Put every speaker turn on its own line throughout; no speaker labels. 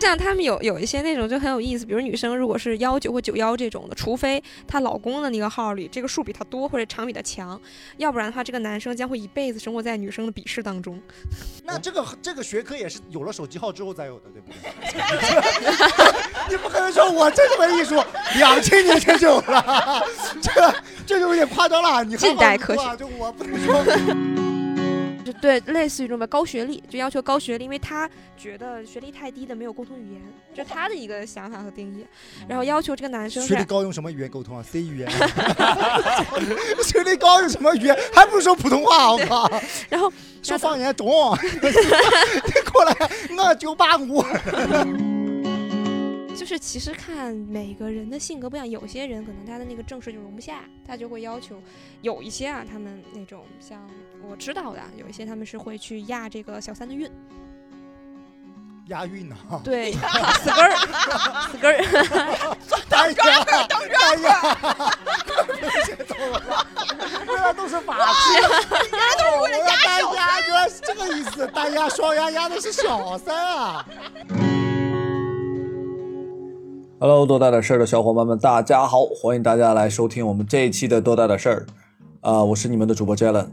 像他们有有一些那种就很有意思，比如女生如果是幺九或九幺这种的，除非她老公的那个号里这个数比她多或者长比她强，要不然的话，这个男生将会一辈子生活在女生的鄙视当中。哦
那这个这个学科也是有了手机号之后才有的，对不 对？你不可能说我这门艺术两千年前就有了， 这这就有点夸张了。你还
近代科
好意思说啊
学
就我不能 说。
就对， 类似于这种吧，高学历就要求高学历，因为他觉得学历太低的没有沟通语言，这是他的一个想法和定义。然后要求这个男生
学
是
历高用什么语言沟 通啊？C 语言。学历高用什么语言？还不如说普通话，我靠！
然后
说方言懂。你过来，我九八五。
就是其实看每个人的性格不一样，有些人可能他的那个正式就容不下，他就会要求有一些啊，他们那种像我知道的啊，有一些他们是会去押这个小三的韵，
押韵呢？啊
对，死根儿， 死根儿，
哎 呀，哎呀， 原来都是法器，原来都是为了压单压，原来是这个意思，单压双压压的是小三啊。
Hello，多大点事儿的小伙伴们，大家好！欢迎大家来收听我们这一期的多大点事儿。啊、我是你们的主播 Jalen。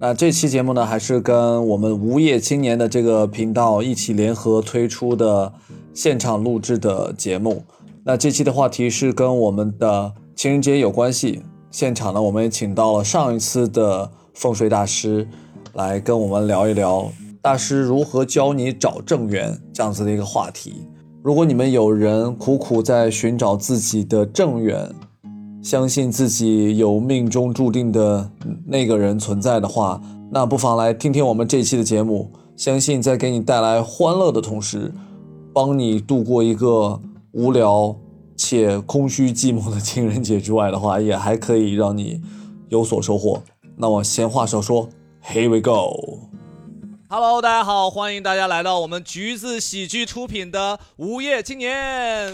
那这期节目呢，还是跟我们无业青年的这个频道一起联合推出的现场录制的节目。那这期的话题是跟我们的情人节有关系。现场呢，我们也请到了上一次的风水大师来跟我们聊一聊，大师如何教你找正缘这样子的一个话题。如果你们有人苦苦在寻找自己的正缘，相信自己有命中注定的那个人存在的话，那不妨来听听我们这一期的节目，相信在给你带来欢乐的同时，帮你度过一个无聊且空虚寂寞的情人节之外的话，也还可以让你有所收获。那我闲话少说，Here we go。
Hello，大家好，欢迎大家来到我们橘子喜剧出品的《无业青年》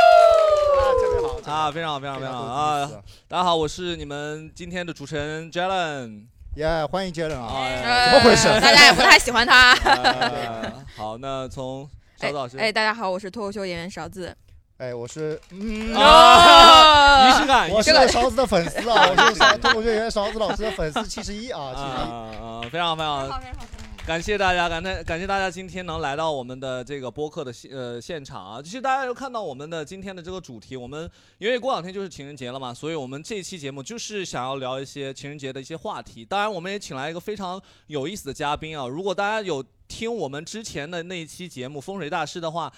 特别好
啊，非常好，非常好，非常好啊！！大家好，我是你们今天的主持人 Jalen。
耶，欢迎杰伦啊！
哎
怎么回事
呃大家也不太喜欢他。
呃好，那从勺子老师，
哎，大家好，我是脱口秀演员勺子。
哎，我是嗯。
哦
啊仪式感，
我
仪式
是
感
勺子的粉 丝啊，我是勺脱口秀演员勺子老师的粉丝七十一啊，
啊
七
啊，非常非常感谢大家，感谢感谢大家今天能来到我们的这个播客的现呃现场啊。其实大家有看到我们的今天的这个主题，我们因为过两天就是情人节了嘛，所以我们这一期节目就是想要聊一些情人节的一些话题。当然，我们也请来一个非常有意思的嘉宾啊。如果大家有听我们之前的那一期节目《风水大师》的话，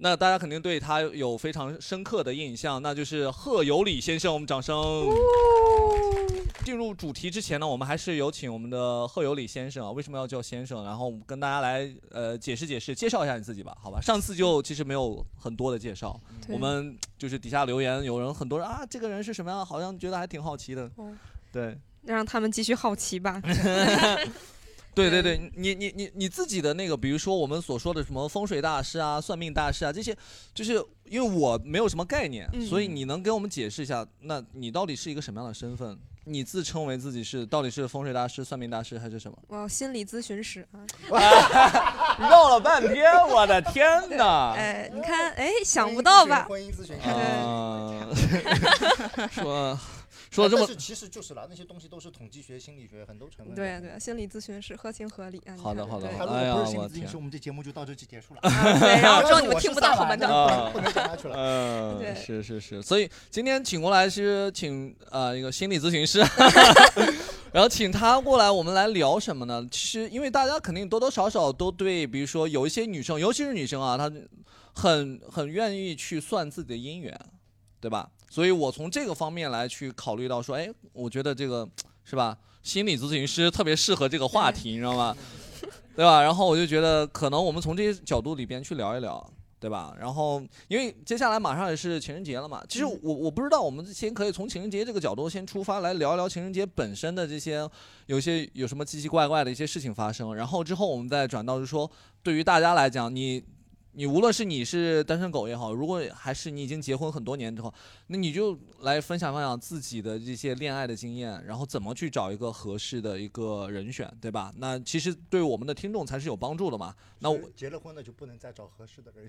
那大家肯定对他有非常深刻的印象，那就是贺有礼先生，我们掌声。进入主题之前呢，我们还是有请我们的贺有礼先生啊，为什么要叫先生？然后我们跟大家来呃解释解释，介绍一下你自己吧，好吧？上次就其实没有很多的介绍，
对
我们就是底下留言有人很多人啊，这个人是什么呀？好像觉得还挺好奇的，
哦
对。
让他们继续好奇吧。
对对对，你你你你自己的那个，比如说我们所说的什么风水大师啊、算命大师啊，这些，就是因为我没有什么概念，
嗯
所以你能给我们解释一下，那你到底是一个什么样的身份？你自称为自己是到底是风水大师、算命大师还是什么？
我心理咨询师啊，
绕了半天，我的天哪！
哎，你看，哎，
一
想不到吧？
婚姻咨询婚姻咨询
对
啊， 说说了这
但
么
是其实就是啦，那些东西都是统计学、心理学很多成分。
对啊对啊，心理咨询师合情合理啊。你
好的
看
好的
对
他如
哎呀
果不是心理
我
咨询
天
师，我们这节目就到这就结束了。
啊对，然后
之后你们听不到后面的
啊
不能讲下去了。
嗯，
对
是是是，所以今天请过来是请呃一个心理咨询师，然后请他过来，我们来聊什么呢？其实因为大家肯定多多少少都对，比如说有一些女生，尤其是女生啊，她很很愿意去算自己的姻缘，对吧？所以我从这个方面来去考虑到说，哎，我觉得这个是吧，心理咨询师特别适合这个话题，你知道吗？ 对吧？然后我就觉得，可能我们从这些角度里边去聊一聊，对吧？然后，因为接下来马上也是情人节了嘛，其实我我不知道，我们先可以从情人节这个角度先出发来聊一聊情人节本身的这些有些有什么奇奇怪怪的一些事情发生，然后之后我们再转到是说，对于大家来讲，你你无论是你是单身狗也好，如果还是你已经结婚很多年之后，那你就来分享分享自己的这些恋爱的经验，然后怎么去找一个合适的一个人选，对吧？那其实对我们的听众才是有帮助的嘛。那我
是结了婚的就不能再找合适的人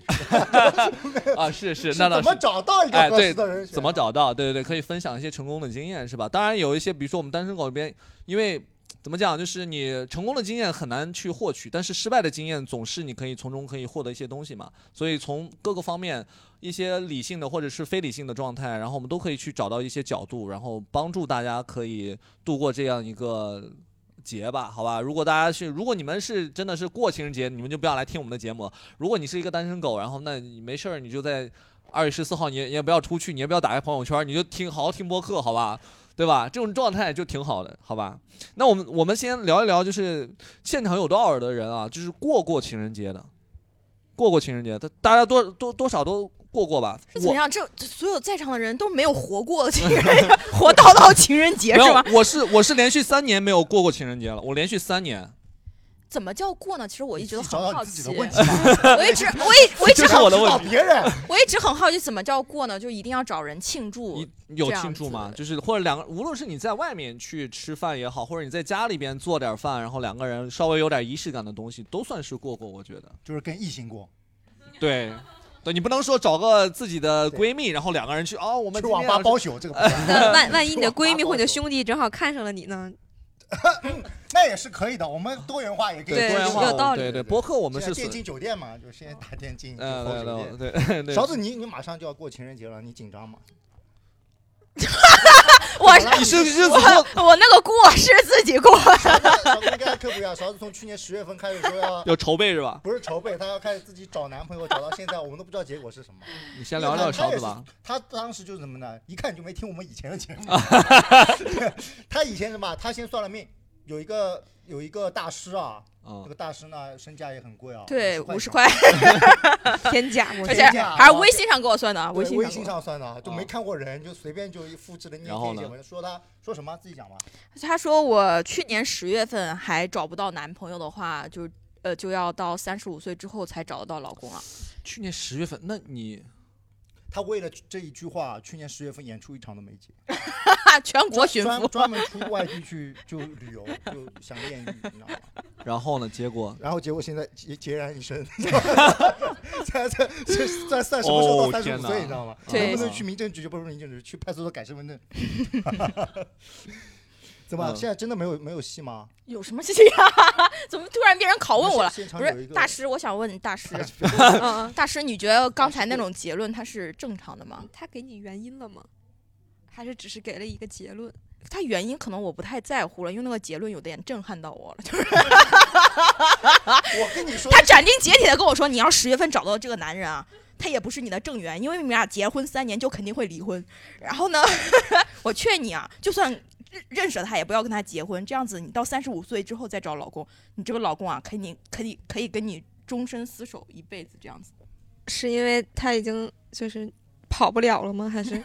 选，
啊，是是，那倒
怎
是
么找到一个
哎
合
对
适的人选？
怎么找到？对对对，可以分享一些成功的经验，是吧？当然有一些，比如说我们单身狗这边，因为怎么讲，就是你成功的经验很难去获取，但是失败的经验总是你可以从中可以获得一些东西嘛。所以从各个方面，一些理性的或者是非理性的状态，然后我们都可以去找到一些角度，然后帮助大家可以度过这样一个。节吧，好吧。如果大家是，如果你们是真的是过情人节，你们就不要来听我们的节目了。如果你是一个单身狗，然后那你没事儿，你就在二月十四号，你也也不要出去，你也不要打开朋友圈，你就听好好听播客，好吧？对吧？这种状态就挺好的，好吧？那我们我们先聊一聊，就是现场有多少的人啊？就是过过情人节的，过过情人节，的，大家多多多少都过过吧？
是怎么
我
样？这这所有在场的人都没有活过情 人节，活到到情人节
没
是吗？
有，我是我是连续三年没有过过情人节了，我连续三年，
怎么叫过呢？其实我一直都
找
很
到
好
你自
奇，
己的问题吧，
我一直我一我一直
这是
很
我的
指
问
导
题。
别人。
我一直很好奇怎么叫过呢？就一定要找人庆祝
你，有
这样
庆祝
子
吗？
的
就是或者两个，无论是你在外面去吃饭也好，或者你在家里边做点饭，然后两个人稍微有点仪式感的东西，都算是过过，我觉得。
就是跟异性过，
对，对你不能说找个自己的闺蜜，然后两个人去哦，我们
去
今
网
天
吧
要
包宿这个不行，
那万万一你的闺蜜
说
或你的
说
兄弟正好看上了你呢？
那也是可以的。我们多元化也可以，
对
多元
有
化
有道理
哎对对，播客我们
现
是
在电
损
竞酒店嘛，就现在打电竞，就包酒
呃
店。
对对对，
勺子，你你马上就要过情人节了，你紧张吗？
我
好了
你是
你
日子过
我我那个过是自己过，
勺子勺子跟大家科普一下，啊勺子从去年十月份开始说 要。
有筹备是吧？
不是筹备，她要开始自己找男朋友，找到现在我们都不知道结果是什么。
你先聊聊勺子吧。
她当时就是什么呢？一看就没听我们以前 的节目。 她以前什么？她先算了命，有一个有一个大师啊，
嗯
这个大师呢身价也很贵啊，
对，五
五
十
十
块，
天价，我
而
觉
且
得
还是微信上给我算的啊，
对
信
微
微
信上算的啊，就
啊
没看过人，就随便就一复制的念
然后
贴一些
呢
文，说他说什么自己讲吧。
他说我去年十月份还找不到男朋友的话，就呃就要到三十五岁之后才找得到老公了。
去年十月份，那你
他为了这一句话，去年十月份演出一场都没接，
哈，全国巡
专
抚，
专门出外地去就旅游，就想艳遇， 你知道吗？
然后呢？结果
然后结果现在孑孑然一身，这这这算算什么时候
哦
到三十
天
五
哪
岁，你知道吗？
对
能不能去民政局就不是民政局，去派出所改身份证。 怎么
嗯
现在真的没有没有戏吗？
有什么事情啊？ 怎么突然变成拷问我了？
现场
不
有一
是
个
大师，我想问大师，
师，
嗯嗯，大师，你觉得刚才那种结论它是正常的吗？
他给你原因了吗？还是只是给了一个结论？
它原因可能我不太在乎了，因为那个结论有点震撼到我了。就是
我跟你说，
他斩钉截铁的跟我说，你要十月份找到这个男人啊，他也不是你的正缘，因为你们俩结婚三年就肯定会离婚。然后呢， 我劝你啊，就算认认识了他，也不要跟他结婚，这样子你到三十五岁之后再找老公，你这个老公啊，肯定可以可以跟你终身厮守一辈子这样子。
是因为他已经就是跑不了了吗？还是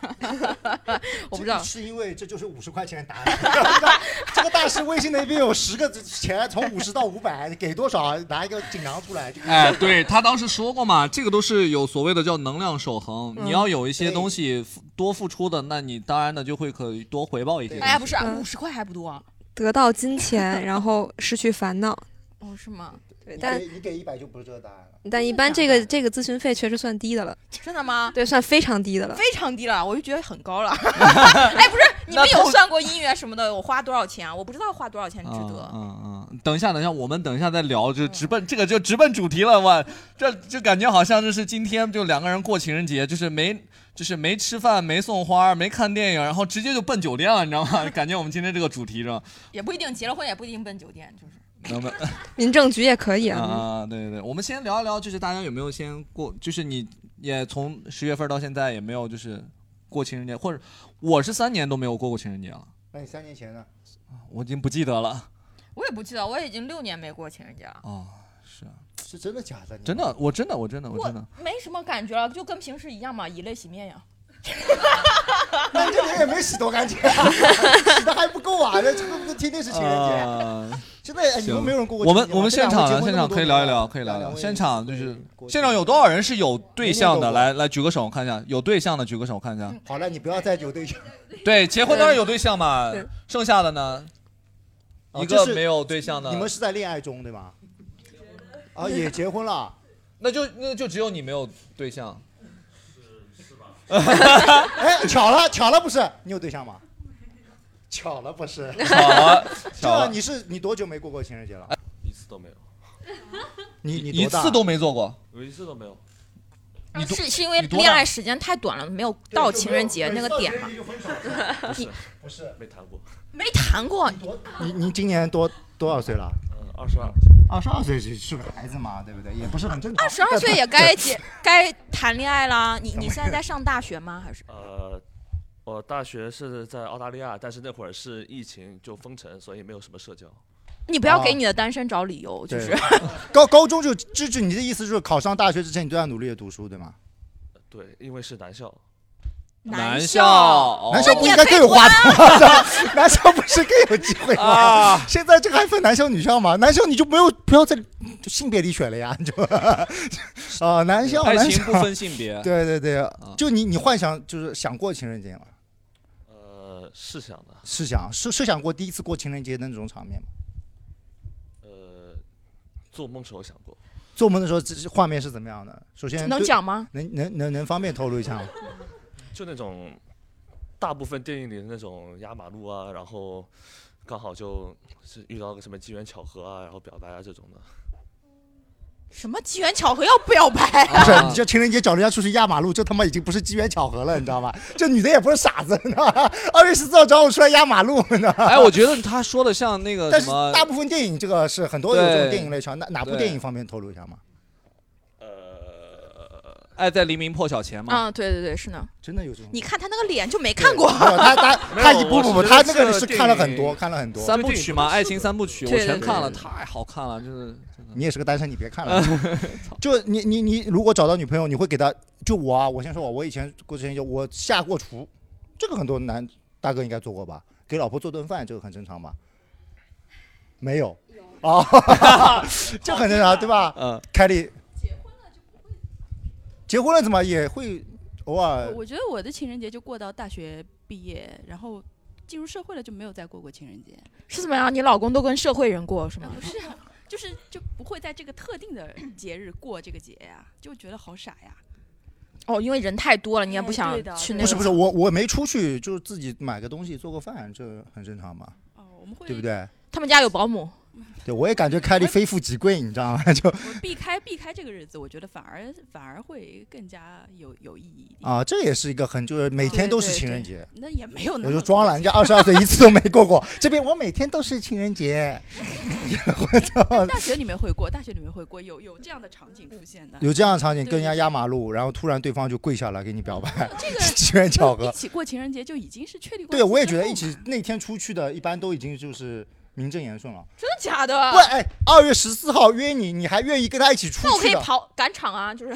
我不知道
这个，是因为这就是五十块钱的答案。这个大师微信那边有十个钱，从五十到五百，给多少啊拿一个锦囊出来。就
哎，对他当时说过嘛，这个都是有所谓的叫能量守恒，
嗯
你要有一些东西付多付出的，那你当然呢就会可以多回报一些。
对
哎呀，不是啊，
嗯
五十块还不多啊。
得到金钱，然后失去烦恼？
哦，是吗？
对，
你
但
给你给一百就不是这个答案了。
但一般这个这个咨询费确实算低 的了，
真的吗？
对，算非常低的了。
非常低了，我就觉得很 高了。哎，不是，你们有算过音乐什么的？我花多少钱啊？我不知道花多少钱值得。
嗯嗯嗯，等一下，等一下，我们等一下再聊，就直奔这个就直奔主题了，我这就感觉好像就是今天就两个人过情人节，就是没就是没吃饭，没送花，没看电影，然后直接就奔酒店了，你知道吗？ 感觉我们今天这个主题是吧？
也不一定结了婚，也不一定奔酒店，就是
能不能
民政局也可以
啊
啊，
啊？对对对，我们先聊一聊，就是大家有没有先过，就是你也从十月份到现在也没有就是过情人节，或者我是三年都没有过过情人节了，
那你三年前呢？
我已经不记得了
我也不记得，我已经六年没过情人节了，
哦，是
是真的假的？你
真的，我真的，我真的，我真的。
没什么感觉了，就跟平时一样嘛，以泪洗面呀。
那 这脸也没洗多干净啊，洗的还不够啊！这这个天天是情人节，
啊
现在哎你们
行
没有人跟
我们
今年
我们
这
现
两位
场
结婚
现
那
场
么多
可以
年
聊一
了啊
聊，可以聊一
两
聊。
位
现场就是
国际
现场有多少人是有对象的？
年年
来来举个手，我看一下，有对象的举个手，我看一下。
好了，你不要再有对象。
对，结婚当然有对象嘛
对，
剩下的呢？
哦
一
这
个
是
没有对象的，
你们是在恋爱中对吧？啊，也结婚了。
那就那就只有你没有对象。
哎，巧了，巧了，不是你有对象吗？巧了，不是。
巧了，
这
巧了，
你是你多久没过过情人节了？
哎一次都没有，
你你
一
多大
次都没做过。
有一次都没有。
你多
啊是是因为
你多大
恋爱时间太短了，没有 到情人节那个点 嘛？
不是，
不是
没谈过。
没谈过，
你你今年多多少岁了？
嗯，二十二。
二十二岁是是个孩子嘛，对不对？也不是很正常。
二十二岁也该结该谈恋爱啦。你你现在在上大学吗？还是
呃，我大学是在澳大利亚，但是那会儿是疫情就封城，所以没有什么社交。啊
你不要给你的单身找理由，就
对
是
高高中就这就你的意思就是考上大学之前你都要努力的读书，对吗？
对，因为是男校，
男
校，
校。
哦
男校不应该更有话头
啊
吗？ 男校不是更有机会吗？
啊，
现在这个还分男校女校吗？男校你就没有不要再就性别里选了呀， 你就啊男校
爱
男
情
校
不分性别。 啊
对对对，就你你幻想就是想过情人节吗？
呃，是想的，
是想是是想过第一次过情人节的那种场面吗？
呃，做梦时候想过，
做梦的时候，这这画面是怎么样的？首先
能
对
讲吗？
能能能能方便透露一下吗？
就那种大部分电影里的那种压马路啊，然后刚好就是遇到个什么机缘巧合啊，然后表白啊这种的。
什么机缘巧合要表白？
不是，
啊
你 这情人节找人家出去压马路，这他妈已经不是机缘巧合了，你知道吗？这女的也不是傻子，你知道吗？二月十四号找我出来压马路，你知道 吗？
哎，我觉得他说的像那个
但
什
是
么
大部分电影这个是很多有这种
对
电影类桥，哪哪部
对
电影方便透露一下吗？
呃，
《爱在黎明破晓前》嘛。
啊，对对对，是呢。
真的有这种？
你看他那个脸就没看过，
没有他他
没有
他一不
我
不不，
是
他那
觉得
个是
这个
看了很
电
多，
影
看了很多。
三部曲嘛，爱情三部曲，我
对
全
对
看了，
对
太好看了，就是
你也是个单身，你 别看了。 就你你你，如果找到女朋友，你会给她？就我啊，我先说我，我以前过情人节我下过厨，这个很多男大哥应该做过吧？给老婆做顿饭，这个很正常吧？没有，哦， 这很正常，对吧？
嗯，
凯莉，结婚了就不会，结婚了怎么也会偶尔
我觉得我的情人节就过到大学毕业，然后进入社会了就没有再过过情人节，
是怎么样？你老公都跟社会人过是吗？
不是啊， 就是就不会在这个特定 的节日过这个节呀，就觉得好傻呀。
哦，因为人太多了，你也不
哎
想
对的
去
对
那
的
个。
不是不是，我我没出去，就是自己买个东西做个饭，这很正常嘛，
哦，我们会
对不对？
他们家有保姆，
对，我也感觉
哎
凯莉非富即贵，你知道吗？ 就
我避开避开这个日子，我觉得反而反而会更加有有意义一点。
啊，这也是一个很就是每天都是
对对
情人
对
节。
那也没有那
我
么
就装了，人家二十二岁一次都没过过。这边我每天都是情人 节，我操，
大学里面会过，大学里面会过，有有这样的场景出现的。
有这样的场景，跟人家压马路，然后突然对方就跪下来给你表白，
哦
这 个
机缘巧合
一。起过情人节就已经是确立过。
对，我也觉得一起那天出去的，一般都已经就是名正言顺了。
真的假
不，
的？
哎，二月十四号约你，你还愿意跟他一起出
那我可
去
以
的？
跑赶场啊，就是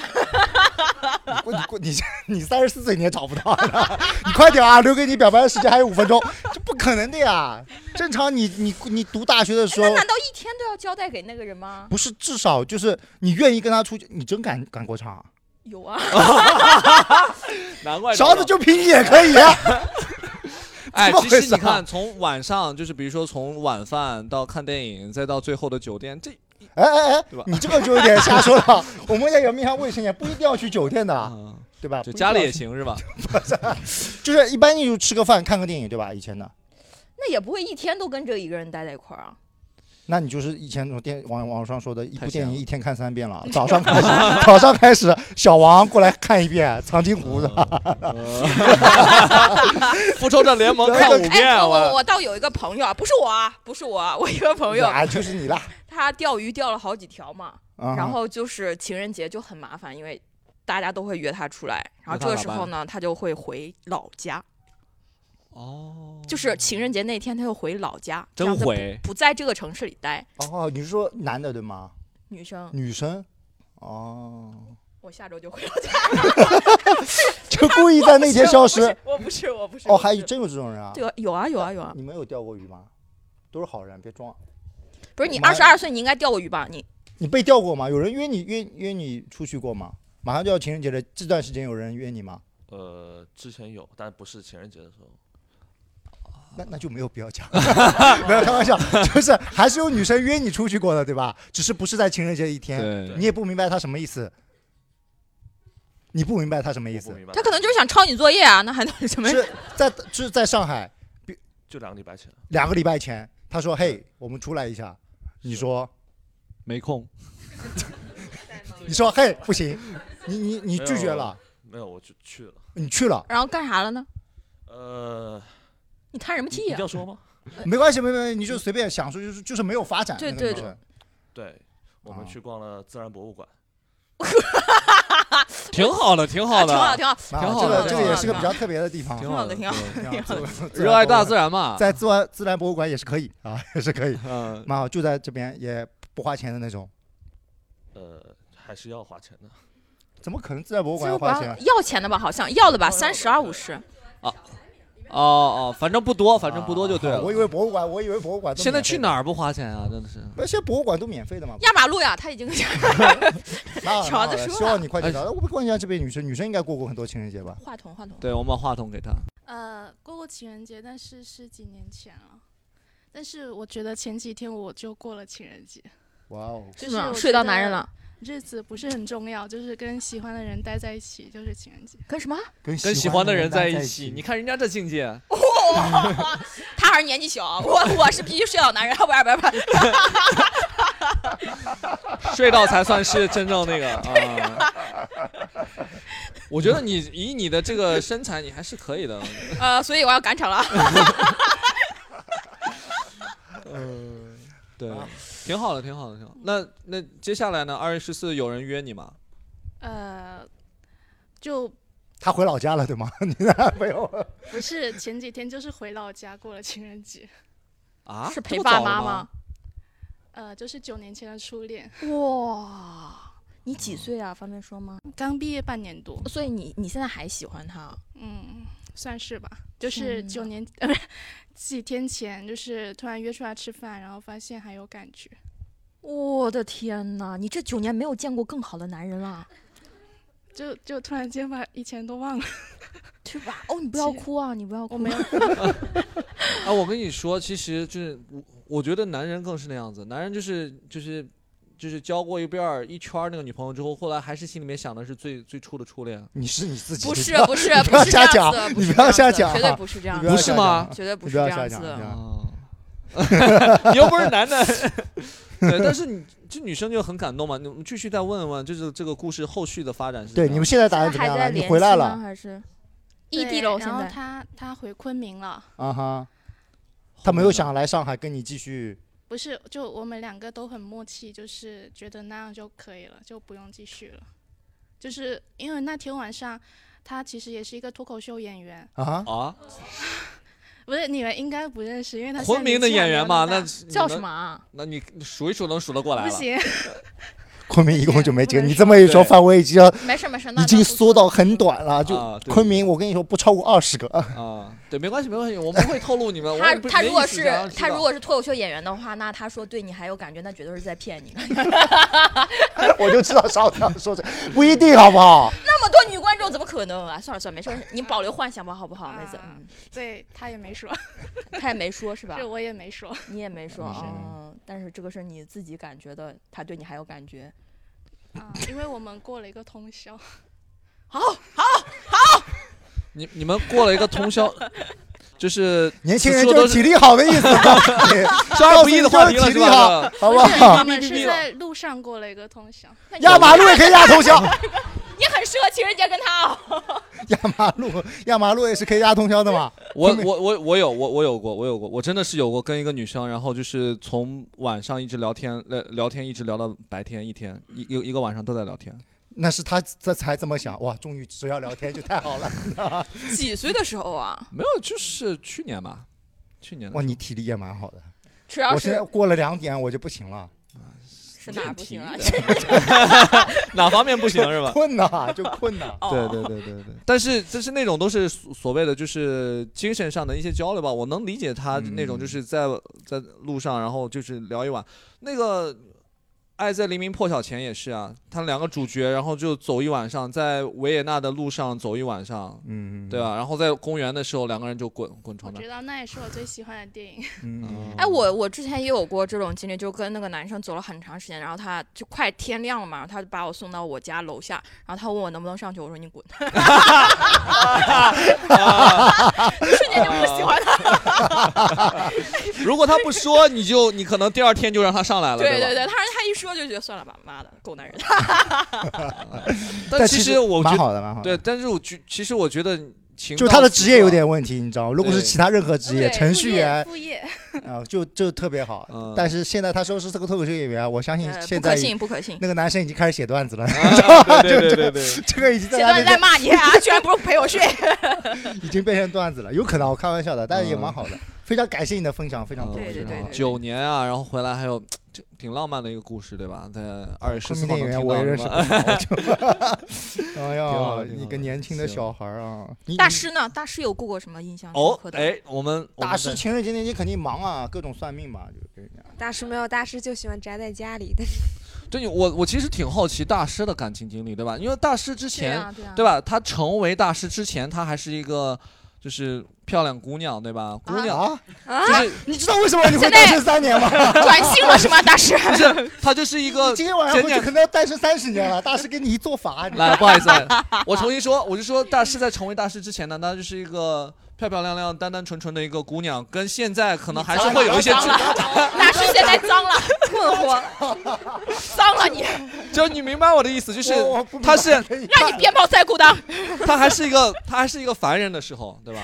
我你过你你三十四岁你也找不到了， 你快点啊！留给你表白的时间还有五分钟，这不可能的呀！正常你你你读大学的时候
哎 那，难道一天都要交代给那个人吗？
不是至少就是你愿意跟他出去，你真敢敢过场啊？
有啊，
难怪
勺子就凭你也可以啊！
哎，
怎么
其
回
实
事啊
你看，从晚上就是比如说从晚饭到看电影，再到最后的酒店，这
哎哎哎
对吧，
你这个就有点瞎说 了。 我们在阳明山未成年不一定要去酒店的，
啊，
对吧？
就
不一定
家里
要
也
去啊
行是吧？
就是一般就吃个饭、看个电影，对吧？以前的，
那也不会一天都跟这一个人待在一块儿啊。
那你就是以前那种电网网上说的一部
太
电
闲了
影一天看三 遍了。 早上开始，早上 开始，小王过来看一遍《长津湖》的。
复仇者 联盟看五遍，
哎，我我
我
我倒有一个朋友啊，不是我啊，不是我啊，我一个朋友，
啊，就是你啦。
他钓鱼钓了好几条嘛，
啊
然后就是情人节就很麻烦，因为大家都会约他出来，然后这个时候呢，他就会回老家，
哦，
就是情人节那天他就回老家，这
真
样子
回
不在这个城市里待。
哦，你是说男的对吗？
女生，
女生？哦，
我下周就回老家。
就故意在那天消失。
我不是我不是
哦，
我不是
还有真有这种人啊？
对啊，有啊有啊有啊，
你们有钓过鱼吗？都是好人，别装。啊
不是你
妈
二
呀
十二岁，你应该钓过鱼吧？你
你被钓过吗？有人约你约约你出去过吗？马上就要情人节了，这段时间有人约你吗？
呃，之前有，但不是情人节的时候。
那那就没有必要讲， 没有开玩笑，就是还是有女生约你出去过的，对吧？只是不是在情人节一天，
对
你也不明白她什么意思，你不明白她什么意
我
思
不？明白
他，可能就是想抄你作业啊，那还能什么？
是 在是在上海
就两个礼拜前，
两个礼拜前，她
嗯
说：“嘿，我们出来一下。”你说
没空，：“
你说嘿，不行，你你你拒绝了，
没有，我就去了。
你去了，
然后干啥了呢？
呃，
你叹什么啊
你
气
一定
呀、
要说吗？
没关系，没没，你就随便想说，就是就是没有发展。”
对对对
对，我们
啊
去逛了自然博物馆。
挺好的，挺好
挺好，
的，
挺好。
蛮
挺
好
好
啊
的
这个这个也是个比较特别的地方，
挺好的，
挺好的
对
挺好
热爱大自
然，
然嘛。
在自然自然博物馆也是可以啊， 也是可以，
嗯，
蛮好，就在这边也不花钱的那种。
呃，还是要花钱的。
怎么可能自然博物
这
馆要
个
花
吧
钱？啊
要钱的吧？好像要的吧？
要要
三
的
十二五十。
哦哦，反正不多，反正不多就对
啊
了
我。以为博物馆，我以为博物馆都
现在
免费
去
的
哪？儿不花钱啊？真的是，
不是，现在博物馆都免费的嘛？
压马路呀，他已经
蛮好的蛮
瞧
好
着
的
说
希望你快点
哎
找到。我不关心啊这边女生，女生应该过过很多情人节吧？
话筒话筒。
对我们把话筒给他。
呃，过过情人节，但是是几年前了。但是我觉得前几天我就过了情人节，
哇哦，
就是
吗
我
嗯睡到
觉得
男人了，
日子不是很重要，就是跟喜欢的人待在一起就是情人节。
跟什么？
跟
跟喜欢的人
在
在一起，你看人家这境界，
他还是年纪小，我我是必须睡到男人， 不是不是不是，
睡到才算是真正那个啊。我觉得你以你的这个身材，你还是可以的。
呃，所以我要赶场了。
嗯，对，挺好的，挺好的，挺好的。那那接下来呢？二月十四有人约你吗？
呃，就
他回老家了，对吗？ 你那 没有？
不是前几天就是回老家过了情人节，
啊，
是
这
陪
么
爸
早了
妈
吗？？
呃，就是九年前的初恋，
哇，你几岁啊？方便说吗？
刚毕业半年多，
所以你你现在还喜欢他？
嗯，算是吧。就是
天
九年 呃不是几天前，就是突然约出来吃饭，然后发现还有感觉。
我的天哪，你这九年没有见过更好的男人了，
就就突然间把以前都忘了，
是吧？哦，你不要
姐
哭啊，你不要哭。
我没有，
啊，我跟你说，其实就是我，我觉得男人更是那样子，男人就是就是就是交过一遍儿一圈儿那个女朋友之后，后来还是心里面想的是最最初的初恋，
你是你自己？
不是
你
不是
不要
是这
瞎
样
讲
子的，
你
是
不要
这样
瞎
子
讲
绝
啊
对不是这样
不
子
要
的，
是
瞎
吗
讲啊
绝对不
你
是
不
这
要
样
瞎
子
讲，啊
的
你。要
哦，嗯你又不是男的，对，但是你这女生就很感动嘛。你我们继续再问问，就是这个故事后续的发展是
对，
怎
你
样
们现在打算
现
怎
在
么
还
样了？
在
你
联
回来
系
了
吗？还是异
异
地
地
了？
喽。
现
然后
在
他他回昆明了，
啊哈，
的
他没有想来上海跟你继续。
不是，就我们两个都很默契，就是觉得那样就可以了，就不用继续了。就是因为那天晚上，他其实也是一个脱口秀演员，
啊哈，
啊，
不是你们应该不认识，因为他现在
昆明的
年纪还
演
没有
员嘛，
么大
那你
叫
能
什么？啊？
那你你数一数能数得过来
不
了。
行，
昆明一共就没几个。
不能
你这么一说，
对
范围已经要
没事没事，那
已经
那不
缩到很短了。就
啊，对
昆明，我跟你说，不超过二十个。
啊，对，没关系，没关系，我们不会透露你们。我
他
也不
他
没
如果
意思
是
想让知
他
道
如果是脱口秀演员的话，那他说对你还有感觉，那绝对是在骗你。
我就知道少这样说这不一定好不好？
那么多女观众怎么可能啊？算了算了，没事儿，你保留幻想吧，好不好，妹子？
啊
嗯，
对他也没 说，啊
他也没说是吧
这？我也没 说，
你也没说
是
啊、但是这个是你自己感觉的，他对你还有感觉。
啊，因为我们过了一个通宵，
你你们过了一个通 宵，就是
年轻人
说
就
都
是
是
体力好的意思，
这二不一的话题了是 吧？
好不
不是
好
我？
哔哔
们
哔
是
了
在路上过了一个通宵，
那你
压马路也可以压通宵，
你很适合情人节跟他哦。
压马路压马路也是可以压通宵的嘛。
我我我我有我我有过我有过，我真的是有过跟一个女生，然后就是从晚上一直聊天聊聊天，一直聊到白天一天一一一个晚上都在聊天。
那是他这才这么想哇，终于只要聊天就太好了
几岁的时候啊？
没有，就是去年吧，去年的
哇！你体力也蛮好的，
主要
我现在
是
过了两点我就不行了，
是是哪儿不行啊？
哪方面不行是吧？
困呐，就困呐。
哦
对对对对，
但是就是那种都是所所谓的就是精神上的一些交流吧，我能理解他
嗯
那种就是在、在路上，然后就是聊一晚。那个《爱在黎明破晓前》也是啊，他两个主角，然后就走一晚上，在维也纳的路上走一晚上，
嗯
对吧？然后在公园的时候，两个人就滚滚
我
床单
觉。得那也是我最喜欢的电影。
嗯
哎，我我之前也有过这种经历，就跟那个男生走了很长时间，然后他就快天亮了嘛，他就把我送到我家楼下，然后他问我能不能上去，我说你 滚，
啊
瞬间就不喜欢他。
嗯 如果他不说，你就你可能第二天就让他上来了，
对
吧？
对对，他他一说就觉得算了吧，妈的，狗男人。
但其实我觉
蛮
得，
好的，蛮好的。
对，但是我觉其实我觉得情
就
到
他的
此
职业有
刻
点问题，你知道吗？如果是
对
其他任何职业，
对
程
副
序
业，
员
副业，
啊，就就特别好
嗯。
但是现在他说是这个脱口秀演员，我相信
呃，不
现
可
在
信，不可信。
那个男生已经开始写段子了，
啊对对对对对，
这个已经在
谁
他
段
那
子在
边
骂你啊？居然不陪我睡。
已经变成段子了，有可能啊我开玩笑的，但是也蛮好
嗯
的。非常感谢你的分享，非常多。
对对
非常
对
好
对
九年啊，然后回来还有就挺浪漫的一个故事，对吧？在 二月十
昆
四
明
号能
电影院
听
我也
到
认识
是
不
吧。
少，就哎
挺好的
呀，
挺好
一
的
个年轻的
行
小孩儿啊！你
大
你
师啊呢？大师有过过什么印象深
哦
刻，的？
哎，我们
大师情人节那天肯定忙啊，各种算命嘛，就给人家。
大师没有，大师就喜欢宅在家里。但是
对你我我其实挺好奇大师的感情经历，对吧？因为大师之
对
前
啊对啊，
对吧，他成为大师之前，他还是一个就是漂亮姑娘，对吧？姑娘
啊，
就是
你知道为什么你会
现
单
在
身三年吗？
转性了是吗？大师，
不是他就是一个
你今天晚上
前
回去
两
可能要单身三十年了，大师给你一做法，啊 你
来，不好意思，哎我重新说，我就说大师在成为大师之前呢，她就是一个漂漂亮亮、单单纯纯的一个姑娘，跟现在可能还是会有一些，
大师现在脏了，困惑， 脏了你，
就是你明白我的意思，就是
我我不明白
她是
可以
让你鞭炮再鼓 荡。
她还是一个她还是一个凡人的时候，对吧？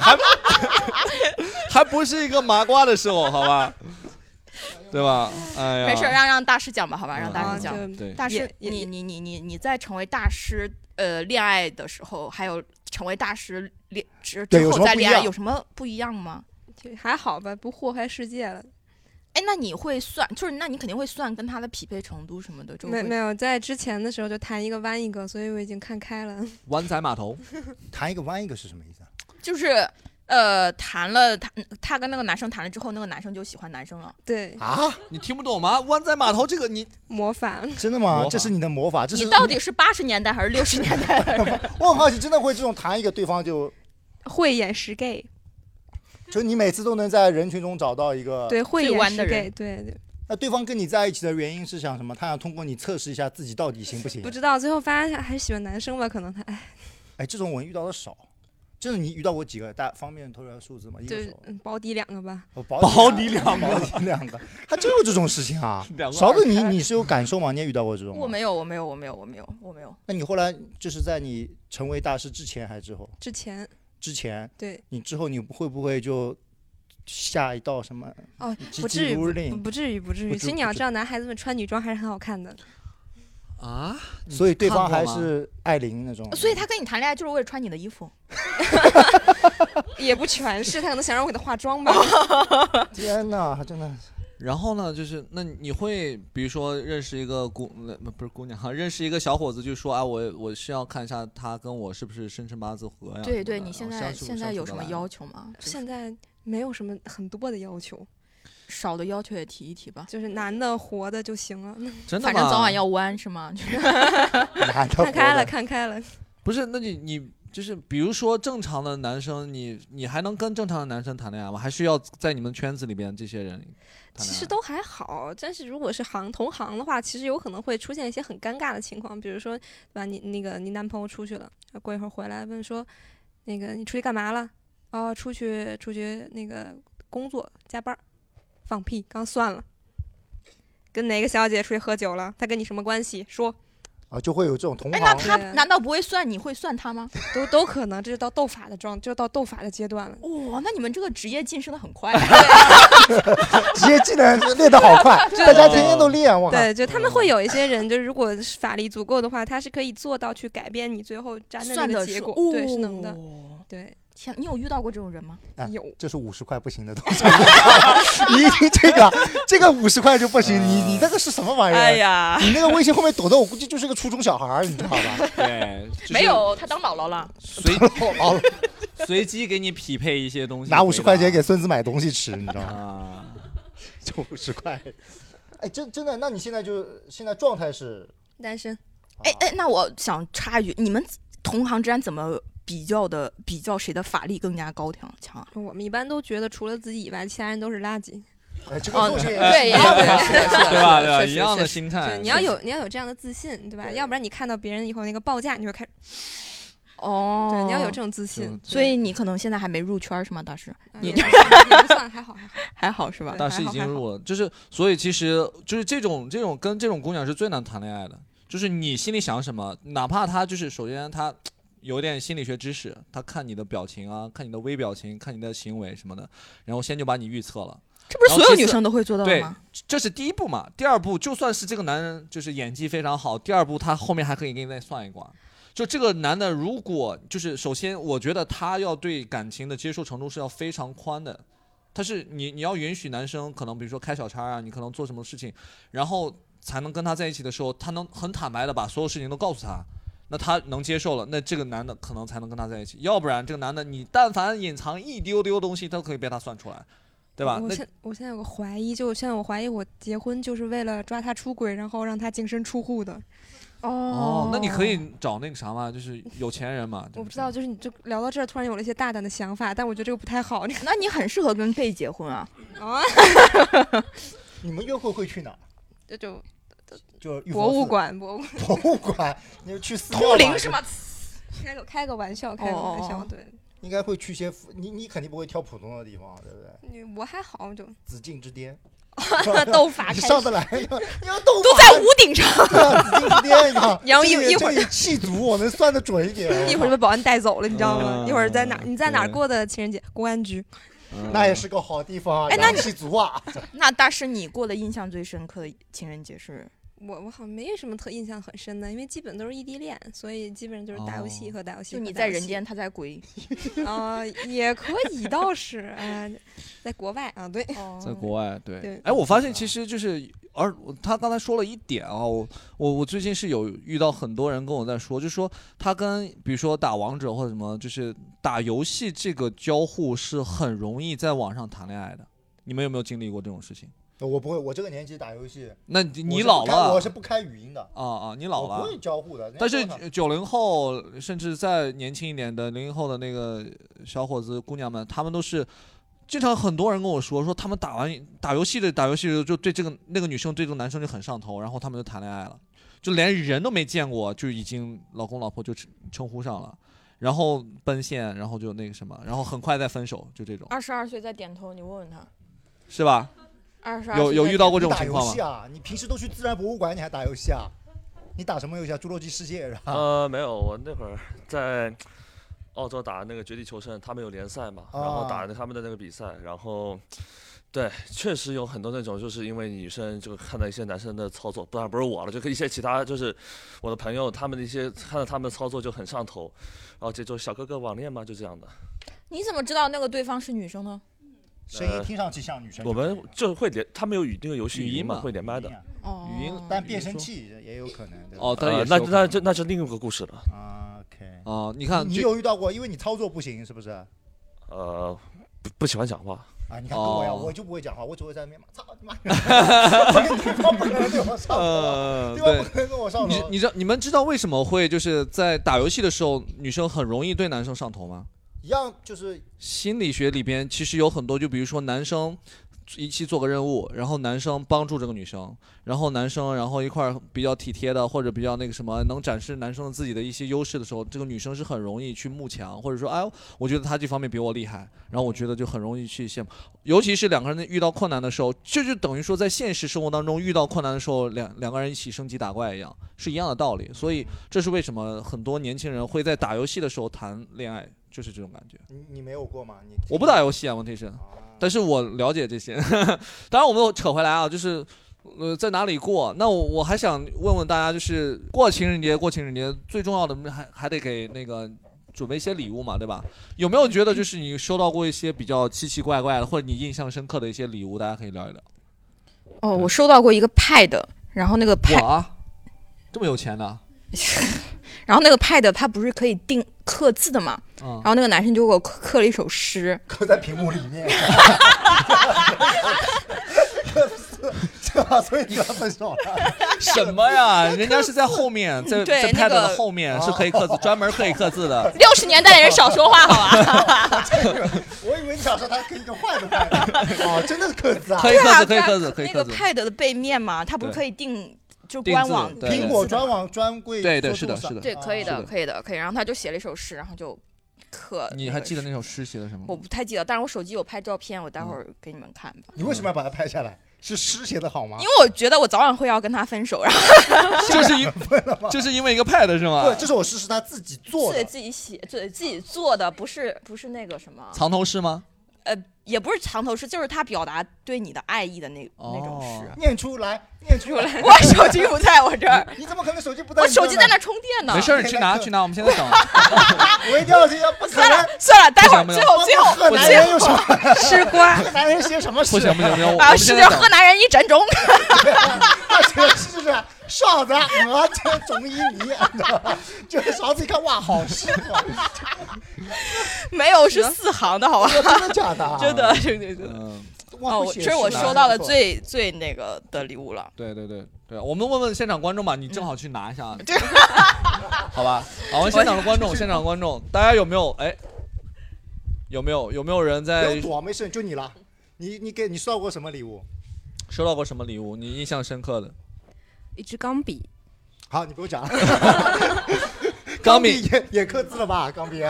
还 还不是一个麻瓜的时候，好吧？对吧？哎呀，
没事，让让大师讲吧，好吧，让大
啊
师讲。
就
对，
大
也
师，
也
你你你你你在成为大师呃恋爱的时候，还有成为大师恋之
对
之
有什
后
么
再
不一
恋爱
样
有什么不一样吗？
就还好吧，不祸害世界了。
哎，那你会算，就是那你肯定会算跟他的匹配程度什么的，就
没
会
没有，在之前的时候就谈一个弯一个，所以我已经看开了。
湾仔码 头，
谈一个弯一个是什么意思啊？
就是呃谈了他他跟那个男生谈了之后，那个男生就喜欢男生了。
对，
啊，
你听不懂吗？湾仔码头这个你
模仿。
真的吗
魔？法
这是你的魔法？这是
你到底是八十年代还是六十年 代的人？
我很好奇，真的会这种谈一个对方就
慧眼识 gay，
就你每次都能在人群中找到一个
对，慧
最
眼
弯的
识 gay，
人
对，对
那对方跟你在一起的原因是想什么？他想通过你测试一下自己到底行不行
不？知道最后发现还是喜欢男生吧，可能他哎，
哎，这种我遇到的少。真的，你遇到过几个？大方便透露数字吗？一
就
个手，
嗯保底两个吧。
我保
保
你
你！
两个，保你两个，还真有这种事情啊
两个
勺子，你你是有感受吗？你也遇到过这种吗？
我没有，我没有，我没有，我没有，我没有。
那你后来就是在你成为大师之前还是之后？
之前
之前，
对
你之后你会不会就下一道什么
哦，
几
不至
几
于，
如
不
令？
不至于，不至于。
不至
其实你要
不
知
至
道，男孩子们穿女装还是很好看的。
啊，你
所以对
看
方
过
还
吗
是艾琳那种。
哦
所以他跟你谈恋爱就是为了穿你的衣服。
也不全是，他可能想让我给他化妆吧。
天哪，真的
然后呢，就是那你会比如说认识一个姑，呃不是姑娘哈，认识一个小伙子，就说啊，我我是要看一下他跟我是不是生辰八字合呀？
对
什么的
对，你现在现在有什么要？ 求吗？
现在没有什么很多的要求，
少的要求也提一提吧，
就是男的活的就行了。
然后 相处不相处得来真的
反
吗
正早晚要弯是吗？
懒得
看开
活的
了，看开了。
不是？那你你就是比如说正常的男生，你你还能跟正常的男生谈恋爱吗？还是要在你们圈子里边这些人谈恋爱？
其实都还好，但是如果是行同行的话，其实有可能会出现一些很尴尬的情况，比如说，对吧？你那个你男朋友出去了，过一会儿回来问说，那个你出去干嘛了？哦，出去出去那个工作加班儿，放屁，刚算了。跟哪个小姐出去喝酒了？她跟你什么关系？说
啊，就会有这种同
哎，那
行。
他
对
难道不会算？你会算他吗？
都都可能，这就到斗法的状，就到斗法的阶段了。
哇、那你们这个职业晋升的很快，
职业技能练得好 快，大家天天都练，我靠！
对，就他们会有一些人，就是如果是法力足够的话，他是可以做到去改变你最后站的那哦
算
个
的
结
是哦
哦
果，对，是能的。。对，
天，你有遇到过这种人吗？
哎
有
这是五十块不行的东西。 你一听这个，这个五十块就不行。你你那个是什么玩意儿？
哎呀，
你那个微信后面躲的，我估计就是个初中小孩儿，你知道吧？
对，就是
没有，他当姥姥了。
随
好了，
随机给你匹配一些东 西，
哦拿五十块钱
对吧
给孙子买东西吃，你知道吗？
啊，
就五十块。哎，真真的，那你现在就现在状态是？啊
单身
哎哎，那我想插一句，你们同行之间怎么比较的？比较谁的法力更加高强强啊？
我们一般都觉得除了自己以外，其他人都是垃圾。
哎，这个
哦
做事也
对也
啊
对
对吧？对吧？
确实
一样的
确实
心
对，
态，
你要有你要有这样的自信，对吧？要不然你看到别人以后那个报价，你会开始
哦
对，你要有这。种自信。
所以你可能现在还没入圈儿是吗，大师？
嗯
你
也不算还好还好。
还好是吧？
大师已经入了，就是所以其实就是这种这种跟这种姑娘是最难谈恋爱的，就是你心里想什么，哪怕她就是首先她有点心理学知识，她看你的表情啊，看你的微表情，看你的行为什么的，然后先就把你预测了，
这不是
然后
所有
其
女
次
生都会做到的
对
吗？
这是第一步嘛。第二步，就算是这个男人就是演技非常好，第二步他后面还可以给你再算一卦。就这个男的，如果就是首先，我觉得他要对感情的接受程度是要非常宽的。他是你你要允许男生可能比如说开小差啊，你可能做什么事情，然后才能跟他在一起的时候，他能很坦白的把所有事情都告诉他。那他能接受了，那这个男的可能才能跟他在一起，要不然这个男的你但凡隐藏一丢丢东西，都可以被他算出来，对吧？
我
那
现我现在有个怀疑，就现在我怀疑我结婚就是为了抓他出轨，然后让他净身出户的。
哦，那你可以找那个啥嘛，就是有钱人嘛。
我不知道，就是你就聊到这儿，突然有了一些大胆的想法，但我觉得这个不太好。
那你很适合跟 gay 结婚啊！
啊，
你们约会会去哪儿？
这就
就是玉
博
佛
物
寺、
馆，博物馆，
博物馆，你们去寺庙
通灵
吧
是吗？？
开个开个玩笑，开个玩
哦
笑
哦，
对。
应该会去一些你你肯定不会挑普通的地方，对不对？
你我还 好，就
紫禁之巅，
斗法
你
开
上
始
得来，要 要斗
都
法
在屋顶上。
啊紫禁之巅，你看，
然后一
这个
一会儿
这个气足，我能算得准一点。
一会儿就被保安带走了，你知道吗？
啊
一会儿在哪儿？你在哪儿
对
过的情人节？公安局。
那也是个好地方啊，
哎那
阳气足啊。
那大师，你过的印象最深刻的情人节是？
我我好像没什么特印象很深的，因为基本都是异地恋，所以基本上就是打游戏
哦
和打游戏
就
和
你
打游戏。
在人间，他在鬼。
啊、也可以倒是 啊、呃在国外啊，对，
在国外，对
对，
哎，我发现其实就是，而他刚才说了一点啊，我我我最近是有遇到很多人跟我在说，就说他跟比如说打王者或者什么，就是打游戏这个交互是很容易在网上谈恋爱的。你们有没有经历过这种事情？
我不会，我这个年纪打游戏，
那你
我
你
是不
老
开
了
我是不开语音的，
啊啊，你老
我
了
不会，交互的。
但是
人家说啥
九零后，甚至再年轻一点的零零后的那个小伙子、姑娘们，他们都是经常很多人跟我说，说他们打完打游戏的打游戏的就对这个那个女生对这个男生就很上头，然后他们就谈恋爱了，就连人都没见过，就已经老公老婆就称称呼上了，然后奔现，然后就那个什么，然后很快再分手，就这种，
二十二岁再点头，你问问他。
是吧？
二十二
有有遇到过这
你
种
打
情
游
况吗
戏？啊？你平时都去自然博物馆，你还打游戏啊？你打什么游戏啊？侏罗纪世界是吧？
呃，没有，我那会儿在澳洲打那个绝地求生，他们有联赛嘛，然后打
啊
他们的那个比赛，然后对，确实有很多那种，就是因为女生就看到一些男生的操作，不然不是我了，就跟一些其他就是我的朋友他们的一些看到他们的操作就很上头，然后这就小哥哥网恋嘛，就这样的。
呃
你怎么知道那个对方是女生呢？
声音听上去像女生。
我们就会连，他们有语那个游戏
语
语
音
音
嘛
嘛，会连麦的。
哦
语音
但变声器也有可能。对吧
哦，但
呃
也，是
那
有可
那
能
就那就另一个故事了。
啊，OK。
啊，你看
你
这
有遇到过？因为你操作不行，是不是？啊，
呃，不不喜欢讲话。
哎你看跟我呀，
哦
我就不会讲话，我只会在那边骂操你 妈！对方不可能对我上头，
呃，
对
对
方。不可能跟我上
你
头。啊
你知道你们知道为什么会就是在打游戏的时候，女生很容易对男生上头吗？
一样就是
心理学里边其实有很多，就比如说男生一起做个任务，然后男生帮助这个女生，然后男生然后一块儿比较体贴的或者比较那个什么，能展示男生自己的一些优势的时候，这个女生是很容易去慕强，或者说哎，我觉得他这方面比我厉害，然后我觉得就很容易去羡慕，尤其是两个人遇到困难的时候，这就等于说在现实生活当中遇到困难的时候，两两个人一起升级打怪一样，是一样的道理，所以这是为什么很多年轻人会在打游戏的时候谈恋爱，就是这种感觉。
你你没有过吗？你
我不 打游戏啊，问题是，但是我了解这些。当然，我们又扯回来啊，就是，呃，在哪里过？那我我还想问问大家，就是过情人节，过情人节最重要的还还得给那个准备一些礼物嘛，对吧？有没有觉得就是你收到过一些比较奇奇怪怪的，或者你印象深刻的一些礼物？大家可以聊一聊。
哦，我收到过一个 Pad，然后那个 Pad，
哇，啊这么有钱呢？
然后那个 Pad 它不是可以定刻字的嘛？
嗯
然后那个男生就给我刻刻了一首诗，
刻在屏幕里面。所以你跟他分手了，
什么呀？人家是在后面，在
对
在 pad
那个
的后面是可以刻字，专门刻以刻字的。
六十年代的人少说话好吧？
我以为你想说他可以跟坏的坏的，哦，真的是刻字啊！
可以刻字，可以
对啊
刻字，可以
那
刻
个
字。
Pad 的背面嘛，它不是
对
可以定就
定
官
制
网
对
苹果专网专柜
对对
搜
是的
索上
是的
对，可以
是
的，
的
可以的，可以。然后他就写了一首诗，然后就刻。
你还记得那？首诗写的什么
我
吗？
不太记得，但是我手机有拍照片，我待会儿给你们看吧。
你为什么要把它拍下来？是诗写的好吗
因？为我觉得我早晚会要跟他分手，然后
就是因就是因为一个 pad 是吗
不，？这首诗是他自己做
自己
的。
自己写，自己自己做的，不是不是那个什么，
藏头诗吗？
呃，也不是藏头诗，就是他表达对你的爱意的那那种诗。
哦
念出来，念出来！
我手机不在我这儿，
你怎么可能手机不在？
我手机在那。充电呢。
没事，儿，你去拿
现在刻
去拿，我们现在等。
我一定要这样，不可
算
能
了。算了，待会儿
不
最
想
后最后
喝男人有什么？
吃瓜
喝男人写什么诗？
不行不行不行，我
啊，
们
是
现在等
喝。男人一整种。
那这个是不是哨子我这中医迷，你 知道吧？就是勺子一看，哇，好啊师傅，
没有，是四行的好吧？
真的假的啊？
真的，真的，真的。
嗯，
哇，
哦，
会
我
写
这是哦我
诗啊
收到的
不错
最最那个的礼物了。
对对对对，我们问问现场观众吧，你正好去拿一下，好吧？好，我们现场的观众，现场的观众，大家有没有哎？有没有有没有人
不
在
用躲，没事，就你了。你你给你收到过什么礼物？
收到过什么礼物？你印象深刻的？
一支钢笔，
好，你不用讲 了。
钢
笔
笔，
也也刻字了吧？钢笔，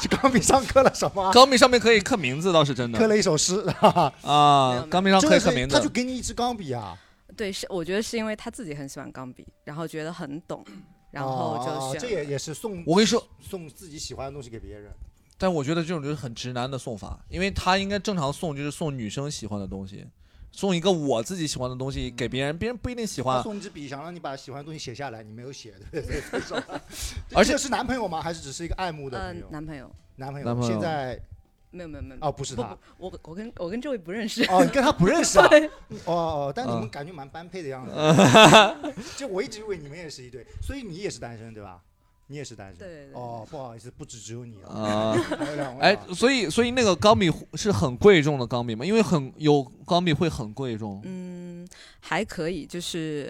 这钢笔上刻了什么？
钢笔上面可以刻名字，倒是真
刻
的
了一首诗， 哈哈
啊，钢笔上
真
可以
的
刻名
是，他就
字。
给你一支钢笔啊。
对，是我觉得是因为他自己很喜欢钢笔，然后觉得很懂，然后
哦
就
这
选了。
也也是送
我跟你说，
送自己喜欢的东西给别人。
但我觉得这种就是很直男的送法，因为他应该正常送就是送女生喜欢的东西，送一个我自己喜欢的东西给别人，别人不一定喜
他
欢。
送一支笔，想让你把喜欢的东西写下来，你没有写， 对不 对？分手了
而且
这是男朋友吗？还是只是一个爱慕的
嗯
朋，友？
男朋友
男朋
男
友
朋友
现在
没有没有没有，
哦，不是
不
他
不，我我跟我跟这位不认识。
哦，你跟他不认识啊？
对
哦哦，但你们
嗯
感觉蛮般配 的样子。就我一直以为你们也是一对，所以你也是单身对吧？你也是单身。
对对对
哦，不好意思，不止只有你了，
啊、
还有两位
哎
啊。，
所以所以那个钢笔是很贵重的钢笔吗？因为很有钢笔会很贵重，
嗯， 还可以，就是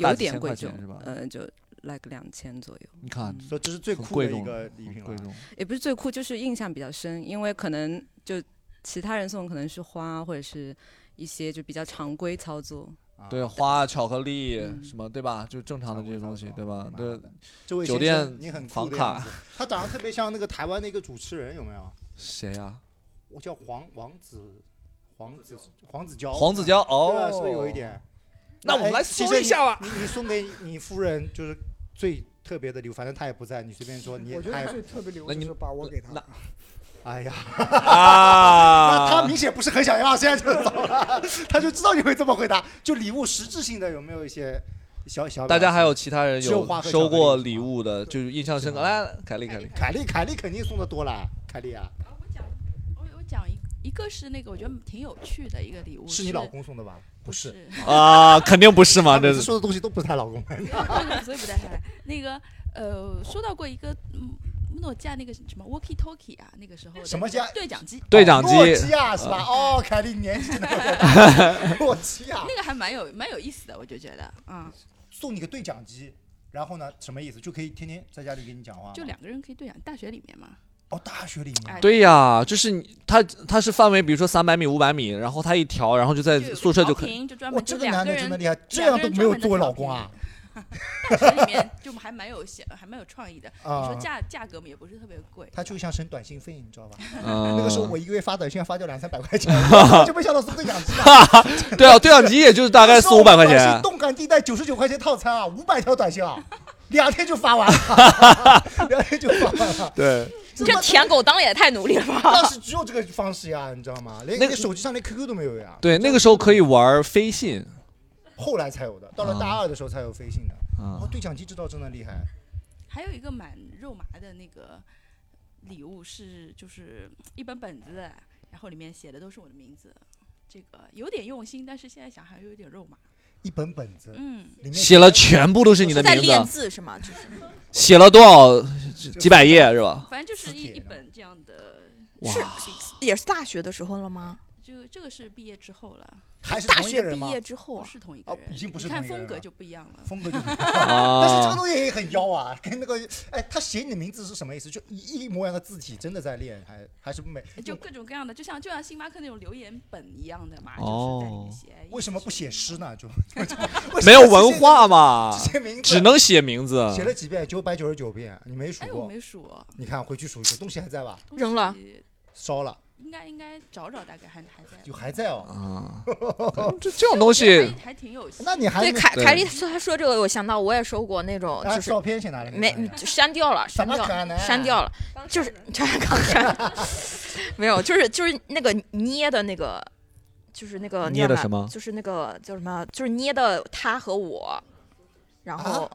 大
有
几
点
千
贵
块钱
重
是吧，
呃，就 like 两千左右。
你看
嗯
所以这是最
很
酷
贵
的
重
一个礼
很
品
贵
了。
重。
也不是最酷，就是印象比较深，因为可能就其他人送可能是花啊或者是一些就比较常规操作。
啊
对，，哦花、巧克力、
嗯
什么，对吧？就正常的这些东西，对吧？
蛮好
对
的，这位
酒
先
店
生你很
房
酷的
卡
样子，他长得特别像那个台湾那个主持人，有没有？
谁啊呀、
我叫黄王子，黄子黄子佼，
黄子佼
对
哦
啊，，是不是有一。点？
那我们
哎
来
其
搜
实
一下吧。
你你送给你夫人就是最特别的礼物，反正她也不在，你随便说，你也
我觉
她
得
也，
最特别礼物
那你
就是把我给他
那，
哎呀， 那
啊
她明显不是很想要，现在就走了，她就知道你会这么回答。就礼物实质性的有没有一些小小表达？
大家还有其他人
只有花
有
和
收过
巧克力
礼物的，就是印象深刻。
是
来，凯丽，凯丽，
凯莉，凯莉肯定送的多了，凯莉啊，
啊我讲，我我讲一一个是那个我觉得挺有趣的一个礼物，
是你老公送的吧？
不
不是，
啊，肯定不是嘛，
她
这
每次
是
说的东西都不是她老公的。
所以不带他来。那个呃，收到过一个嗯诺基亚那个什么 walkie talkie 啊，那个时候的
什么家
对讲机，
对讲机嗯
诺基亚是吧？哦，凯莉年纪真的 有点大，诺基亚
那个还蛮有蛮有意思的，我就觉得，嗯，
送你个对讲机，然后呢，什么意思？就可以天天在家里给你讲话吗。
就两个人可以对讲，大学里面嘛，
哦，大学里面
哎
对呀，就是你，它它是范围，比如说三百米、五百米，然后它一条，然后就在
就有个
宿舍就
调
可以。
频就专
哇，
门
这
就
个
两
男
个
的真
人
的厉害，这
两
样
个
都
人
没有
专门的
作为
调
老公啊
大学里面就还蛮有想，还蛮有创意的。你
啊
说！价价格嘛也不是特别贵，
他就像省短信费，你知道吧？
那
那个时候我一个月发短信要发掉两三百块 钱，我就没想到送对讲机啊，
对啊，对讲机也就是大概 四五百块
那时候我们短
钱。
信动感地带九十九块钱套餐啊，五百条短信啊，两天就发完了， 两天就发完了。
对，
这舔狗当的也太努力了吧！
当时只有这个方式呀，你知道 吗？连
那
那
个
个手机上连 QQ 都没有呀，
对，那个时候可以玩飞信
后来才有的，到
嗯
了大二的时候才有飞信的。
啊
哦，，对讲机这招真的厉害。
还有一个蛮肉麻的那个礼物是就是一本本子，然后里面写的都是我的名字，这个有点用心，但是现在想还有点肉麻。
一本本子，
嗯，
里面
写了全部都是你的
在
名
练
字，
字是吗？就是
写了多少几百页是吧？
反正就是一一本这样的，
是也是大学的时候了吗？
就这个是毕业之后了，
还是
大
同一个
学
人
毕
吗？哦
业之后
不
啊，
是同一个人，
已经不是
你看
同一个人
风格
了
就不一样了。
风格就不一样，
啊
但是这个东西也很妖啊， 跟那个哎，他写你的名字是什么意思？就一一模一样的字体，真的在练，还还是没
哎就各种各样的，就像就像星巴克那种留言本一样的嘛，就是在里面
哦
写。
为什么不写诗？呢？就
没有文化嘛，
这些名字
只能写名字。
写了几遍？九百九十九遍，你没数
哎，我
过？
没数，
你看回去数一数，东西还在吧？
东
扔了
西
烧了，
应该应该找找，大概还还在。
就还在哦。
啊，这这种东
我觉
西
得还还挺有戏。
那你还
对
没
凯
对
凯莉说他说这个，我想到我也收过那种
哎
就是
照片先拿来给
没
看一下
就删掉了，删
哎怎么
掉
可能啊
了，删掉了，就是这刚删，没有，就是就是那个捏的那个，就是那个
捏的
那
什么
就是那个叫什么？就是捏的他和我，然后、呃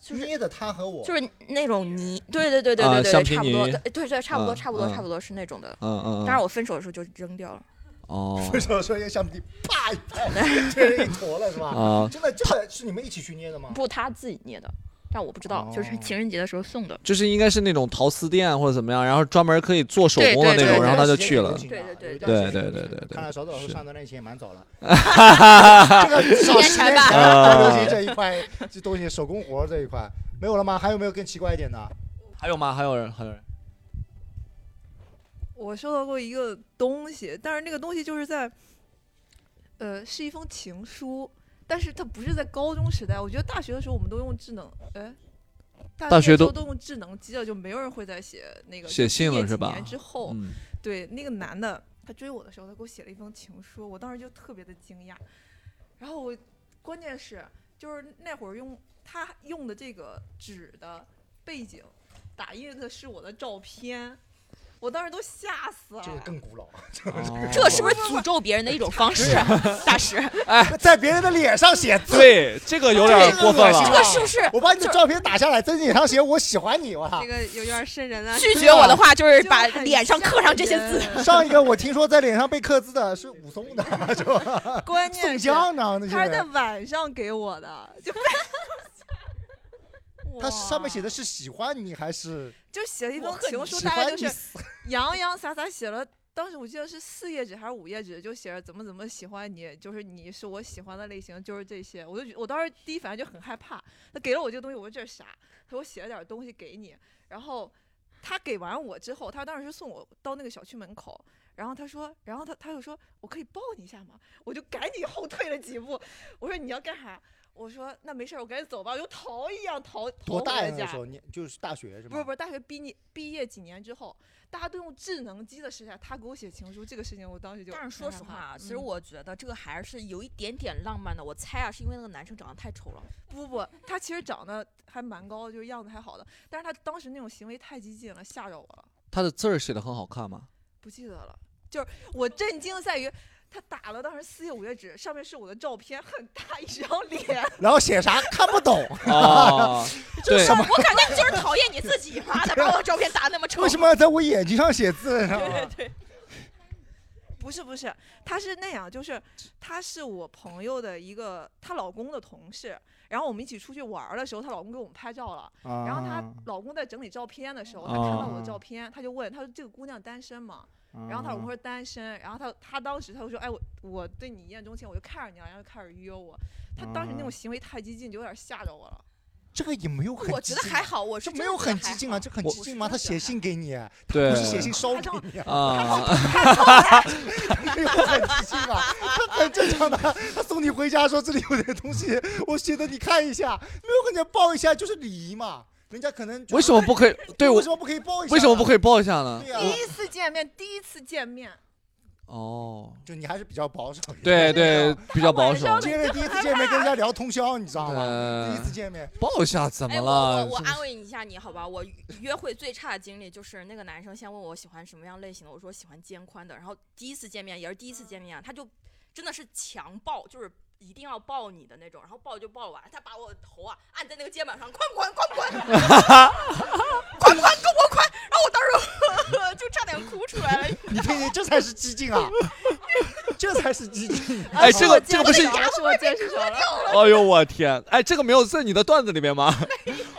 就是。
啊捏着他和我，
就是那种泥，对对对对
啊
对对，
橡皮
差不多，
泥
对对对，差不多
嗯
差不多
嗯
差不多是那种的。
嗯嗯，
当然我分手的时候就扔掉了。
哦
为什 么说一个橡皮啪一拍，这人一坨了是吧？
啊，
真的，这个是你们一起去捏的吗？
不，他自己捏的，但我不知道，就是
哦
情人节的时候送的。
就是应该是那种陶瓷店或者怎么样，然后专门可以做手工的那
对对
种，
对
然后他就去了。
对对对
对对对对对
看来勺子老师
是
上段恋情也蛮早了，这个至少十年前
啊
了，流行这一块，这东西手工活这一块没有了吗？还有没有更奇怪一点的？
还有吗？还有人？还有人？
我收到过一个东西，但是那个东西就是在，呃，是一封情书，但是它不是在高中时代。我觉得大学的时候我们都用智能，哎，
大
大
学
的时
都
候都用智能机了，就没有人会再写那个
写
就
信
毕业
了是
几
吧
年之后，
嗯，
对那个男的，他追我的时候，他给我写了一封情书，我当时就特别的惊讶。然后我关键是就是那会儿用他用的这个纸的背景打印的是我的照片，我当时都吓死了。
这个更古老，
哦
这是不是诅咒别人的一种方式啊？ 大师，
在别人的脸上写字，
哎对，这个有点过分
这
了。
这是不是
我把你的照片打下来，在你脸上写我喜欢你，我操
这！个 有点瘆人啊。
拒绝我的话就是把脸上刻上这些字。
上一个我听说在脸上被刻字的是武松的， 是吧？
关
宋
键
江，你
是
知道吗那些
他是在
人，
晚上给我的， 就
他上面写的是喜欢你还是
就写了一封
我恨
情
你
书，
喜
大概
欢
就
你
是？ 洋洋洒洒写了，当时我记得是四页纸还是五页纸，就写着怎么怎么喜欢你，就是你是我喜欢的类型，就是这些。我就觉我当时第一反应就很害怕，他给了我这个东西，我说这是啥？他说我写了点东西给你，然后他给完我之后，他当时是送我到那个小区门口。然后他说，然后他他又说，我可以抱你一下吗？我就赶紧后退了几步。我说你要干啥？我说那没事儿，我赶紧走吧。我就逃一样逃逃
多
回
大呀？
了
那
家
个时。候你就是大学是吗？
不是不是，大学毕业毕业几年之后，大家都用智能机的时代，他给我写情书，这个事情我当时就
但
很害怕。
是说实话啊，其实
嗯
我觉得这个还是有一点点浪漫的。我猜啊，是因为那个男生长得太丑了。
不不不，他其实长得还蛮高的，就是样子还好的，但是他当时那种行为太激进了，吓着我了，
他的字儿写的很好看吗？
不记得了。就是我震惊在于，他打了当时四页五页纸，上面是我的照片，很大一张 脸，
然后写啥看不懂，
哦，对，
我感觉你就是讨厌你自己，妈的，把我的照片打得那么丑
为。什么要在我眼睛上写字？
不是不是，她是那样，就是她是我朋友的一个她老公的同事，然后我们一起出去玩儿的时候，她老公给我们拍照了，然
然
后她老公在整理照片的时候，她看到我
啊
的照片，她就问，她说这个姑娘单身吗？然后她老公说单身，然后她她当时她就说，哎我我对你一见钟情，我就看着你了，啊然后就开始约我。她当时那
啊
种行为太激进，就有点吓着我了。
这个也没有很，
我觉得还，好，我是
这
真
没
的
有
觉得
很
还
激
好
进啊，这很
我
激进吗？他写信给你，
对
不是写信烧给你啊，
啊，
没有很激进啊，他很正常的。他送你回家说这里有点东西，我写的你看一下，没有人家抱一下就是礼仪嘛，人家可能觉得
为什么不可以？对我
为什么不可以抱一下？
为什么不可
以？
以抱一下呢
对？呀，
第一次见面，第一次见面，
哦，
就你还是比较保守一点。
对对，比较保守。
今天第一次见面跟人家聊通宵，你知道吗？
嗯
第一次见面，
抱一下怎么
哎，我
了？
我我安慰你一下你好吧，我约会最差的经历就是那个男生先问我喜欢什么样类型的，我说喜欢肩宽的，然后第一次见面也是第一次见面啊，他就真的是强抱，就是。一定要抱你的那种，然后抱就抱完，他把我的 头啊按在那个肩膀上，宽不宽，宽不宽，宽宽，够不够宽？然后我当时
这才是激进啊，这才是激进。
哎这个这个不是
是我见识少了。
哎呦我天！哎，这个没有在你的段子里面 吗？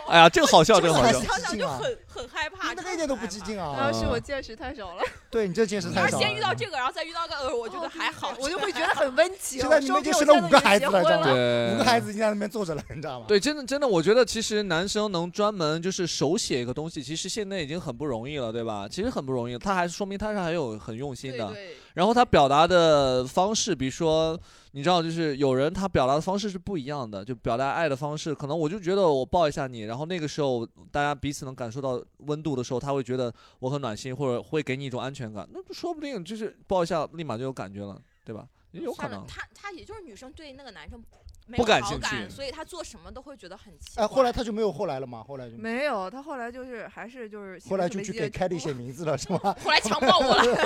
哎呀，这个好笑，这个好笑。
激进啊！
很害怕，
那个一点都不激进啊！
当时我见识太少了，哦
对你这见识太
而
少。
先遇到这个，然后再遇到个呃，我觉得还 好，
我就会觉得很温情。
现在你们已经生了五个孩子了，知道吗？
对
五个孩子已经在那边坐着了，你知道吗？
对，真的真的，我觉得其实男生能专门就是手写一个东西，其实现在已经很不容易了，对吧？其实很不容易，他还说明他是还有很用心的。然后他表达的方式，比如说，你知道，就是有人他表达的方式是不一样的，就表达爱的方式，可能我就觉得我抱一下你，然后那个时候大家彼此能感受到温度的时候，他会觉得我很暖心，或者会给你一种安全感。那说不定就是抱一下，立马就有感觉了，对吧？也有可
算了
能，。
他他也就是女生对那个男生没
不
有
感
好
兴趣
感，所以他做什么都会觉得很奇怪。
哎，后来他就没有后来了嘛，后来就
没有，他后来就是还是就是
后来就去给凯莉写名字了，是吗？后
来强暴我
了，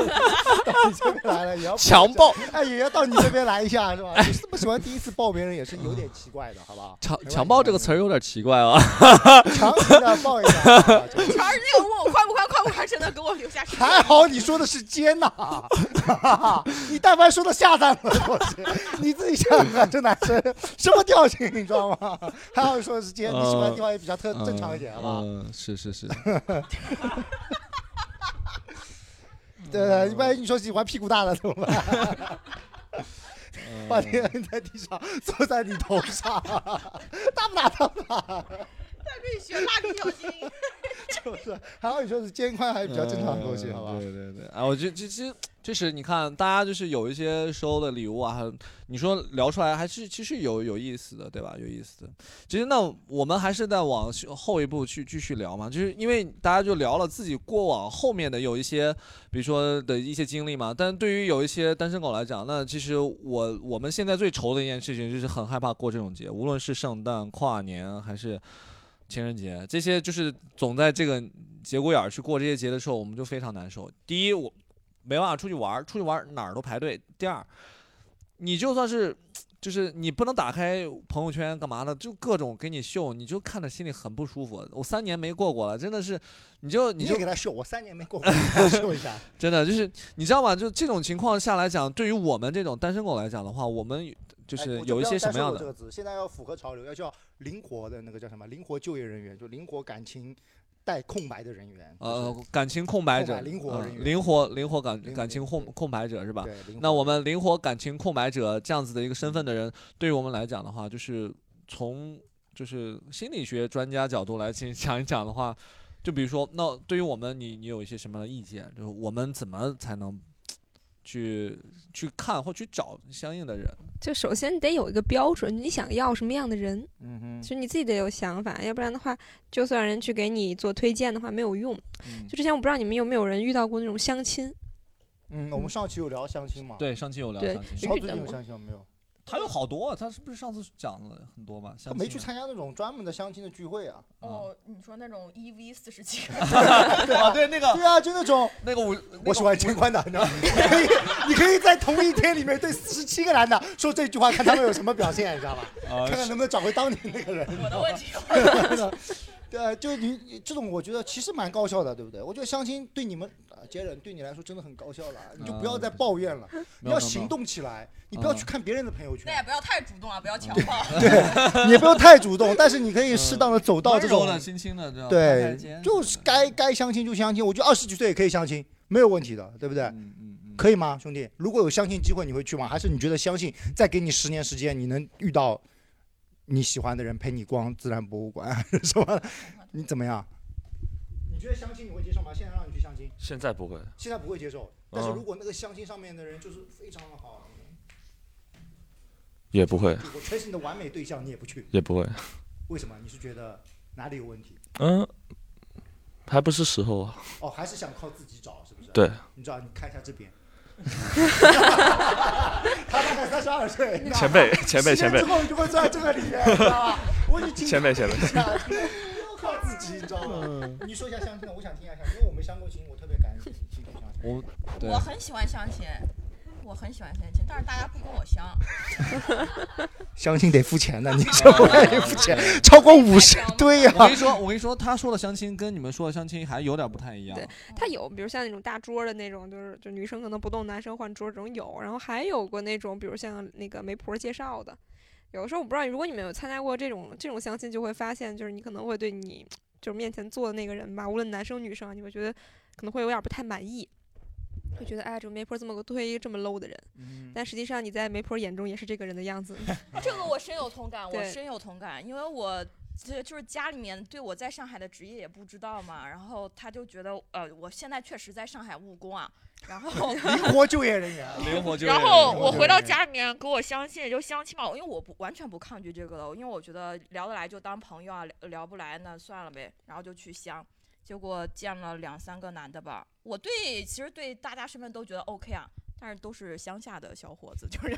到你这边来了 也要
强暴，
哎，也要到你这边来一下，是吧？你这么喜欢第一次抱别人也是有点奇怪的，好不好？
强强暴这个词儿有点奇怪啊。
强 行的抱一下，好 不好
全是那个问我宽不宽，宽不宽，真的给我留下深刻
还好你说的是尖呐， 你但凡说的下蛋了，我去，你自己想想看，这男生什么调性，你知道吗？ 还好说的是
呃
尖，你喜欢的地方也比较特正常一点，好吧？
嗯，嗯是是是。
对，万一你说喜欢屁股大的怎么办？
嗯
把你摁在地上，坐在你头上， 大不大？大不大？
可以学蜡笔小新。
就是，还好你说是肩宽，还是比较正常的东西，
嗯
好吧？
对对对，啊，我觉得这其实确实，你看大家就是有一些收的礼物啊，还有你说聊出来还是其实有有意思的，对吧？有意思的。其实那我们还是在往后一步去继续聊嘛，就是因为大家就聊了自己过往后面的有一些，比如说的一些经历嘛。但对于有一些单身狗来讲，那其实我我们现在最愁的一件事情就是很害怕过这种节，无论是圣诞、跨年还是。情人节这些就是总在这个节骨眼儿去过这些节的时候，我们就非常难受。第一，我没办法出去玩儿，出去玩儿哪儿都排队；第二，你就算是就是你不能打开朋友圈干嘛的，就各种给你秀，你就看着心里很不舒服。我三年没过过了，真的是，你就你
你也
就
给他秀，我三年没过过，你给他 秀一下。
真的就是你知道吗？就这种情况下来讲，对于我们这种单身狗来讲的话，我们就是
哎我就
有一
不要
些什
再
么
说
样
我这
的
个词，现在要符合潮流，要叫灵活的那个叫什么？灵活就业人员，就灵活感情带空白的人员。
呃感情空白
空
者，
白灵活
嗯
人员
灵活灵活感
灵活
感情空空白者是吧？
对灵活
那我们灵活感情空白者这样子的一个身份的人，对于我们来讲的话，就是从就是心理学专家角度来进行讲一讲的话，就比如说，那对于我们你你有一些什么样的意见？就是我们怎么才能去去看或去找相应的人？
就首先你得有一个标准，你想要什么样的人，
嗯哼
就你自己得有想法，要不然的话，就算人去给你做推荐的话没有用。就之前我不知道你们有没有人遇到过那种相亲，
嗯，我们上期有聊相亲嘛？
对，上期有聊
对
相亲，
小组有相亲没有？
他有好多，他是不是上次讲了很多吧？
他
相
没
亲啊
去参加那种专门的相亲的聚会啊。
哦，你说那种 E V 四十七， 哦
对啊，
对那个，
对啊，就那种
那个我，
我喜欢肩宽的，你 知道吗？你可以，你可以在同一天里面对四十七个男的说这句话，看他们有什么表现，你知道 吧？
啊
看看能不能找回当年那个人。我的
问题。
对，啊就你你这种，我觉得其实蛮高效的，对不对？我觉得相亲对你们呃杰人对你来说真的很高效了，啊你就不要再抱怨了，你要行动起来，你
嗯
不要去看别人的朋友圈
那，也不要太主动啊，不要强 暴。
对，你也不要太主动，但是你可以适当的走到这种
温柔的轻轻的这样拍拍
对
肩，
就是该该相亲就相亲，我觉得二十几岁也可以相亲，没有问题的，对不对？
嗯
可以吗，兄弟？如果有相亲机会，你会去吗？还是你觉得相信再给你十年时间，你能遇到你喜欢的人陪你逛自然博物馆啊 什么？你怎么样？你觉得相亲你会接受吗？现在让你去相亲，
现在不会，
现在不会接受。但是
嗯
如果那个相亲上面的人就是非常的好，
也不会，
我全是你的完美对象，你也不去，
也不会，
为什么？你是觉得哪里有问题？
嗯，还不是时候啊。
哦，还是想靠自己找，是不是？
对，
你知道，你看一下这 边。他大概三十二岁，你知道吗
前辈前辈
十
前
年
辈
啊之后你就会坐在这个里面，你知道吧？我已经
前辈前辈
不要靠自己，你知道吗？
嗯
你说一下相亲的，我想听一下相亲，因为我没相过亲，我特别感兴趣。
我对
我很喜欢相亲，我很喜欢三千，但是大家不跟我相，
相亲得付钱的，你这不愿意付钱，超过五 十，对呀、
我跟你说，我跟你说，他说的相亲跟你们说的相亲还有点不太一 样。
他有，比如像那种大桌儿的那种，就是就女生可能不动，男生换桌儿这种有。然后还有过那种，比如像那个媒婆介绍的，有的时候我不知道，如果你们有参加过这种这种相亲，就会发现，就是你可能会对你就是面前坐的那个人吧，无论男生女生啊，你会觉得可能会有点不太满意。会觉得哎，这个媒婆怎么推这么 low 的人？
嗯
但实际上你在媒婆眼中也是这个人的样子。
这个我深有同感，我
对
深有同感，因为我这就是家里面对我在上海的职业也不知道嘛，然后他就觉得呃，我现在确实在上海务工啊，然后
灵活就业人员啊，
灵 活
然后我回到家里面跟我相亲也就相亲嘛，因为我不完全不抗拒这个的，因为我觉得聊得来就当朋友啊，聊聊不来那算了呗，然后就去相，结果见了两三个男的吧，我对其实对大家身份都觉得 OK 啊，但是都是乡下的小伙子，就是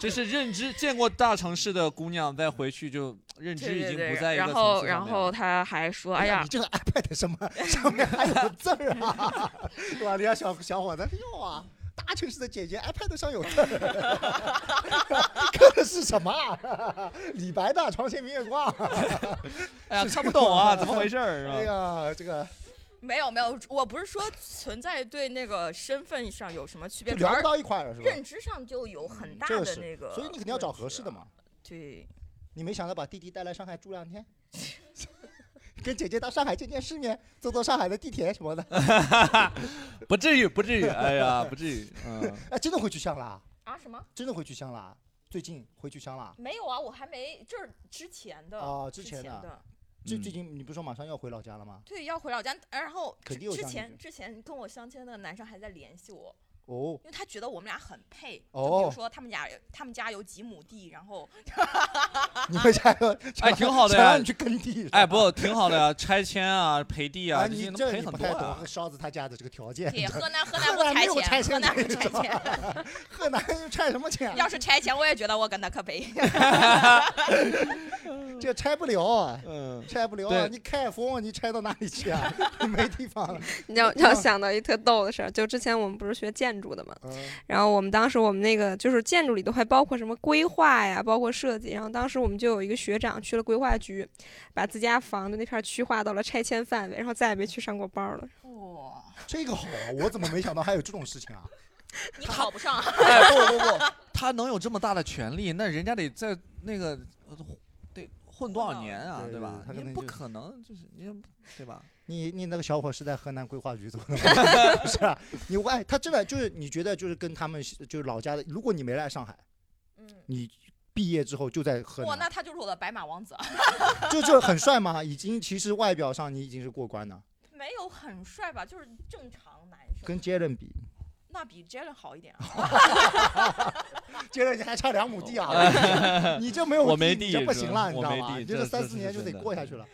这是认知，见过大城市的姑娘再回去就认知已经不在一个
然
层
后
次
哦然
上面了
后他还说，哎呀
你，这个 iPad 什 么上面还有字儿啊？ 哇，人家小小伙子哟啊，大城市的姐姐 iPad 上有字儿，刻的是什么啊？ 李白的《床前明月光》。
哎呀，看不懂啊，怎么回事儿？
哎
是吧？
呀，这个
没有没有，我不是说存在对那个身份上有什么区别，
就聊
主
不
要
到一块儿了是吧嗯
认知上就有很大
这
的
是
那个问题了，啊
所以你肯定要找合适的嘛。
对，
你没想到把弟弟带来上海住两天， 跟姐姐到上海见见世面，坐坐上海的地铁什 么的。
不至于，不至于，哎呀，不至于， 嗯。
哎，真的回去乡啦？
啊什么？
真的回去乡啦？最近回去乡啦？
没有啊，我还没，这是之前的
啊，
之
前
前
的，最最近你不是说马上要回老家了吗？
对，要回老家，呃然后
肯
之
定有
之
相
前
亲
之前跟我相亲的那个男生还在联系我，
哦
因，为他觉得我们俩很配，
哦
就比如说他们家他们家有几亩地，然后
你们家有
哎，挺好的
想
呀，
让你去耕地。
哎，不，挺好的呀，拆迁啊，赔地啊，
啊，
这些
你
能
这
赔
你
很
不
多
太
啊。
懂烧子他家的这个条件。
对，河南河
河
南不
南没有拆
拆迁，河
迁
南
这一
不拆
说
迁，
河南 又拆什么迁？
要是拆迁我也觉得我跟他 可配。嗯
这拆不了啊，
嗯，
拆不了啊！
对
你开封你拆到哪里去啊？ 你没地方了。 嗯
你要你要想到一特逗的事儿，就之前我们不是学建筑的嘛，
嗯
然后我们当时我们那个就是建筑里头还包括什么规划呀，包括设计。然后当时我们就有一个学长去了规划局，把自家房的那片区划到了拆迁范围，然后再也没去上过班儿了。
哇，
这个好啊！我怎么没想到还有这种事情啊？
你考不上啊，
哎，不不不，他能有这么大的权利，那人家得在那个呃得混多少年啊，
对
对吧
对？他
你
可能
不
就
可能就是你对吧？
你你那个小伙是在河南规划局 做的吗？是啊，你哎，他真的就是你觉得就是跟他们就是老家的，如果你没来上海，
嗯，
你毕业之后就在河
哇，
南，
那他就是我的白马王子 啊，
就就很帅吗？已经其实外表上你已经是过关了，
没有很帅吧，就是正常男生，
跟杰伦比，
那比 Jalen 好一点啊。
杰伦你还差两亩地啊， 你这没有
哦哎我没
地，
地
你这不
是
行
吧
了，你
我
知道
没
吗？
地
你这个
这
三
这
四
是
年就
真
得
的
过下去了，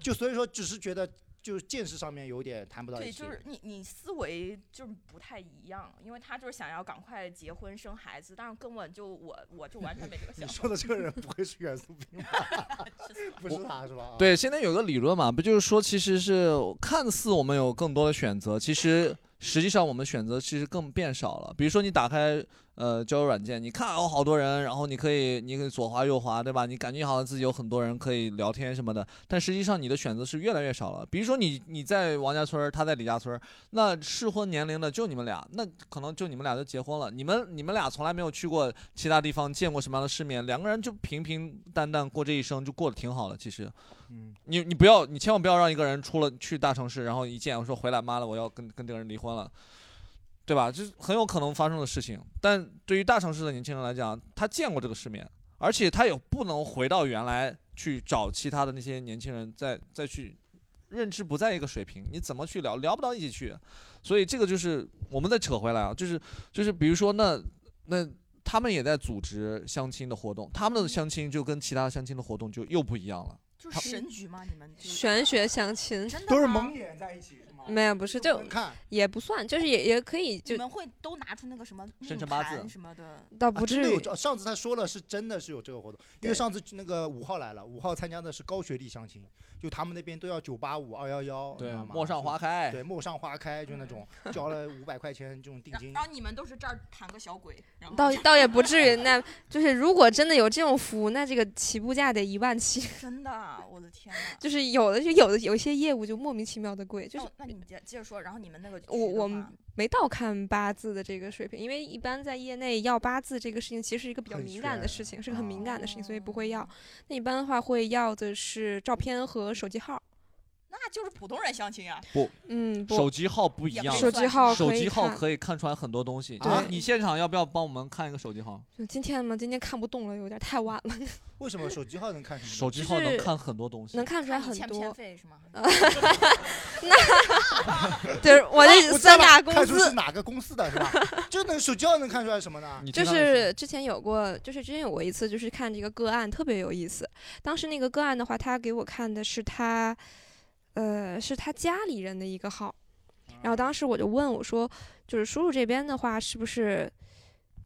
就所以说只是觉得就是见识上面有点谈不到一
对，
起，
就是你你思维就是不太一样，因为他就是想要赶快结婚生孩子，但是根本就我我就完全没这个想
你
法。
说的这个人不会是袁素 萍吧？ 不是他是吧？啊
对，现在有个理论嘛，不就是说，其实是看似我们有更多的选择，其实实际上我们选择其实更变少了。比如说你打开呃交友软件，你看哦好多人，然后你可以你可以左滑右滑，对吧？你感觉好像自己有很多人可以聊天什么的，但实际上你的选择是越来越少了。比如说你你在王家村儿，他在李家村儿，那适婚年龄的就你们俩，那可能就你们俩就结婚了。你们你们俩从来没有去过其他地方，见过什么样的世面，两个人就平平淡淡过这一生，就过得挺好了。其实。
嗯
你你不要，你千万不要让一个人出了去大城市，然后一见我说回来，妈的，我要跟跟这个人离婚了，对吧？这是很有可能发生的事情。但对于大城市的年轻人来讲，他见过这个世面，而且他也不能回到原来去找其他的那些年轻人再再去认知不在一个水平，你怎么去聊聊不到一起去？所以这个就是我们再扯回来啊，就是就是比如说那那。他们也在组织相亲的活动，他们的相亲就跟其他相亲的活动就又不一样了。
就是神局嘛，你们就
玄学相亲
真的
都是
吗
蒙眼在一起是吗？
吗？
没有，不是就也不算，就是也也可以就
你们会都拿出那个什么
生辰
命
八字
盘什么的，
倒
啊
不
真的
至
有
于
这上次他说了，是真的是有这个活动，因为上次那个五号来了，五号参加的是高学历相亲，就他们那边都要九八五、二幺幺，
对
你知道吗
陌上花开
对，陌上花开就那种交了五百块钱这种定 金
然，后你们都是这儿弹个小鬼，然后
倒倒也不至于。那就是如果真的有这种服务，那这个起步价得一万起。
真的啊，我的天哪！
就是有的就有的有一些业务就莫名其妙的贵，就是
那我那你们接接着说，然后你哦们那个
我我们没到看八字的这个水平，因为一般在业内要八字这个事情其实是一个比较
很
敏感的
玄
事情，是个很敏感的事情，所以不会
哦
要。那一般的话会要的是照片和手机号。
那就是普通人相亲啊。
不，
嗯不
手机号不一
也
样，
不手机号
手
可以
机号
看
可以看出来很多东西。
对
啊你现场要不要帮我们看一个手机号？
就今天嘛，今天看不动了，有点太晚了。
为什么手机号能看什么？
手机号能看很多东西，
能看出来
看你
很
欠不
多。
欠费是 吗
那 就是我这
我知道
三
了
大公
看出
司
是哪个公司的是 吧？这能手机号能看出来什么呢？
就是之前有过，就是之前有过一次，就是看这个个案特别有意思。当时那个个案的话，他给我看的是他，呃，是他家里人的一个号。
啊
然后当时我就问我说，就是叔叔这边的话，是不是，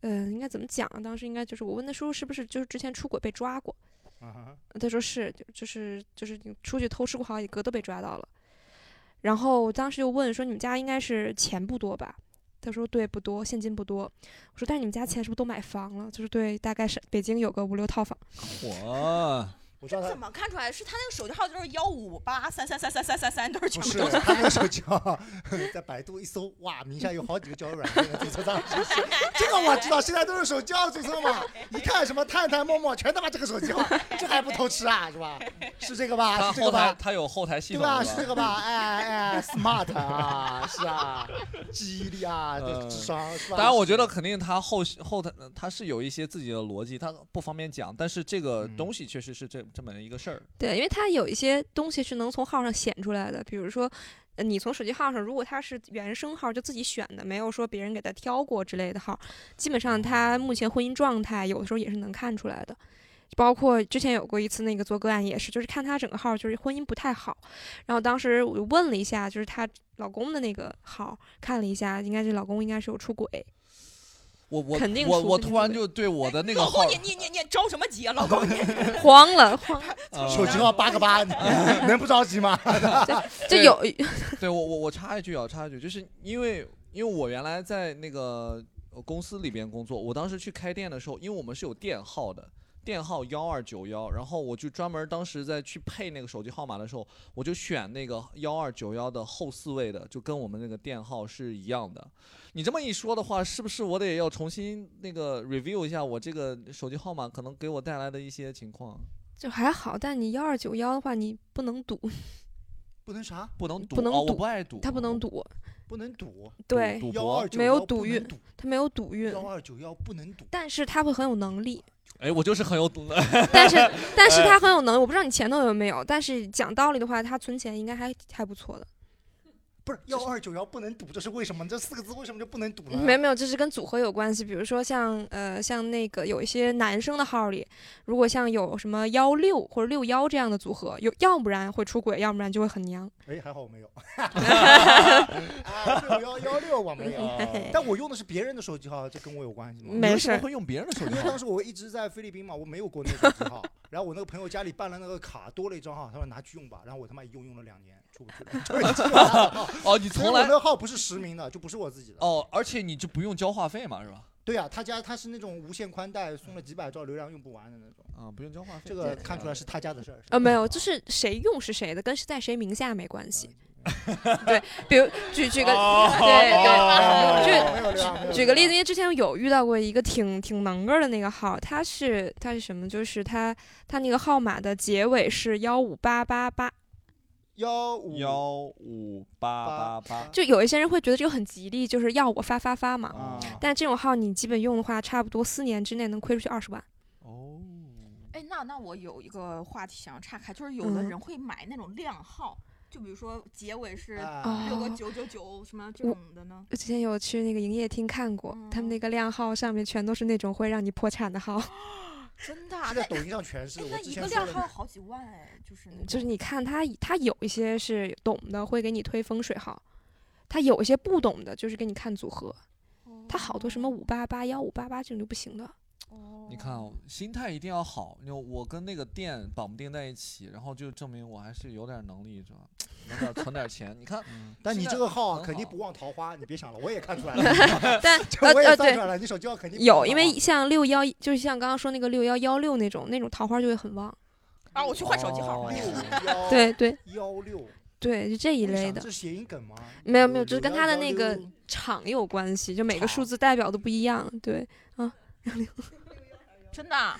嗯、应该怎么讲啊？当时应该就是我问他叔叔是不是就是之前出轨被抓过？他说是，就就是就是你出去偷吃过好几个都被抓到了。然后我当时就问说你们家应该是钱不多吧？他说对，不多，现金不多。我说但是你们家钱是不是都买房了？就是对，大概是北京有个五六套房。
我
我知道
怎么看出来？是他那个手机号就是幺五八三三三三三三三，都是全
不
部
是
都是。
他那个手机 号，在百度一搜，哇，名下有好几个交友软件的注册账号，这个我知道，现在都是手机号注册嘛。一看什么探探、陌陌，全他妈这个手机号，这还不偷吃啊，是吧？是这个吧？
他
是这个
后台
吧？
他有后台系
对
统
吧？
的
是这个吧？哎哎，smart 啊，是啊，记忆力啊，这个智商是吧？
嗯当然，我觉得肯定他后后台他是有一些自己的逻辑，他不方便讲。但是这个
嗯
东西确实是这这么一个事儿。
对，因为它有一些东西是能从号上显出来的，比如说，呃你从手机号上，如果它是原生号，就自己选的，没有说别人给他挑过之类的号，基本上他目前婚姻状态有的时候也是能看出来的。包括之前有过一次那个做个案也是，就是看他整个号就是婚姻不太好，然后当时我就问了一下，就是她老公的那个号看了一下，应该这老公应该是有出轨，
我我
肯定
我
出
我
肯
突然就对我的那个
老
号
公，你你你你着什么急啊，老 公？你
慌了慌了。
呃
手机号八个八，你 能不着急 吗？
就有
对我我我插一句啊，插一句，就是因为因为我原来在那个呃公司里边工作，我当时去开店的时候，因为我们是有店号的。店号幺二九幺，然后我就专门当时在去配那个手机号码的时候，我就选那个幺二九幺的后四位的，就跟我们那个店号是一样的。你这么一说的话，是不是我得要重新那个 review 一下我这个手机号码可能给我带来的一些情况？
就还好，但你幺二九幺的话，你不能赌，
不能啥？
不能赌，
不能
哦、
赌，
我不爱赌，
他不能赌，
不能赌，
对，
赌博
没有赌运，他没有赌运，
幺二九幺不能赌，
但是他会很有能力，
哎，我就是很有赌的，
但
哎
是但是他很有能力，我不知道你前头有没有，但是讲道理的话，他存钱应该还还不错的，
不是幺二九幺不能赌，这是为什么？这四个字为什么就不能赌呢？
没有没有，这是跟组合有关系，比如说像呃像那个有一些男生的号里，如果像有什么幺六或者六幺这样的组合，有要不然会出轨，要不然就会很娘，
哎，还好我没 有。啊六幺幺六我没有，但我用的是别人的手机号，这跟我有关系吗？
没事儿
会用别人的手
因
机
为
号
当时我一直在菲律宾嘛，我没有国内手机号。然后我那个朋友家里办了那个卡，多了一张号，他说拿去用吧。然后我他妈一用用了两年，出不 去了。就已经拿了号
哦你
所以
从
我
来
那个号不是实名的，就不是我自己的。
哦，而且你就不用交话费嘛，是吧？
对啊呀、他家他是那种无线宽带，送了几百兆流量用不完的那种。
啊，不用交话费
这个看出来是他家的事儿。
呃，没有，就是谁用是谁的，跟是在谁名下没关系。对，比如举举个，
哦
对
没有
对，
没有没
举
有
举举个例子，因为之前有遇到过一个挺挺能个儿的那个号，他是他是什么？就是他他那个号码的结尾是幺五八八八，
幺五
幺五八八八，
就有一些人会觉得这个很吉利，就是要我发发发嘛。
哦
但这种号你基本用的话，差不多四年之内能亏出去二十万。
哎，那那我有一个话题想要岔开，就是有的
嗯
人会买那种靓号，就比如说结尾是
啊
六个九九九什么这
我
种的呢？哦
我之前有 去那个营业厅看过，他们那个靓号上面全都是那种会让你破产的号。
真的啊
现在抖音上全是。我
那
之
一
前
个
说
量还有
了，
好几万哎，就是那
就是
种
你看他，他有一些是懂的，会给你推风水号；他有一些不懂的，就是给你看组合。他好多什么五八八幺五八八这种就不行的。。
你看，哦，心态一定要好。因为我跟那个店绑定在一起，然后就证明我还是有点能力，是吧？能点存点钱。你看，
但你
现在
这个号啊
很
肯定
好
不忘桃花，你别想了，我也看出来了
但
这
呃
我
呃
也
对
算出来了，你手机号肯定不啊
有，
忘
因
桃
为
花
像六幺，就是像刚刚说那个六幺幺六那种，那种桃花就会很旺。
啊，我去换手机
哦
号。
哎
幺
对对
哦幺六
对，就这一类
这
的
是。谐音梗吗？
没有没有，就是跟他的那
911
个场有关系，就每个数字代表的不一样。对啊，
真的啊，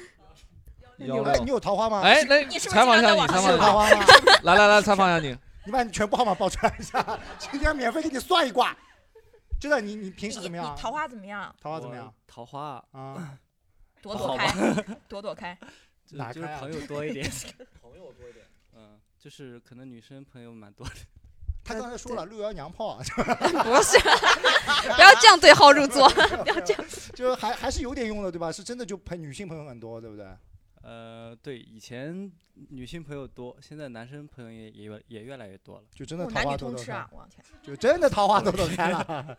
有哎你有桃花吗？
哎，那
你是不是
采访一下你，
经常在网
采
上
访一
搜桃花
下
吗
你，来来来，采访一 下你。
你把你全部号码报出来一下，今天免费给你算一卦。真的，你你平时怎么样啊？
桃花怎么样？
桃花怎么样？
桃花
啊，
躲
不
躲
好
开
吧，
躲躲开。
就
哪
就是
开啊，
朋友多一点
朋友多一点。
嗯，就是可能女生朋友蛮多的。
他刚才说了六幺娘炮啊，
不是不要这样对号入座不要这样，
就是还还是有点用的，对吧？是真的就朋女性朋友很多，对不对？
呃，对，以前女性朋友多，现在男生朋友也也越也越来越多了，
就真的
哦
桃
男
花
女
朵
通
朵
吃啊
开，
我天
就真的桃花朵朵开了。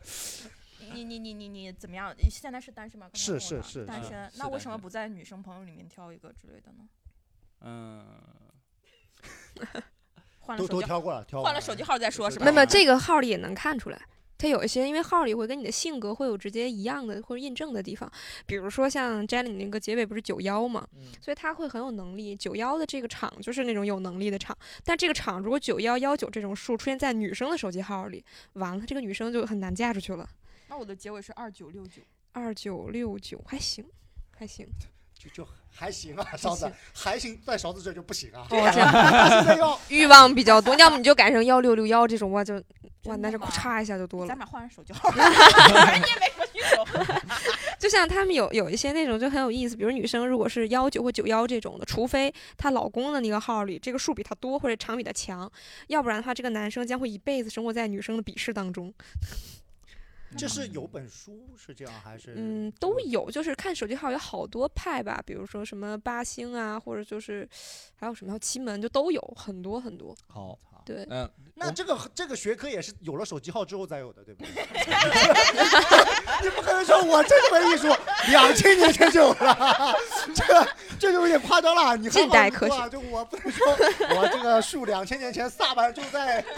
你你你你你怎么样？现在是单身吗？刚才
是
问我
是
了
是
单
是
身。
是
那为
单
什么
身
不在女生朋友里面挑一个之类的呢？
嗯，
换了
都
手
都
机
挑
号
过了，挑
换
过
了手机号再说，是吧？
没有没
啊
有，这个号里也能看出来。它有一些，因为号里会跟你的性格会有直接一样的或者印证的地方，比如说像 Jelly 那个结尾不是九幺嘛，
嗯
所以他会很有能力。九幺的这个场就是那种有能力的场，但这个场如果九幺幺九这种数出现在女生的手机号里，完了这个女生就很难嫁出去了。
那我的结尾是二九六九。
二九六九还行，还行。
就就还行啊，勺子
行
还行，在勺子这就不行啊。
哦，这
现在
样 嗯
要
欲望比较多，要么你就改成幺六六幺这种，哇就哇，
真
那
的
就
吗
咔嚓一下就多了
咱。俩换上手机号吧，你也没手机手。
就像他们有有一些那种就很有意思，比如女生如果是幺九或九幺这种的，除非她老公的那个号里这个数比她多或者场比她强，要不然的话，这个男生将会一辈子生活在女生的鄙视当中。
这是有本书是这样还是？
嗯，都有，就是看手机号有好多派吧，比如说什么八星啊，或者就是还有什么叫奇门，就都有很多很多。
好，
对，
嗯，
那这个这个学科也是有了手机号之后才有的，对不 对？你不可能说哎我这门艺术两千年前就有了，这这就有点夸张了。你
近代科学
学，就我不能说我这个树两千年前萨满就在。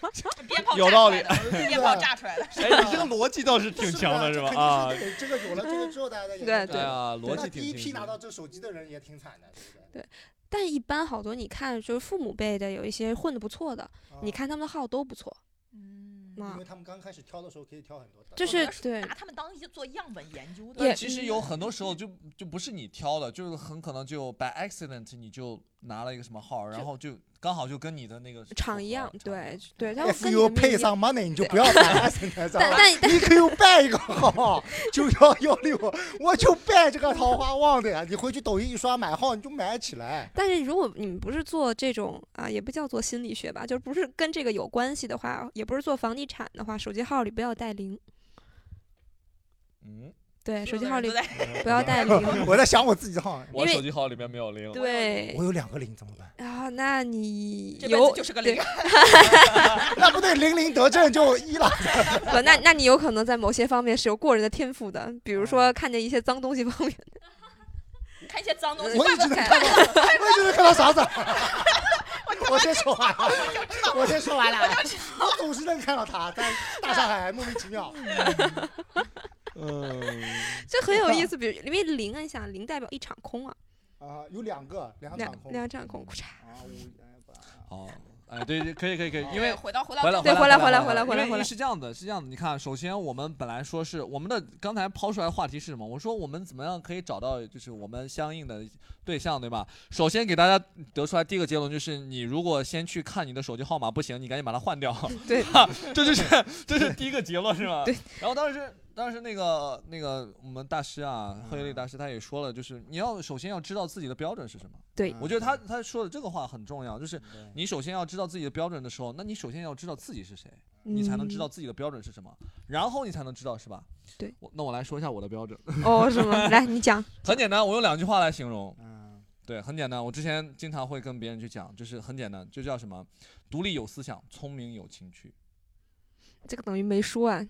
啊
鞭炮
有道理
鞭炮炸出来的。
哎，你这个逻辑倒是挺强的，是吧？啊，
对，这个有了这个之后，大家在
对对
啊逻辑
那
挺
第一
清
批
晰
拿到这手机的人也挺惨的，对不对？
对，但一般好多你看，就是父母辈的有一些混的不错的，
啊
你看他们的号都不错。嗯，
因为他们刚开始挑的时候可以挑很多的，
就是对
拿他们当一做样本研究的。
但其实有很多时候就就不是你挑的，就是很可能就 by accident 你就拿了一个什么号，然后就刚好就跟你的那个
场一样，对对，但我
If
跟你
you
的命
pay
一样
some money，你就 不要办现在账了
但但
你可以办一个号，九幺幺六，我就办这个桃花旺的呀。你回去抖音一刷买号，你就买起来。
但是如果你们不是做这种啊，也不叫做心理学吧，就是不是跟这个有关系的话，也不是做房地产的话，手机号里不要带零。
嗯，
对，
所
手
有
机
的
号里
人都在
不要带零。
我在想我自己的号，
我手机号里面没有零，
对
我有两个零怎么办？
啊，那你
这辈
有
子就是个零啊
对
那不对，零零得正就一了。
不，那那你有可能在某些方面是有过人的天赋的，比如
嗯
说看见一些脏东西方面。
看一些脏东西，
我
怪
一
不
直
得
能看到，我一直能看到勺子。我先说 完了，我先说完了。我总是能看到他在大上海，莫名其妙。
嗯，
这很有意思。比如，因为零，你想零代表一场空啊，
啊，有两个，两
两
场空，
两场空，嚓
啊，五
好，哎，对对，可以可以可以，因为
回到回到
回来
对
回来
回来
回
回来回来
因
回
为
来
是这样的，是这样的。你看，首先我们本来说是我们的刚才抛出来的话题是什么？我说我们怎么样可以找到就是我们相应的对象，对吧？首先给大家得出来第一个结论就是，你如果先去看你的手机号码不行，你赶紧把它换掉。
对
这就是这是第一个结论是吧？对。然后当时当时那个那个我们大师啊，贺一丽大师他也说了，就是你要首先要知道自己的标准是什么。
对
我觉得他他说的这个话很重要，就是你首先要知道自己的标准的时候，那你首先要知道自己是谁。你才能知道自己的标准是什么，然后你才能知道是吧？
对，
我那我来说一下我的标准。
哦是吗来你讲。
很简单，我用两句话来形容。嗯，对，很简单。我之前经常会跟别人去讲，就是很简单，就叫什么，独立有思想，聪明有情趣。
这个等于没说啊完。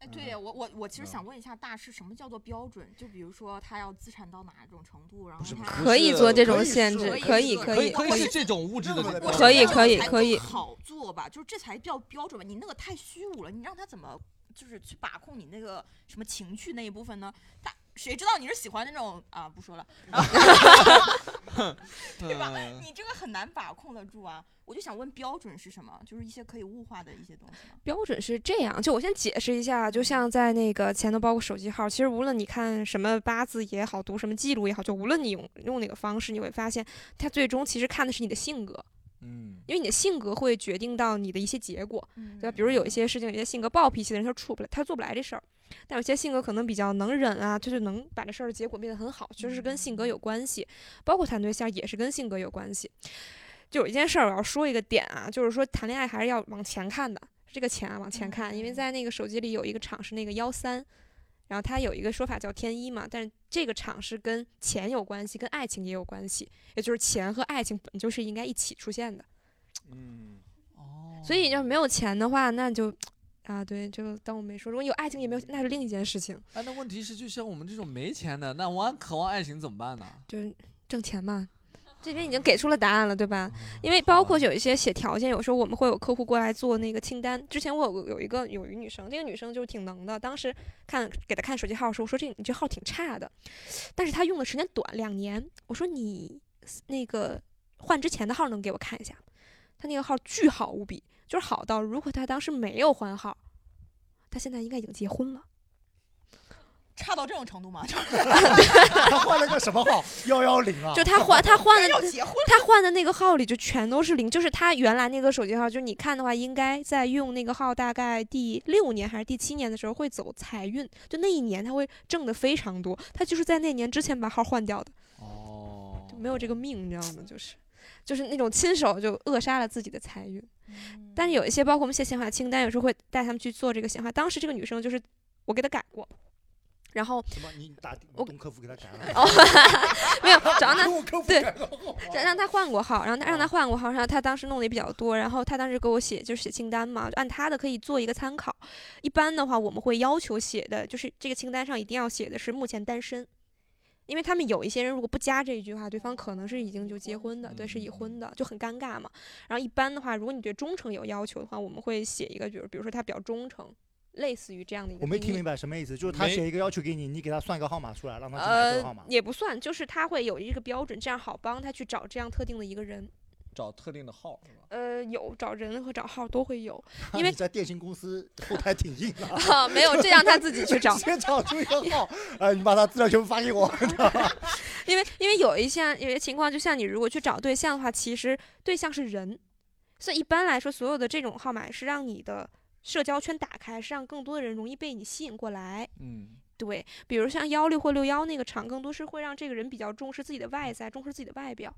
哎，
嗯
对我我我其实想问一下大师，什么叫做标准？就比如说他要资产到哪种程度，然后他
可以做这种限制
可
以
做
可
可
以
可
可
以
以
是这种物质的
我
可以
觉得
可以
才
可以
更好做吧，就是这才叫标准吧。你那个太虚无了，你让他怎么就是去把控你那个什么情趣那一部分呢？他谁知道你是喜欢那种啊？不说了， 然后对吧？你这个很难把控得住啊。我就想问标准是什么？就是一些可以物化的一些东西吗。
标准是这样，就我先解释一下，就像在那个前头包括手机号，其实无论你看什么八字也好，读什么记录也好，就无论你用用哪个方式，你会发现它最终其实看的是你的性格。
嗯，
因为你的性格会决定到你的一些结果，对吧？比如有一些事情，有些性格暴脾气的人，他处不来，他做不来这事儿；但有些性格可能比较能忍啊，他就能把这事儿的结果变得很好，就是跟性格有关系。包括谈对象也是跟性格有关系。就有一件事儿，我要说一个点啊，就是说谈恋爱还是要往前看的，这个钱啊往前看，因为在那个手机里有一个厂是那个幺三，然后它有一个说法叫天一嘛，但是这个场是跟钱有关系，跟爱情也有关系，也就是钱和爱情本就是应该一起出现的。
嗯，
所以要是没有钱的话，那就啊，对，就当我没说。如果有爱情也没有，那是另一件事情，
哎，那问题是，就像我们这种没钱的，那我渴望爱情怎么办呢？
就是挣钱嘛。这边已经给出了答案了，对吧？因为包括有一些写条件，有时候我们会有客户过来做那个清单。之前我有个有一个有一女生，这个女生就是挺能的。当时看给她看手机号的时候，我说这你这号挺差的，但是她用的时间短，两年。我说你那个换之前的号能给我看一下吗？她那个号巨好无比，就是好到如果她当时没有换号，她现在应该已经结婚了。
差到这种程度吗？
他换了个什么号？幺幺零啊？
就他换他换的他换的那个号里就全都是零，就是他原来那个手机号，就是你看的话，应该在用那个号大概第六年还是第七年的时候会走财运，就那一年他会挣的非常多，他就是在那年之前把号换掉的，
哦，
就没有这个命，你知道吗？就是就是那种亲手就扼杀了自己的财运。但是有一些，包括我们写显化清单，有时候会带他们去做这个显化。当时这个女生就是我给她改过，然后
什么？你打我跟客服给他改了？
哦， 没有，找他
用客服
对
改了，
让让他换过号，然后让
啊
他换过号，然后他当时弄的也比较多，然后他当时给我写就是写清单嘛，就按他的可以做一个参考。一般的话，我们会要求写的就是这个清单上一定要写的是目前单身，因为他们有一些人如果不加这一句话，对方可能是已经就结婚的，对，是已
嗯
婚的，就很尴尬嘛。然后一般的话，如果你对忠诚有要求的话，我们会写一个，比如比如说他比较忠诚，类似于这样的一个。
我没听明。白什么意思，就是他
没
写一个要求给你，你给他算一个号码出来，让他去买这个号
呃
码，。
也不算，就是他会有一个标准，这样好帮他去找这样特定的一个人。
找哦特定的号是吧？
呃，有找人和找号都会有，因
为在电信公司后台挺硬的
啊 没有这让他自己去 找
先找出一个号，呃，你把他资料全部发给 我。
因为因为有一项有些情况，就像你如果去找对象的话，其实对象是人，所以一般来说，所有的这种号码是让你的社交圈打开，是让更多的人容易被你吸引过来。
嗯，
对，比如像幺六或六幺那个场，更多是会让这个人比较重视自己的外在，重视自己的外表。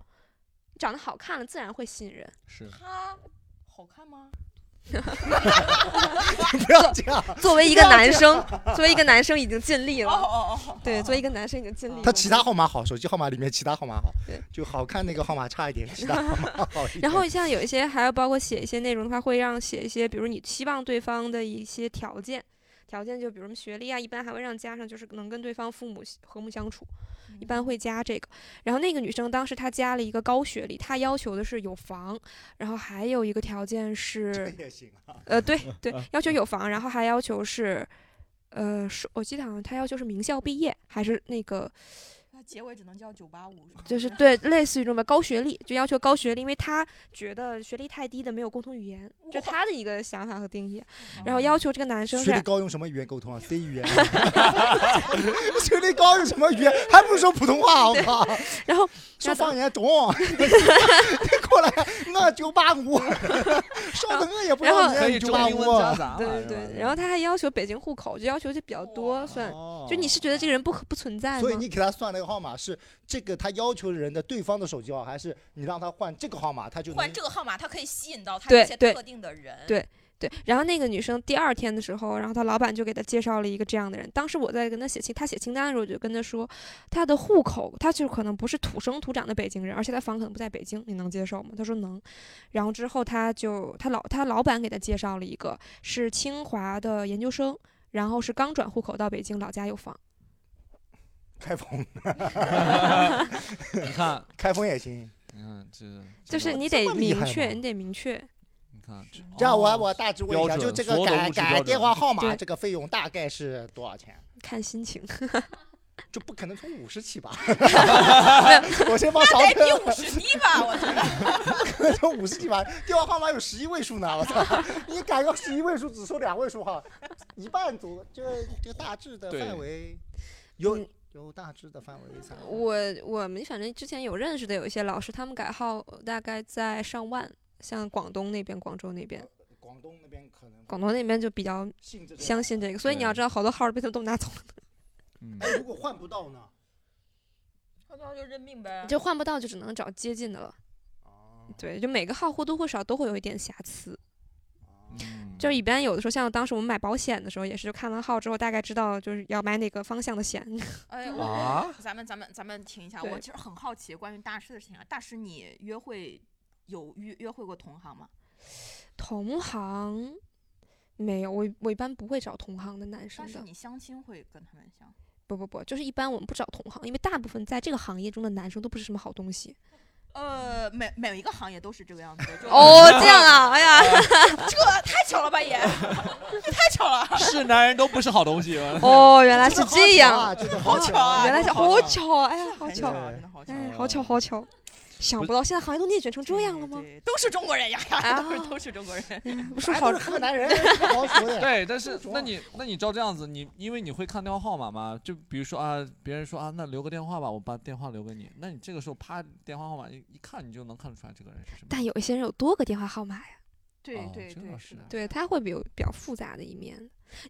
你长得好看了，自然会吸引人。
是
他好看吗？
不要这样。
作为一个
不要
男
这
生
样，
作为一个男生已经尽力了。
哦哦哦。
对，作为一个男生已经尽力了。
他其他号码好，手机号码里面其他号码好
对，
就好看那个号码差一点，其他号码好一点。
然后像有一些还要包括写一些内容的话，会让写一些，比如你希望对方的一些条件，条件就比如什么学历啊，一般还会让加上就是能跟对方父母和睦相处，
嗯
一般会加这个。然后那个女生当时她加了一个高学历，她要求的是有房，然后还有一个条 件
这
是，
也行啊。
呃， 对对，要求有房，然后还要求是。呃，是我记得好像她要求是名校毕业，还是那
哦
个
那结尾只能叫九八五。
就是对，类似于这种吧，高学历就要求高学历，因为他觉得学历太低的没有共同语言，这是他的一个想法和定义。然后要求这个男生
哦学
是
历，高用什么语言沟通啊？C 语言。学历高用什么语言？还不如说普通话，好不好？
然后
说方言懂。你过来，我九八 五，稍等我也不
然
让
后
你按九八五啊。
对对对，然后他还要求北京户口，就要求就比较多，算就你是觉得这个人不可不存在吗？
哦所以你给他算那个号码是这个他要求人的对方的手机号，还是你让他换这个号码，他就能
换这个号码，它可以吸引到他
对
一些
对
特定的人。
对
对，然后那个女生第二天的时候，然后她老板就给她介绍了一个这样的人。当时我在跟她写清，她写清单的时候，我就跟她说，她的户口，她就可能不是土生土长的北京人，而且她房可能不在北京，你能接受吗？她说能。然后之后她就她老她老板给她介绍了一个是清华的研究生，然后是刚转户口到北京，老家有房。
开封，
你看，
开封也行。
你看这，
就是
这
你
这
得
么厉害
明
吗
确，你得明确。
你看这哦
这样我我大致问一下，
标准
就这个
所有的
改
物质
改
标准
电话号码，
对
这个费用大概是多 少钱？
看心情。？
就不可能从五十起 吧我先帮勺
那
哥
得比50低 吧我觉
得 不可能从五十起吧？电话号码有十一位数呢，我操！你改个十一位数，只收两位数哈，一半左就就大致的
对
范围，有有大致的范围参考。
我我们反正之前有认识的有一些老师，他们改号大概在上万，像广东那边、广州那边，
广东那边可能
广东那边就比较
信这种
相信这个，所以你要知道，好多号儿被他们都拿走了。
哎如果换不到呢？
换不到就认命呗
你就换不到，就只能找接近的了。对，就每个号或多或少都会有一点瑕疵。就一般有的时候，像当时我们买保险的时候，也是就看完号之后，大概知道就是要买哪个方向的险。
哎，我、
啊
咱们咱们咱们停一下，我
对
其实很好奇关于大师的事情啊。大师，你约会有约约会过同行吗？
同行没有，我我一般不会找同行的男生
但是
的。
你相亲会跟他们相，
不不不，就是一般我们不找同行，因为大部分在这个行业中的男生都不是什么好东西。
呃，每每一个行业都是这个样子的。就
哦这样啊哎 呀
这太巧了吧 也，这太巧了。
是男人都不是好东西吗？
哦，原来是
真的好
这
巧
样， 哦
啊真的好巧啊
原来是
真的好
好
巧
巧，哎呀，好
很
巧
巧，真的好巧
哎，好巧，好巧，想不到现在行业都内卷成这样了吗？
都是中国人呀，
啊
都是都是中国 人。哎
不说好
都是河南人不
啊
哎
好说的
对，但是那你那你照这样子，你因为你会看电话号码嘛？就比如说啊，别人说啊，那留个电话吧，我把电话留给你。那你这个时候啪，电话号码一一看，你就能看出来这个人是什么。
但有一些人有多个电话号码呀。
对
哦
对对，是的。
对，它会比有比较复杂的一面。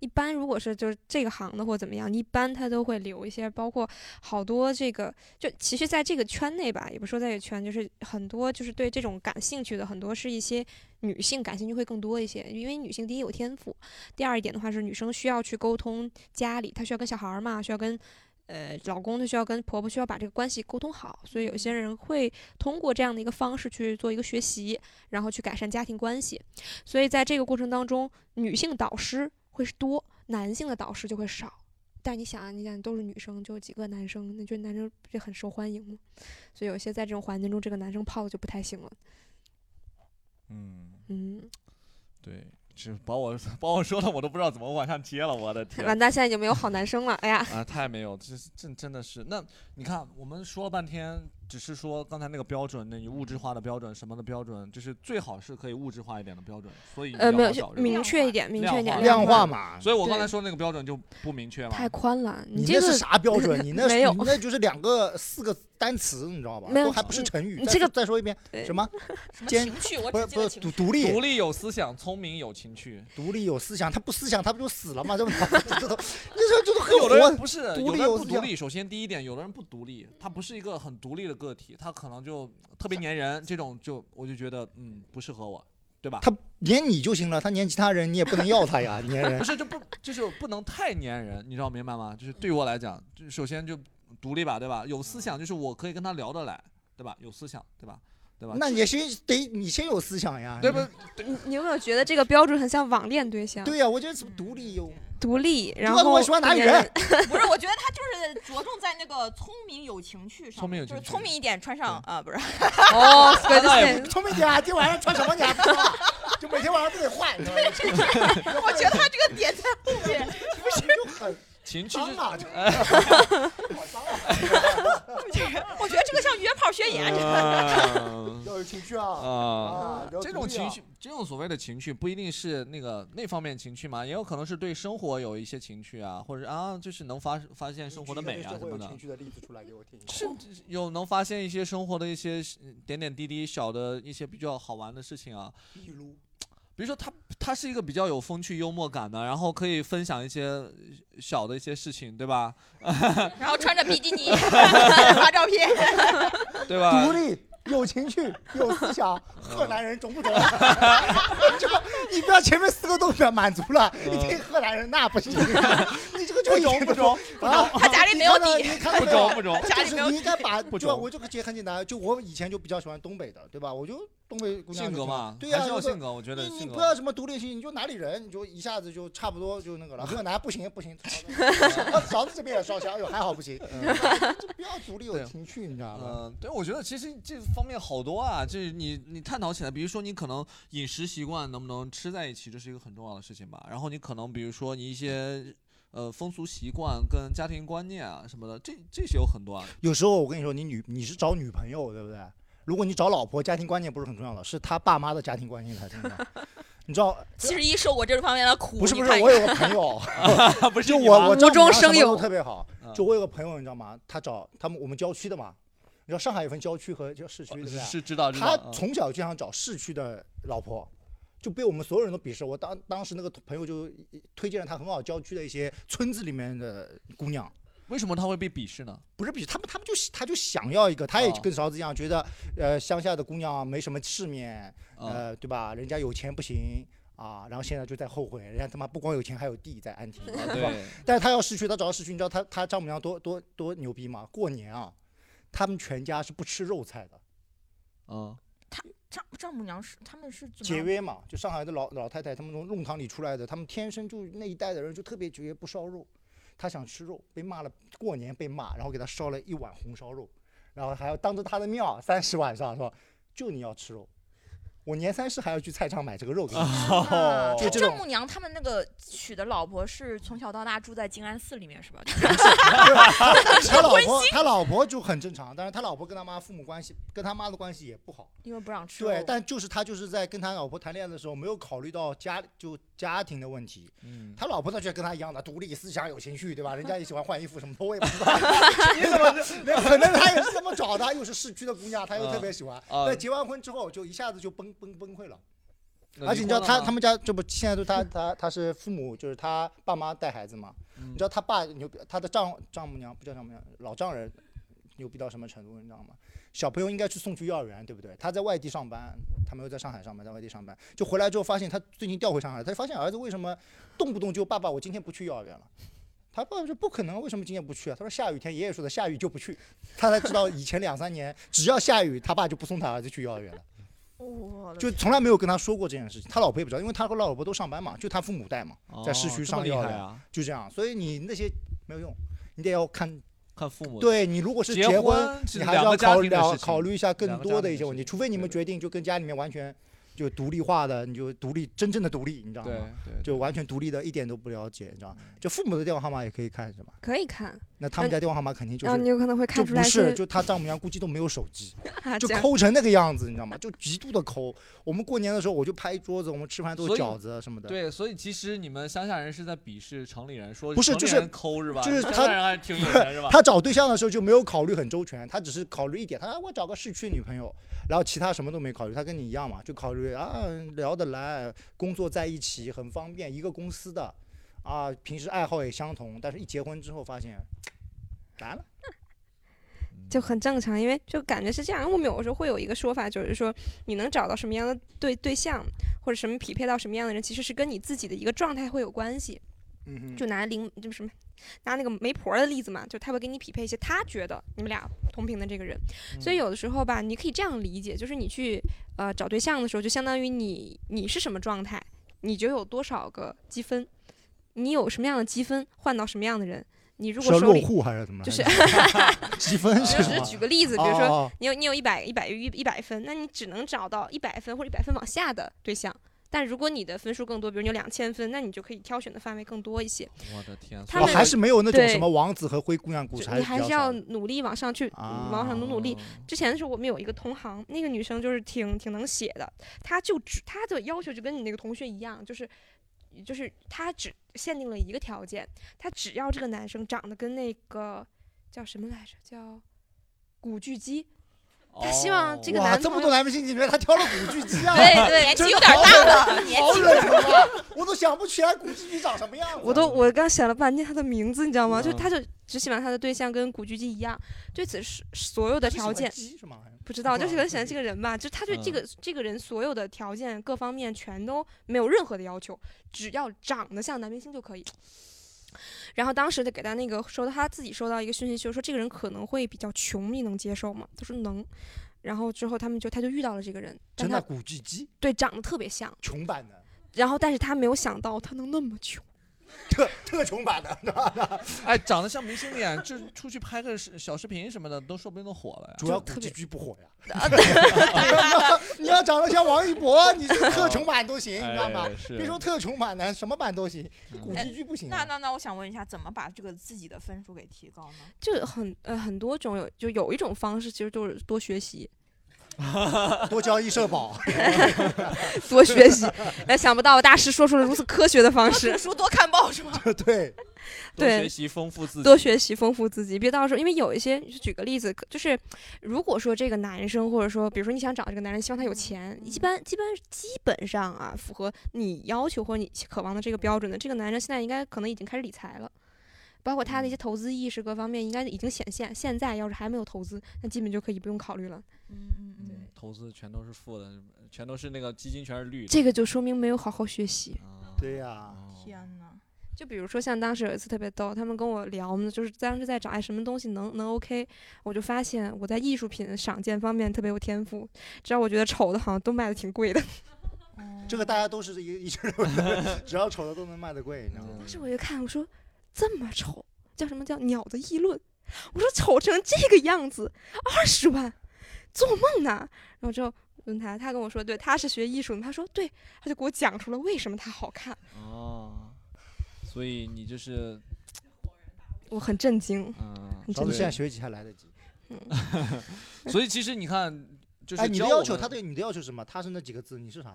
一般如果是就是这个行的或怎么样，一般他都会留一些，包括好多这个，就其实在这个圈内吧，也不说在这个圈，就是很多就是对这种感兴趣的，很多是一些女性感兴趣会更多一些，因为女性第一有天赋，第二一点的话是女生需要去沟通家里，她需要跟小孩儿嘛，需要跟呃老公，她需要跟婆婆，需要把这个关系沟通好，所以有些人会通过这样的一个方式去做一个学习，然后去改善家庭关系。所以在这个过程当中，女性导师会是多，男性的导师就会少。但你想啊，你想都是女生，就几个男生，那觉得男生不是很受欢迎吗？所以有些在这种环境中，这个男生泡的就不太行了。
嗯，
嗯，
对，这把我 把我说的我都不知道怎么往上接了，我的天！
完蛋，现在已经没有好男生了。哎呀，
啊，太没有，这是这真的是。那你看，我们说了半天，只是说刚才那个标准，那你物质化的标准什么的标准，就是最好是可以物质化一点的标准。所以
呃
比较
没有
好
就
找这个
明确一点明确一点
量化嘛
所以我刚
对
才说那个标准就不明确嘛。
太宽了，
你
这
那
个
是啥标 准？你那
没有
你那就是两个四个单词，你知道吧？
没有
都还不是成语。
你
再
这个
说再说一遍，什 么？
什么
坚
情趣？我
不
只
是
记
不
得
是
情
独
趣。
独立
独立有思想，聪明有情趣。
独立有思想，他不思想他不就死了吗？ 这不这都这这都很
有的人
活，
不是，有
独
的
立
人
有
不
思
独
想。
立。首先第一点，有的人不独立，他不是一个很独立的个体，他可能就特别粘人，这种就我就觉得嗯不适合我，对吧？
他粘你就行了，他粘其他人你也不能要 他呀，粘人
不。是，就不就是不能太粘人，你知道明白吗？就是对我来讲，就首先就独立吧，对吧？有思想就是我可以跟他聊得来，对吧？有思想，对吧？对吧？
那也先得你先有思想呀，
对不？
你你有没有觉得这个标准很像网恋对象？
对呀、我觉得怎么独立有
独立，然
告诉
后
我喜欢哪里
粘。
人
不是，我觉得他就是着重在那个聪明有情趣上面，
聪明有
就是
情
聪明一点，穿上啊，不是
哦
那也不 聪明点啊，今晚上穿什么你还不知道？就每天晚上都得换，你知道吗
我觉得他这个点在后面，
不是就很
情趣
脏 啊，就
我觉得这个像约炮宣言。这
啊
个
嗯
要有情趣啊
啊
啊，要
这
独
种
立
情
啊
绪，这种所谓的情绪，不一定是那个那方面情绪嘛，也有可能是对生活有一些情绪啊，或者啊，就是能发发现生活的美啊什么的
情。绪的例子出来给我听。
是有能发现一些生活的一些嗯点点滴滴，小的一些比较好玩的事情啊。
比 如，
比如说他他是一个比较有风趣幽默感的，然后可以分享一些小的一些事情，对吧？
然后穿着比基尼发照片，
对吧
独立有情趣有思想，河南人中不中？就你不要前面四个都表满足了，
嗯
一听河南人那不行，啊你这个就有不中 啊！
他家里没有
你
底
看到
不
没有
中不中
就
家里
是
没有
你应该把
底
就
不
吧
中
我这个其实很简单，就我以前就比较喜欢东北的，对吧？我就东北姑娘
性格
就挺好
嘛
对
还
呀，
是要
就是
性格我觉得
你
性
你
格
不要什么独立性，你就哪里人，你就一下子就差不多就那个了。河南不行不行，勺子这边也烧香，哎呦还好不行，这不要独立有情绪，你知道吗？
嗯，对，我觉得其实这方面好多啊，这你你探讨起来，比如说你可能饮食习惯能不能吃在一起，这是一个很重要的事情吧。然后你可能比如说你一些呃风俗习惯跟家庭观念啊什么的，这这些有很多啊。，
有时候我跟你说，你女你是找女朋友对不对？如果你找老婆，家庭观念不是很重要的，是他爸妈的家庭观念才重要。 你知道，
七十一受过这方面的苦，
不是不
你
是，
看
我有个朋友
不是
就
你吗嗯
我我丈母
无中
娘什
生
么都
有
特别好。就我有个朋友，你知道吗？他找他们我们郊区的嘛，你知道上海有分郊区和叫市区，对不对？
哦是知道知道
他
嗯
从小就想找市区的老婆。就被我们所有人都鄙视。我当当时那个朋友就推荐了他很好郊区的一些村子里面的姑娘，
为什么他会被鄙视呢？
不是鄙视，他们他们就他就想要一个，他也
哦
跟勺子一样，觉得呃乡下的姑娘没什么世面，
哦
呃对吧？人家有钱不行啊，然后现在就在后悔，人家他妈不光有钱还有 地在安亭，对吧
啊对？
但是他要市区，他找到市区，你知道他他丈母娘多多多牛逼吗？过年啊，他们全家是不吃肉菜的，
嗯，
丈丈母娘是他们是怎么
节约嘛，就上海的老老太太，他们从弄堂里出来的，他们天生就那一代的人就特别节约，不烧肉。他想吃肉，被骂了，过年被骂，然后给他烧了一碗红烧肉，然后还要当着他的面儿，三十晚上说，就你要吃肉，我年三十还要去菜场买这个肉给你吃，
啊
就
他
这
丈
种
母娘他们那个娶的老婆是从小到大住在静安寺里面是吧？
他老
温
婆
馨
他老婆就很正常，但是他老婆跟他妈父母关系跟他妈的关系也不好，
因为不让吃肉。
对，但就是他就是在跟他老婆谈恋爱的时候没有考虑到家就家庭的问题，
嗯，
他老婆呢就跟他一样的独立思想有情绪，对吧？人家也喜欢换衣服什么的，我也不知道你怎么那可能他也是这么找的，又是市区的姑娘，他又特别喜欢
啊。啊
那结完婚之后就一下子就崩崩崩溃了。
那
而且你知道他
离婚了吗
他们家这不现在都他他他是父母就是他爸妈带孩子嘛，
嗯
你知道他爸牛逼，他的丈丈母娘不叫丈母娘，老丈人牛逼到什么程度，你知道吗？小朋友应该去送去幼儿园，对不对？他在外地上班，他没有在上海上班，在外地上班，就回来之后发现他最近调回上海，他就发现儿子为什么动不动就爸爸我今天不去幼儿园了。他爸爸说不可能，为什么今天不去啊？他说下雨天，爷爷说的下雨就不去，他才知道以前两三年只要下雨，他爸就不送他儿子去幼儿园了。
我的
就从来没有跟他说过这件事情，他老婆也不知道，因为他和老婆都上班嘛，就他父母带嘛，在市
哦
区
这么
上
厉
幼儿
害
园，
啊
就这样。所以你那些没有用，你得要看
看父母
对你如果是
结
婚，
婚是
你还
两
是要
个家
考
庭的事
量
情
考虑一下更
两个家
多
庭
的一
的
些问题，除非你们决定就跟家里面完全就独立化的，你就独立真正的独立，你知道
对
吗？
对嗯
就完全独立的，一点都不了解，你知道吗？就父母的电话号码也可以看是吧？
可以看。 嗯
那他们家电话号码肯定就
然
是，
后你有可能会看
就
出
不
来
是，
是
就他丈母娘估计都没有手机
啊，
就
这样
抠成那个样子，你知道吗？就极度的抠。我们过年的时候，我就拍一桌子，我们吃饭都是
所以
饺子啊什么的。
对，所以其实你们乡下人是在鄙视城里人，说
不是
城里
就是
人抠是吧？
就是
乡
他？
下人还挺有钱是吧
他找对象的时候就没有考虑很周全，他只是考虑一点，他说啊我找个市区女朋友，然后其他什么都没考虑。他跟你一样嘛，就考虑啊聊得来，工作在一起很方便，一个公司的，啊平时爱好也相同，但是一结婚之后发现，完了。
就很正常，因为就感觉是这样。我们有时候会有一个说法，就是说你能找到什么样的对对象，或者什么匹配到什么样的人，其实是跟你自己的一个状态会有关系。
嗯哼
就拿零就是什么，拿那个媒婆的例子嘛，就他会给你匹配一些他觉得你们俩同频的这个人。所以有的时候吧，你可以这样理解，就是你去呃找对象的时候，就相当于你你是什么状态，你就有多少个积分，你有什么样的积分换到什么样的人。你如
是
果
要
手
落
里
户还是怎么来
就是
着 积分是
就
什
是
么
举个例子，比如说
哦
你有你有一百一百一一百分，那你只能找到一百分或者一百分往下的对象。但如果你的分数更多，比如你有两千分，那你就可以挑选的范围更多一些。
我的天，
他
哦
们
还是没有那种
对
什么王子和灰姑娘故事，
就你
还
还
是比
是
较少
要努力往上去，
啊
往上努努力。之前的时候，我们有一个同行，那个女生就是挺挺能写的，她就只她的要求就跟你那个同学一样，就是就是她只限定了一个条件，她只要这个男生长得跟那个叫什么来着，叫古巨基。他希望这个
哇，
男
这么
朋
多
友，
男明星，你觉得他挑了古巨基啊？
对对 年纪
真
有点
好
大了
恶心
年
好
纪
恶心啊！ 我都 想不起来古巨基长什么样啊了。
我都我刚想了半天他的名字，你知道吗？就
嗯
他就只喜欢他的对象跟古巨基一样，对此是所有的
他是喜
条
欢
件
鸡是吗还是
不知道，就是可能喜欢这个人吧，就他对
嗯
这个、这个人所有的条件各方面全都没有任何的要求，只要长得像男明星就可以。然后当时就给他那个收到他自己收到一个讯息，就是说这个人可能会比较穷，你能接受吗？他说能。然后之后他们就他就遇到了这个人，但
真
他
的古巨基
对长得特别像，
穷版的，
然后但是他没有想到他能那么穷。
特特穷版的，
哎，长得像明星脸，这出去拍个视小视频什么的，都说不定都火了呀。
主要古巨基不火
啊
呀。 你要长得像王一博，你是
哦
特穷版都行，你知道吗
哎？是嗯
别说特穷版的，什么版都行，古
哎
巨基不行啊。
那那那，我想问一下，怎么把这个自己的分数给提高呢？
就很呃很多种有就有一种方式其实就是多学习，
多交易社保，
多学习。 哎，想不到大师说出了如此科学的方式，
多读书多看报是吗？
对，
多
对
学习丰富自己，
多学习丰富自己，别到时候因为有一些，举个例子，就是如果说这个男生或者说比如说你想找这个男人，希望他有钱，一般基本基本上啊符合你要求或者你渴望的这个标准的这个男人，现在应该可能已经开始理财了。包括他
嗯
的一些投资意识各方面，应该已经显现。现在要是还没有投资，那基本就可以不用考虑了。
嗯
投资全都是负的，全都是那个基金全是绿的。哦
这个就说明没有好好学习。
对呀、
天哪！
就比如说像当时有一次特别逗，他们跟我聊，我们就是当时在找哎什么东西能能 OK，我就发现我在艺术品赏鉴方面特别有天赋，只要我觉得丑的，好像都卖的挺贵的。
这个大家都是一个 一致的，只要丑的都能卖得贵，你知道吗
当？时我就看我说这么丑，叫什么叫鸟的议论？我说丑成这个样子，二十万，做梦呢！然后之后问他，他跟我说，对，他是学艺术的，他说对，他就给我讲出了为什么它好看，
哦，所以你就是
我很震惊，
嗯
很
嫂
震
子现在
惊。
学习还来得及。
嗯
所以其实你看，就是
哎，你的
教我
要求，
们
他对你的要求是什么？他是那几个字，你是啥？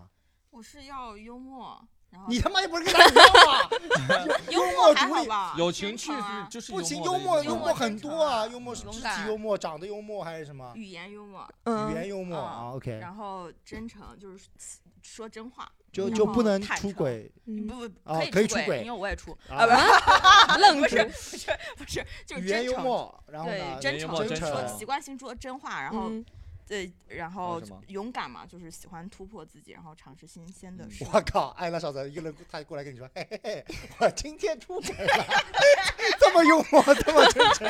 我是要幽默，然后？
你他妈又不是跟他一样吗
哦幽
默
默还
独
好
立，
吧？
有情趣就是
不行，
幽默
幽默
的一种
幽默很多啊，幽默是
勇
肢
敢
体幽默、长得幽默还是什么？
语言 幽默，
嗯语言幽默
嗯
啊，OK
然后真诚就是说真话，
就
然
就
后
不能
坦
出
诚
轨
嗯不不
啊可以出
出
轨
因为我也出
啊
不
愣
不是
出
不是不是，就是
语言
真
幽
诚
默然后呢
对真
语言幽
诚
默真
说
诚啊
习惯性说真话，然后
嗯
对，然后
有什么
勇敢嘛，就是喜欢突破自己，然后尝试新鲜的 事物。
我靠！哎，那嫂子一个人，他过来跟你说，嘿嘿嘿，我 今天出轨了，这么幽默，这么真诚，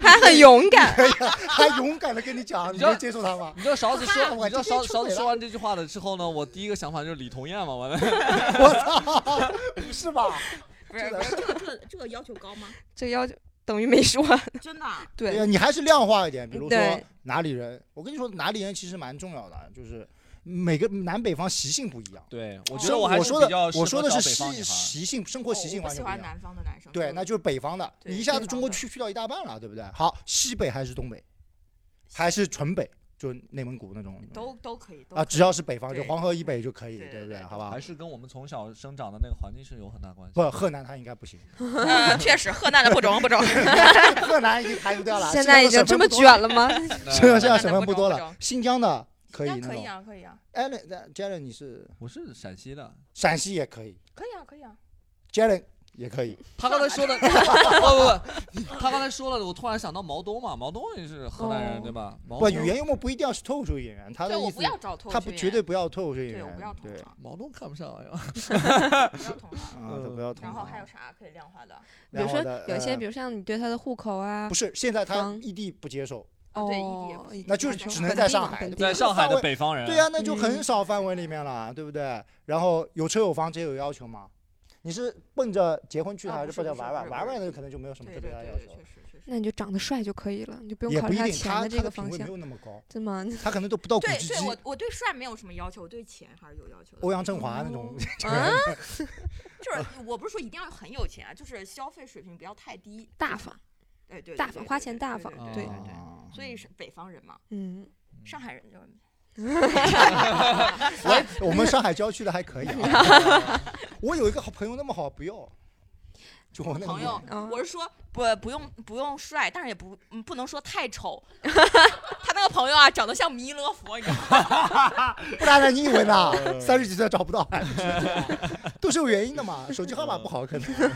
还很勇敢，
还勇敢的跟你讲，你
知道
能接受他吗？
你知道勺子说，
哈哈我
你知道
今天
勺
出
勺子
轨
说
了
完这句话了之后呢，我第一个想法就是李童燕嘛， 我
不是吧？
不是不是这个这个这个要求高吗？
这个要求等于没说，
真的啊？
对
哎呀，你还 是量化一点，比如说
对
哪里人，我跟你说哪里人其实蛮重要的，啊就是每个南北方习性不一样。
对，我觉
生
得我还
我
是
说
比
的
较
我
适
说
合
的
找
是
北方
习
女孩
习性生活习性
我
完
不喜
全不
欢
一样。
南方的男生。
对，那就是北方的，
对
你一下
北
子
方
中国
的
去去到一大半了，对不对？好，西北还是东北，还是纯北，就是内蒙古那种。
都都可以，都
啊，
可
只
以
要是北方，就
对
黄河以北就可以，对不对？好吧
还，是跟我们从小生长的那个环境是有很大关系。
不，河南它应该不行。
嗯
呃，确实，河南的不 中不中。
河南已经排除 掉了。
现
哎
在已经这么卷了吗？
是啊，现在省份不多了。新疆的可以
那
那
可以
种。
啊，可以啊，
Allen，那哎 Jalen 你是？
我是陕西的，
陕西也可以
可以啊，可以啊。
，Jalen 也可以。
他刚才说 的，不不不，他刚才说了，我突然想到毛东嘛，毛东也是河南人、
哦
对吧？毛
不，
东
语言幽默不一定要是脱口秀演员，他的
对我
意
不
思
要找脱口秀，
他不
演
绝
员
对不要脱口秀演
对我不要
员，对，
毛东看不上 哎呀，
不要捅
啊，
嗯
他不要同
然后
行
还有啥可以量化的？
比如说
然后呢
有一些，
呃
比如像你对他的户口啊，
不是现在他
房
异地不接受，
哦，
对异地也不行
那就是只能在上海，啊
在上海的北方人
对呀、那就很少范围里面了，对不对？然后有车有房，这有要求吗？你是奔着结婚去的，
啊
还
不
是
是
奔着
不是
玩
不
玩？
是
玩玩的可能就没有什么特别大的要求，
那你就长得帅就可以了，你就不用
也
考
不
虑
一定，
钱
他
的这
他
个
的
方
品味
向
没有，那么高，
真吗？
他可能 都不到古
对
巨基
对，、我我对帅没有什么要求，我对钱还是有要求的。
欧阳震华那 种。
啊，就是我不是说一定要很有钱啊，就是消费水平不要太低，
大方。
对对，对
大方
对
花
对
钱
对
大
对
方
对
对
对对
哦
对。所以是北方人嘛，
嗯，
上海 人就
我啊 我们上海郊区的还可以、啊。我有一个好朋友那么好，不要。就我那个
朋友，我是说不不用不用帅，但是也不嗯不能说太 丑。他那个朋友啊，长得像弥勒佛，你知道吗？
不然呢？你以为 呢？啊三十几岁找不到， 都是有原因的嘛。手机号码不好，可能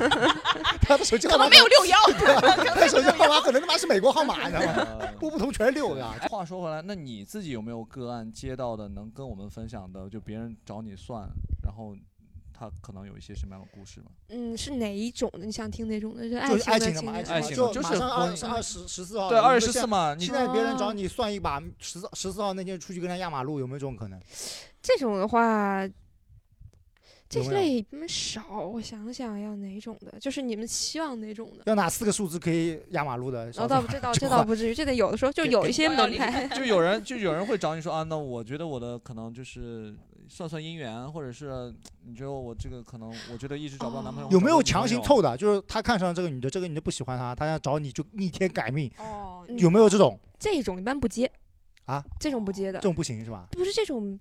他的手机号码
可能没有
对
61
他的手机号码可能他妈是美国号码，你知道吗？不不同全是六的。
啊话说回来，那你自己有没有个案接到的能跟我们分享的？就别人找你算，然后他可能有一些什么样的故事吗？
嗯，是哪一种的？你想听哪种的？就爱
就是爱情
情
的嘛，
经历
爱
是
情
吗
的就马上二二十十四号了，
对
你说
24
现
嘛你
现在别人找
哦
你算一把，十四十四号那天出去跟人家压马路，有没有这种可能？
这种的话，这
有没有
类嗯少。我想想要哪种的，就是你们希望哪种的？
要哪四个数字可以压马路的？
哦，倒不这倒这倒不至于，这得有的时候就
给
有
给。
一些门派
就有人就有人会找你说啊，那我觉得我的可能就是算算姻缘，或者是嗯你觉得我这个可能我觉得一直找不到男朋友，
哦有没有强行凑
的？
的？就是他看上这个女的，这个女的不喜欢他，他想找你就逆天改命，
哦
有没有这种
这种一般不接，
啊？
这种不接的。
这种不行是吧？
不是这种，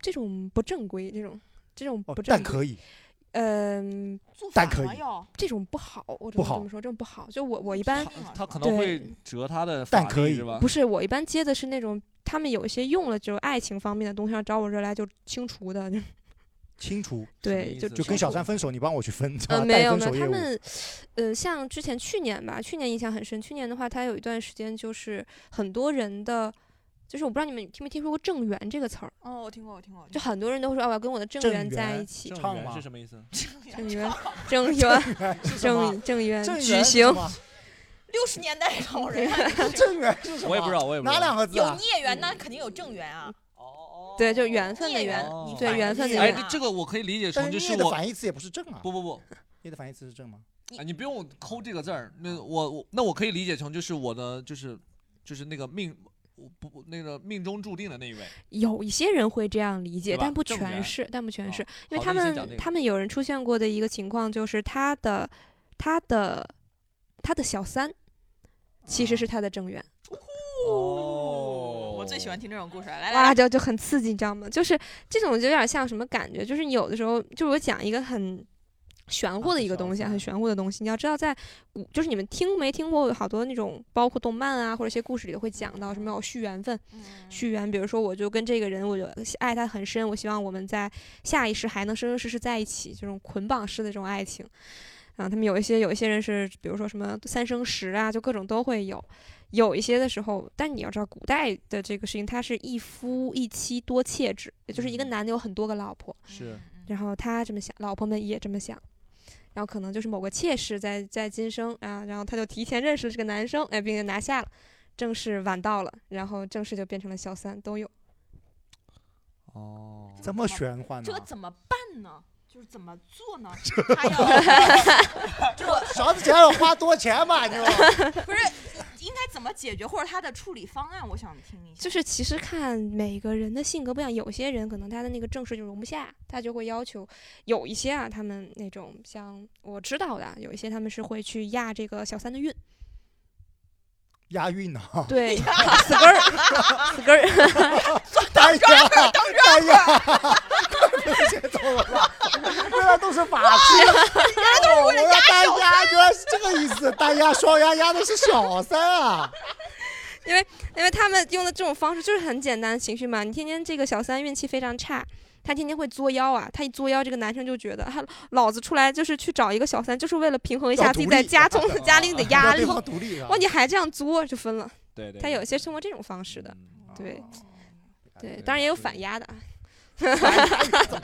这种不正规，这种这种不正
哦但
规。
可以，
嗯，
但可以，
这种不好，我只
不
能这
好
么说，这种不好。就我我一般
嗯他可能
对
会折他的法
但
力，
可以
是吧？
不是，我一般接的是那种他们有一些用了就是爱情方面的东西，要找我这儿来就清除的。 就
清除
对就
就跟小三分手，你帮我去分， 是吧
呃，没
代
有
分
没
手
有，他
业务
们，呃，像之前去年吧，去年印象很深。去年的话，他有一段时间就是很多人的，就是我不知道你们听没听说过“正缘”这个词儿，
哦，我听过，我听过。我听
就
过
很多人都会说啊，我要跟我的正缘在一起。
正 缘是什么意思？
正缘，正 缘，
是什么
正正缘，
正
举
缘是
行
什。么六十年代老人 啊，
正缘是
我也不知道，我也不知道。
啊
啊
有孽缘，那肯定有正缘啊。
对，就缘分的缘
哦，
对缘分的
哎
缘，。啊
这个我可以理解
但
成就是是
聂的
我
反义词也不是正啊。
不不不，
聂的反义词是正吗？
啊，你不用抠这个字儿，那我我那我可以理解成就是我的就是就是那个命，我不不那个命中注定的那一位。
有一些人会这样理解，
对吧
但不
正缘
全是，但不全是，因为
哦好
他
的你先讲
们
这个
他们有人出现过的一个情况就是他的他的他的小三其实是他的正缘，
哦，
我最喜欢听这种故事了，来来
哇，
来，
就就很刺激，你知道吗？就是这种就有点像什么感觉？就是你有的时候，就是我讲一个很。玄乎的一个东西啊，很玄乎的东西。你要知道，在古就是你们听没听过好多那种，包括动漫啊，或者一些故事里都会讲到什么有续缘分，续缘。比如说，我就跟这个人，我就爱他很深，我希望我们在下一世还能生生世世在一起，这种捆绑式的这种爱情。啊，他们有一些有一些人是，比如说什么三生石啊，就各种都会有。有一些的时候，但你要知道，古代的这个事情，它是一夫一妻多妾制，也就是一个男的有很多个老婆，
是
然后他这么想，老婆们也这么想，然后可能就是某个妾室在在今生啊，然后他就提前认识了这个男生，哎，并且拿下了，正式晚到了，然后正式就变成了小三， 都有。
哦，
这么玄幻呢
这？怎么办呢？就是怎么 做呢？他 要
这勺子钱要花多钱吧？ 你说
不是 应该怎么解决，或者他的处理方案，我想听一下。
就是其实看每个人的性格不一样，有些人可能他的那个正事就容不下，他就会要求有一些啊，他们那种像我知道的啊，有一些他们是会去压这个小三的运，
押韵 呢？
对死根儿 死根儿
哎呀，哎呀，快别走了吧，原来都是法器，哦，我要单压，原来是这个意思，单压双压压的是小三啊。
因为因为他们用的这种方式就是很简单的情绪嘛，你天天这个小三运气非常差。他天天会作妖啊！他一作妖，这个男生就觉得，他老子出来就是去找一个小三，就是为了平衡一
要
下自己
独
在
立
家中 家里的压
要
力。
对方独立啊
哇，你还这样作，就分了。
对对
他
对
有一些是通过这种方式的，
嗯
对，
哦哎
对，当然也有反压 的啊。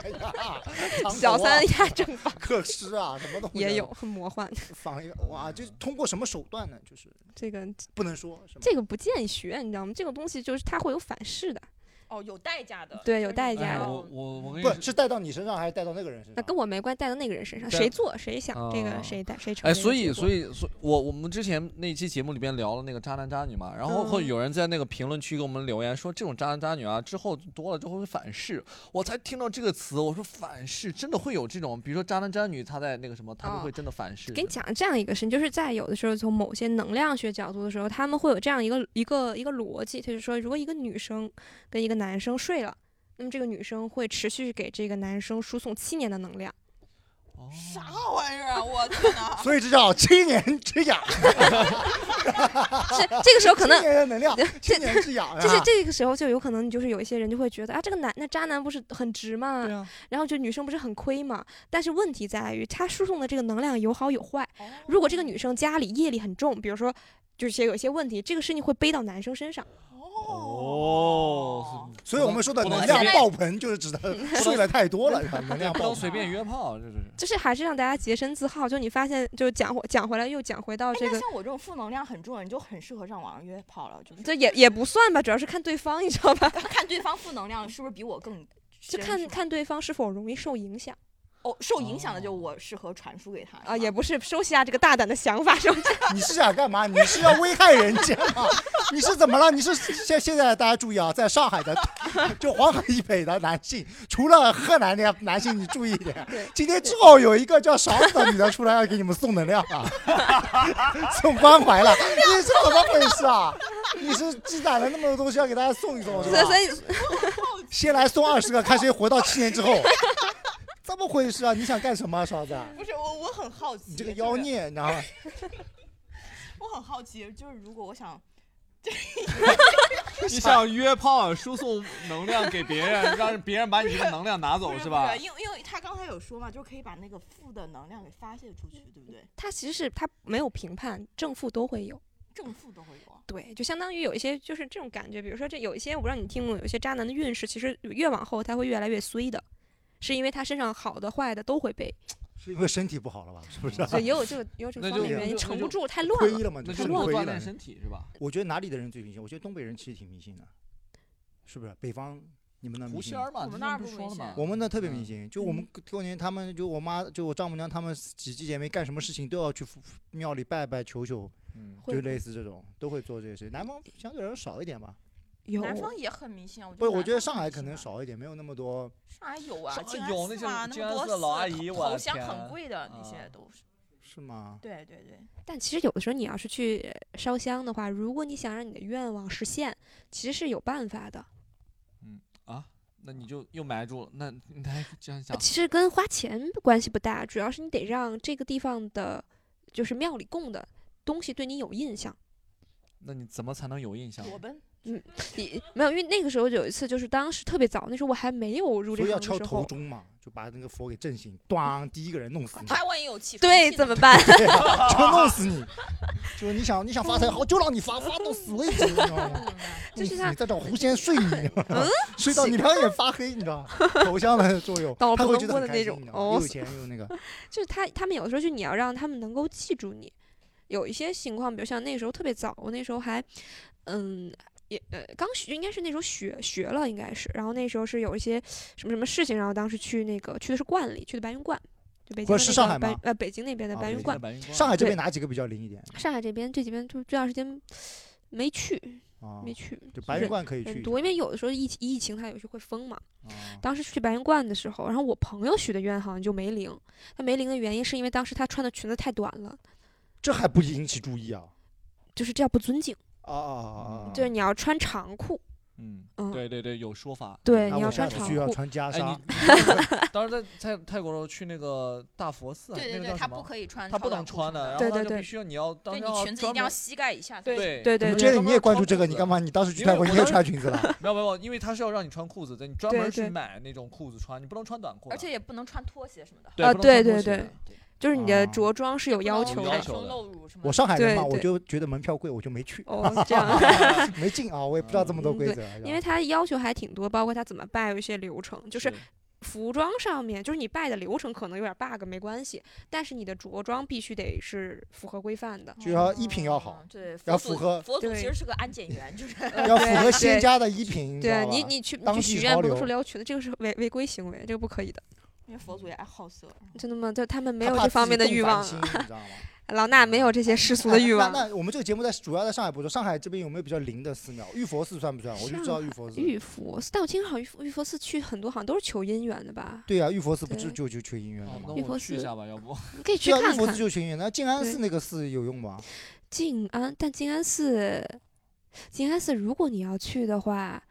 小三压正方，
啊克师啊，什么东西
也有很魔幻。
仿一个哇，就是通过什么手段呢？就是
这个
不能说是吗？
这个不建议学，你知道吗？这种东西就是它会有反噬的，
哦，有代价的。
对，有代价
哎
的。
我我我跟你
不是带到你身上还是带到那个人身上？
那跟我没关系，带到那个人身上，
对
谁做谁想，这个
哦
谁带谁承
哎，
认这个结
所
果。
以所以所以我我们之前那期节目里边聊了那个渣男渣女嘛，然后会
嗯
有人在那个评论区给我们留言说这种渣男渣女啊，之后多了之后会反噬。我才听到这个词，我说反噬真的会有这种，比如说渣男渣女，他在那个什么，他就
哦
会真的反噬。
给你讲这样一个事情，就是在有的时候从某些能量学角度的时候，他们会有这样一个一个一个逻辑，就是说，如果一个女生跟一个男生睡了，那么这个女生会持续给这个男生输送七年的能量。
啥玩意儿啊！
哎
我天哪！
所以这叫青年之痒。
是这个时候可能
青年的能量，青年之痒啊。
就是这个时候就有可能，你就是有一些人就会觉得啊，这个男那渣男不是很直嘛，
啊
然后就女生不是很亏嘛。但是问题在于，他输送的这个能量有好有坏。
哦
如果这个女生家里业力很重，比如说就是有一些问题，这个事情会背到男生身上。
哦，
所以我们说的
不能
能量
随便嗯
爆棚，就是指的睡了太多了，是吧能量
不
爆
能
棚。
随便约炮，这是。
就是还是让大家洁身自好。就你发现，就讲回讲回来又讲回到
哎
这
那
个，
像我这种负能量很重的人，就很适合上网上约炮了，就是
这也也不算吧，主要是看对方，你知道吧？
看对方负能量是不是比 我更
就
深
看
是吧
看对方是否容易受影响
哦受影响的，就我适合传输给他。
啊，也不是收下这个大胆的想法，收 下。
你是想干嘛？你是要危害人家 吗？你是怎么了？你是现现在大家注意啊，在上海的 就黄河以北的男性，除了河南的男性，你注意一 点。今天正好有一个叫勺子的女的出来要给你们送能量 啊，送关怀了。你是怎么回事啊？你是积攒了那么多东西要给大家送一送是吧？
所以
先来送二十个，看谁活到七年之后。怎么回事啊？你想干什么、啊，勺子？
不是我，我很好奇。
你这个
就是
妖孽，你知道 吗？
我很好奇，就是如果我想，
你想约炮输送能量给别 人，让别人把你这个能量拿
不
走
是
是吧
不？是因为因为他刚才有说嘛，就是可以把那个负的能量给发泄出去，对不对？
他其实是他没有评判，正负都会有。
正负都会有啊。
对，就相当于有一些就是这种感觉，比如说这有一些我不知道你听过，有一些渣男的运势，其实越往后他会越来越衰的，是因为他身上好的坏的都会背，
是因为身体不好了吧？是不是？
所以也有这个也有这个
那
方
就
面原因，
那
撑不
就
住太
亏
乱
了嘛，
太
就是
乱
亏
了。
了
体是吧？
我觉得哪里的人最迷信？我觉得东北人其实挺迷信的，是不是？北方你们那迷
狐
信
仙儿嘛，
我
之
们
前
那儿
不
不
是说了
迷
吗？
我们那特别迷信，就我们
嗯
过年，他们就我妈，就我丈母娘，他们几姐妹干什么事情都要去庙里拜拜求求，
会
嗯
就
会
类似这种都会做这些事。南方相对来说少一点吧，
南方也很迷信啊，我
不是？我
南
觉得
方
上海可能少一点，没有那么多。
上海有啊
上，
静
海
安
有
寺
那
啊
种
那
静
么
安
多
寺老
寺
阿姨
头
我
头
的
香
天
很贵的那些
啊
都是。
是吗？
对对对，
但其实有的时候你要是去呃烧香的话，如果你想让你的愿望实现，其实是有办法的。
啊，那你就又埋住了。那你还这样想？
呃其实跟花钱关系不大，主要是你得让这个地方的，就是庙里供的东西对你有印象。
那你怎么才能有印象？
奔。
嗯，你没有，因为那个时候有一次，就是当时特别早，那时候我还没有入这
所以
行
要
的时
敲
候，
头钟嘛，就把那个佛给震醒，咣，第一个人弄死你。
他 万一有起
对，怎么办？
对啊就弄死你！就是你想你想发财，好就让你发发到死为止，你知道 吗？
就
弄
是
死
他嗯
你再找狐仙 睡你， 你知道吗睡到你两眼发黑，你知道吗？头像的作 用，
到
他
不
会
能
觉得
摸
很
的
开
那
心
种
你知道吗
哦
又有钱又那 个。
就是他他们有的时候就你要让他们能够记住你，有一些情况，比如像那时候特别早，我那时候还，嗯。也呃，刚学应该是那时候学学了，应该是，然后那时候是有一些什么什么事情，然后当时去那个去的是观里，去的白云观，就北京
不
那
是
边
上
的
海
白
吗啊
呃北京那边的白云观，
上海这边
对
哪几个比较灵一点？
上海这边这几边就这段时间没去，
啊
没去。
就白云
人
观可以去
人
一哦
多，因为有的时候疫情疫情它有时会封嘛。当时去白云观的时候，然后我朋友许的愿好像就没灵。他没灵的原因是因为当时他穿的裙子太短了，
这还不引起注意啊？
就是这样不尊敬，
啊啊啊啊！
就是你要穿长裤。
嗯
嗯
对对对，有说法。嗯
对
那
你要
我下
穿
次
长
去要
裤
穿袈
哎，
裟
你。你当时在在泰国的时候去那个大佛寺，
对对
那个
对
叫
他
什么
不可以穿
他不能
超短裤
穿
什么
的，然
的
后
对
他
对
就
对
必须要你要当
对
时
你
要
裙子一
专
定要
门
膝盖以下。
对
怎么接着你也关注这个，你干嘛？你当时去
因为
泰国
我
你也
当时
穿裙子了？
没有没有，因为他是要让你穿裤子的，你专门
对
去
对
买那种裤子穿，你不能穿短裤的。
而且也不能穿拖鞋什么的。
对
啊，
不能穿
对
拖
对
鞋
对
的，
就是你的着装是有要求
要
的。
求的
露乳什么
哦
的。
我上海人嘛，
对
我
对
就觉得门票贵，我就没去。
哦这样
没进啊，我也不知道这么多
嗯
规
对
则。
因为他要求还挺多，包括他怎么拜，有一些流程，就是
是
服装上面，就是你拜的流程可能有点 bug，没关系，但是你的着装必须得是符合规范的。
就要衣品要好，
对，
要
佛
符
祖
合
佛祖其实是个安检员，就是
要符合仙家的衣品，你知
对
道
你，
吧
你去你
当
去
地
许
潮
愿不能
流
说撩裙子，这个是违违规行为，这个不可以的。
因为佛祖也爱好色。
真的吗？就他们没
他
有
怕
这
自
方
己
面的
动
欲
凡
望
心
啊，
你知道吗
老衲没有这些世俗的
哎
欲
那
望。
那那我们这个节目在主要在上海播出，上海这边有没有比较灵的寺庙？玉佛寺算不算？我就知道
上
玉佛寺。
玉佛寺，但我听好像玉佛玉佛寺去很多好像都是求姻缘的吧？
对啊，玉佛寺不是
对
就就缺姻缘的吗
哦那？
玉佛
我去一
寺
下吧，要不？
你可以去
对啊，
看
玉佛寺
看
就缺姻缘。那静安寺
对
那个寺有用 吗？
静安，但静安寺，静安寺如果你要去的话，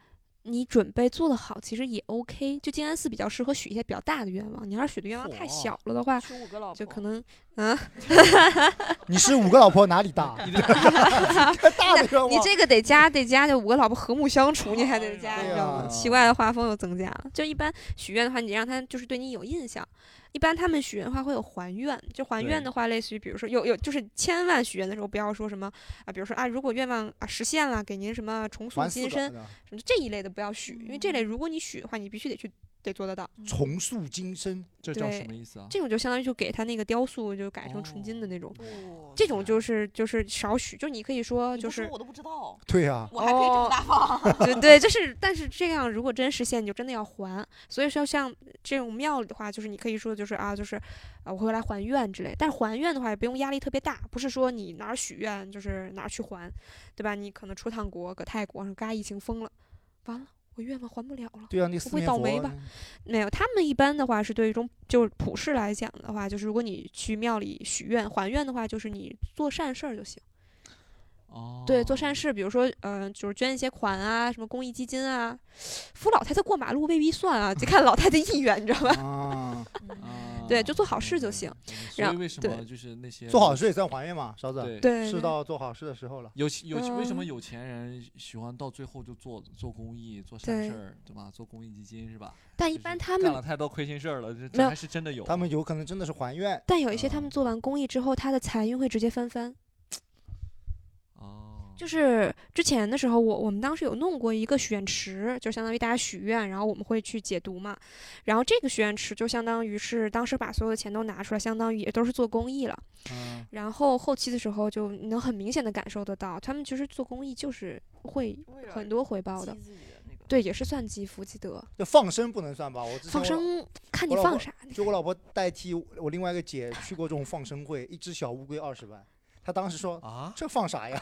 你准备做得好，其实也 OK。就静安寺比较适合许一些比较大的愿望，你要是许的愿望太小了的话，就可能啊，
你是五个老婆哪里大？
那你这个得加得加，就五个老婆和睦相处，你还得加，
哎
你知道吗？奇怪的画风又增加了。就一般许愿的话，你让他就是对你有印象。一般他们许愿的话会有还愿，就还愿的话，类似于比如说有有就是千万许愿的时候不要说什么啊，比如说啊，如果愿望啊实现了，给您什么重塑
还四
金
个
身
是吧
什么这一类的不要许，因为这类如果你许的话，你必须得去得做得到。
重塑金身，
对，
啊
啊
这种就相当于就给他那个雕塑就改成纯金的那种，
哦
这种就是就是少许，就你可以说就是
我都不知道，
对啊呀
我还可以这么大方
对对，就是但是这样如果真实现，你就真的要还。所以说像这种庙里的话，就是你可以说就是啊，就是啊我会来还愿之类，但是还愿的话也不用压力特别大，不是说你哪儿许愿就是哪儿去还，对吧？你可能出趟国，搁泰国上嘎疫情封了，完了。我愿望还不了了，
对啊那
我
四
会
面
倒
佛
霉
啊
吧？没有，他们一般的话是对于一种就是普世来讲的话，就是如果你去庙里许愿还愿的话，就是你做善事儿就行。
哦，
对，做善事，比如说，呃，就是捐一些款啊，什么公益基金啊。扶老太太过马路未必算
嗯
啊，得看老太太意愿，你知道吧？
哦
啊，
对，就做好事就行。
所
然
以
后
为什
对
么就是那些
做好事也算还愿嘛，勺子。
对
是
对
到做好事的时候了。
有有为什么
嗯
有钱人喜欢到最后就做做公益、做
对
善事儿，对吧？做公益基金是吧？
但一
就是
般他
干
们
了太多亏心事儿了，这
没
这
有
还是真的有。
他们有可能真的是还愿，
但有一些他们做完公益之后，他的财运会直接翻番。
哦，
就是之前的时候，我我们当时有弄过一个许愿池，就相当于大家许愿，然后我们会去解读嘛。然后这个许愿池就相当于是当时把所有的钱都拿出来，相当于也都是做公益了。然后后期的时候，就能很明显的感受得到，他们其实做公益就是会很多回报的。对，也是算积福积德。
就放生不能算吧？我之前
放
我
生看你
我老
放
婆
啥。
就我老婆代替我另外一个姐去过这种放生会，一只小乌龟二十万。她当时说
啊，
这放啥呀？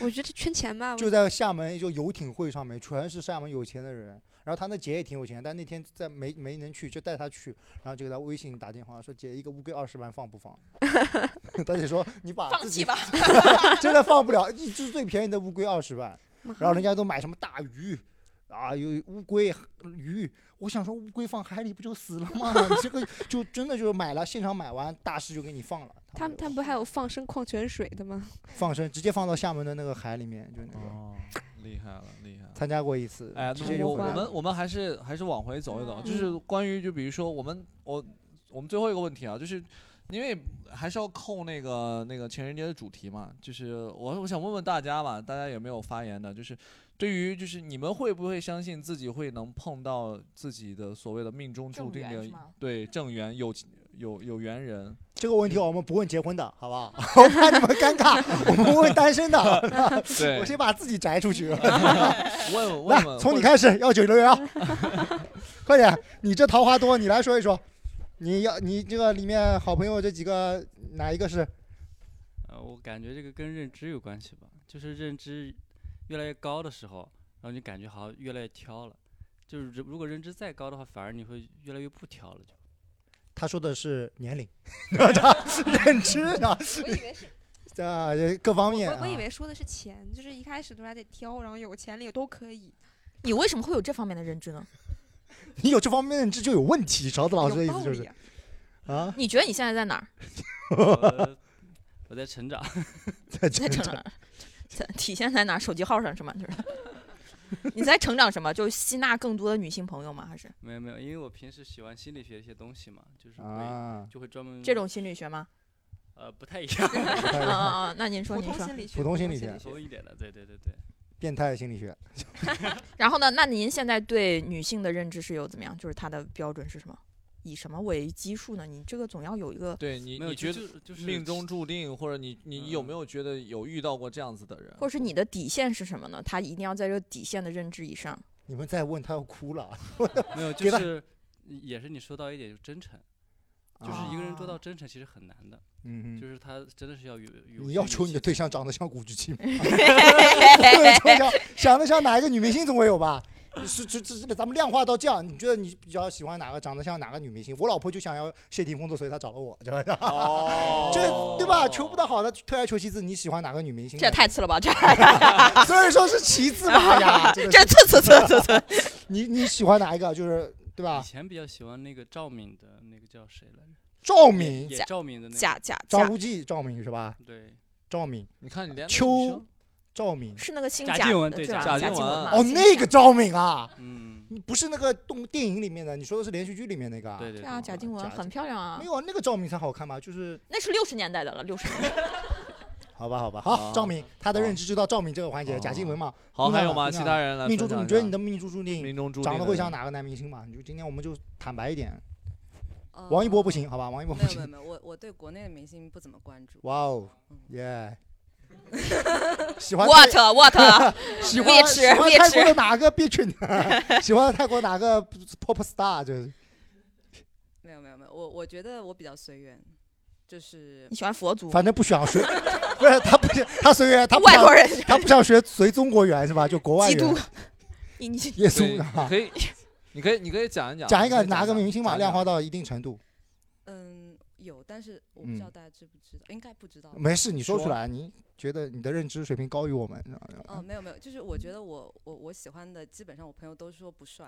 我觉得圈钱吧，我
就在厦门就游艇会上面，全是厦门有钱的人。然后她那姐也挺有钱，但那天在没没能去，就带她去，然后就给她微信打电话说：“姐，一个乌龟二十万放不放？” 大姐说：“你把
放
自
弃
己
吧
真的放不了，一只最便宜的乌龟二十万
妈，
然后人家都买什么大鱼。”啊，有乌龟、鱼，我想说乌龟放海里不就死了吗？ 你这个就真的就是买了，现场买完，大师就给你放了，
他们他们不还有放生矿泉水的吗？
放生直接放到厦门的那个海里面，就那个、
厉害了，厉害了。
参加过一次，
啊哎，
直接
那
就
我
回来
我
了
们我们还是还是往回走一走，就是
嗯
关于就比如说我们我我们最后一个问题啊，就是因为还是要扣那个那个情人节的主题嘛，就是我我想问问大家吧，大家有没有发言的？就是对于就是你们会不会相信自己会能碰到自己的所谓的命中注定
正缘
的
是吗
对正缘有有有缘人？
这个问
嗯
题我们不问结婚的，好不好？ 我怕你们尴 尬，我们问单身的。
对
我先把自己摘 出去。
问问
来，
问
从你
问
开始，要九留言啊！ 快点，你这桃花多，你来说一说。你要你这个里面好朋友这几个哪一个是？
呃，我感觉这个跟认知有关系吧，就是认知越来越高的时候，然后你感觉好像越来越挑了，就是如如果认知再高的话，反而你会越来越不挑了就。
他说的是年龄， 认知啊，
我以为是。
啊，各方面
我
啊
我以为说的是钱，就是一开始都还得挑，然后有钱了也都可以。
你为什么会有这方面的认知呢？
你有这方面认知就有问题。勺子老师的意思就是啊，
你觉得你现在在哪儿？
呃
我我在成长，
在
你在成长，在体现在哪儿？手机号上是吗？ 就是你在成长什么？就吸纳更多的女性朋友吗？还是
没有没有，因为我平时喜欢心理学一些东西嘛，就是会、
啊
就会专
嗯
门
这种心理学吗？
呃不太一 样，
啊啊啊！那您说，您说，
普通心理学
普通一点的，对对对对。
变态心理学。
然后呢？那您现在对女性的认知是有怎么样？就是她的标准是什么？以什么为基数呢？你这个总要有一个
对你，
没有
你
就
觉得
就就是嗯
命中注定，或者你你有没有觉得有遇到过这样子的人？
或者是你的底线是什么呢？他一定要在这个底线的认知以上。
你们再问他要 哭了，
没有，
给
就
他
是也是你说到一点，就真诚，就是一个人做
啊
到真诚其实很难的。
嗯
就是他真的是要有有
你要
信
求
有
你的
信
对象长得像古巨基吗？不能说像长得像哪一个女明星总会有吧？是这这这，咱们量化到这样，你觉得你比较喜欢哪个长得像哪个女明星？我老婆就想要谢霆锋的，所以她找了我， 知道吧？
哦，
这对吧？求不到好的，退而求其次，你喜欢哪个女明星？
这也太次了吧！ 这
所以说是其次吧哎呀，真的是
这次次次次次。
你你喜欢哪一个？就是对吧
以？前比较喜欢那个赵敏的那个叫谁来着？
赵敏
也也赵敏的那个
张无忌，赵敏是吧？
对，
赵敏，
你看你连
邱赵敏
是那个姓
贾
贾
静雯
的
对
吧
贾
贾
静
静雯
雯
嘛
哦，
姓
那
贾
个赵敏啊，
嗯，
不是那个动电影里面的，你说的是连续剧里面那个啊？
对
对啊，贾静雯很漂亮啊
没，有啊，那个赵敏才好看吧？就是
那是六十年代的了，六十年代。
好吧，好吧，
啊
好，赵敏，他的认知就到赵敏这个环节，贾静雯嘛。
哦好
另外
还有
嘛
吗
另外
其他人来
命
分
中注
享一
定，你觉得
下
你的命中注定，命中
注
长得
定
会
的
像哪个男明星嘛？你就今天我们就坦白一点，王一博不行，好吧，王一博
没
哎不
有没有
行。
没有，我我对国内的明星不怎么关注。
哇哦，耶！ 喜欢
What？
泰
What？
喜
Which？
欢喜欢
Which？
泰国的哪个 bitch？呢喜欢泰国哪个 pop star？就是
没有没有没有，我我觉得我比较随缘，就是
你喜欢佛祖
反正不想学， 不是他不想他随缘，他不
外
想
国人
他不想学随中国缘是吧？就国外
基督
缘。
你你
耶稣
对
啊
可以，你可以，你可以讲一讲，
讲一个
你可以
哪个明星嘛，
讲一
量
讲，
化到一定程度，
嗯有，但是我不知道大家知不知道，应该不知道。
嗯没事，你说出。来，你觉得你的认知水平高于我们，
哦，没有没有，就是我觉得我我我喜欢的，基本上我朋友都说不帅，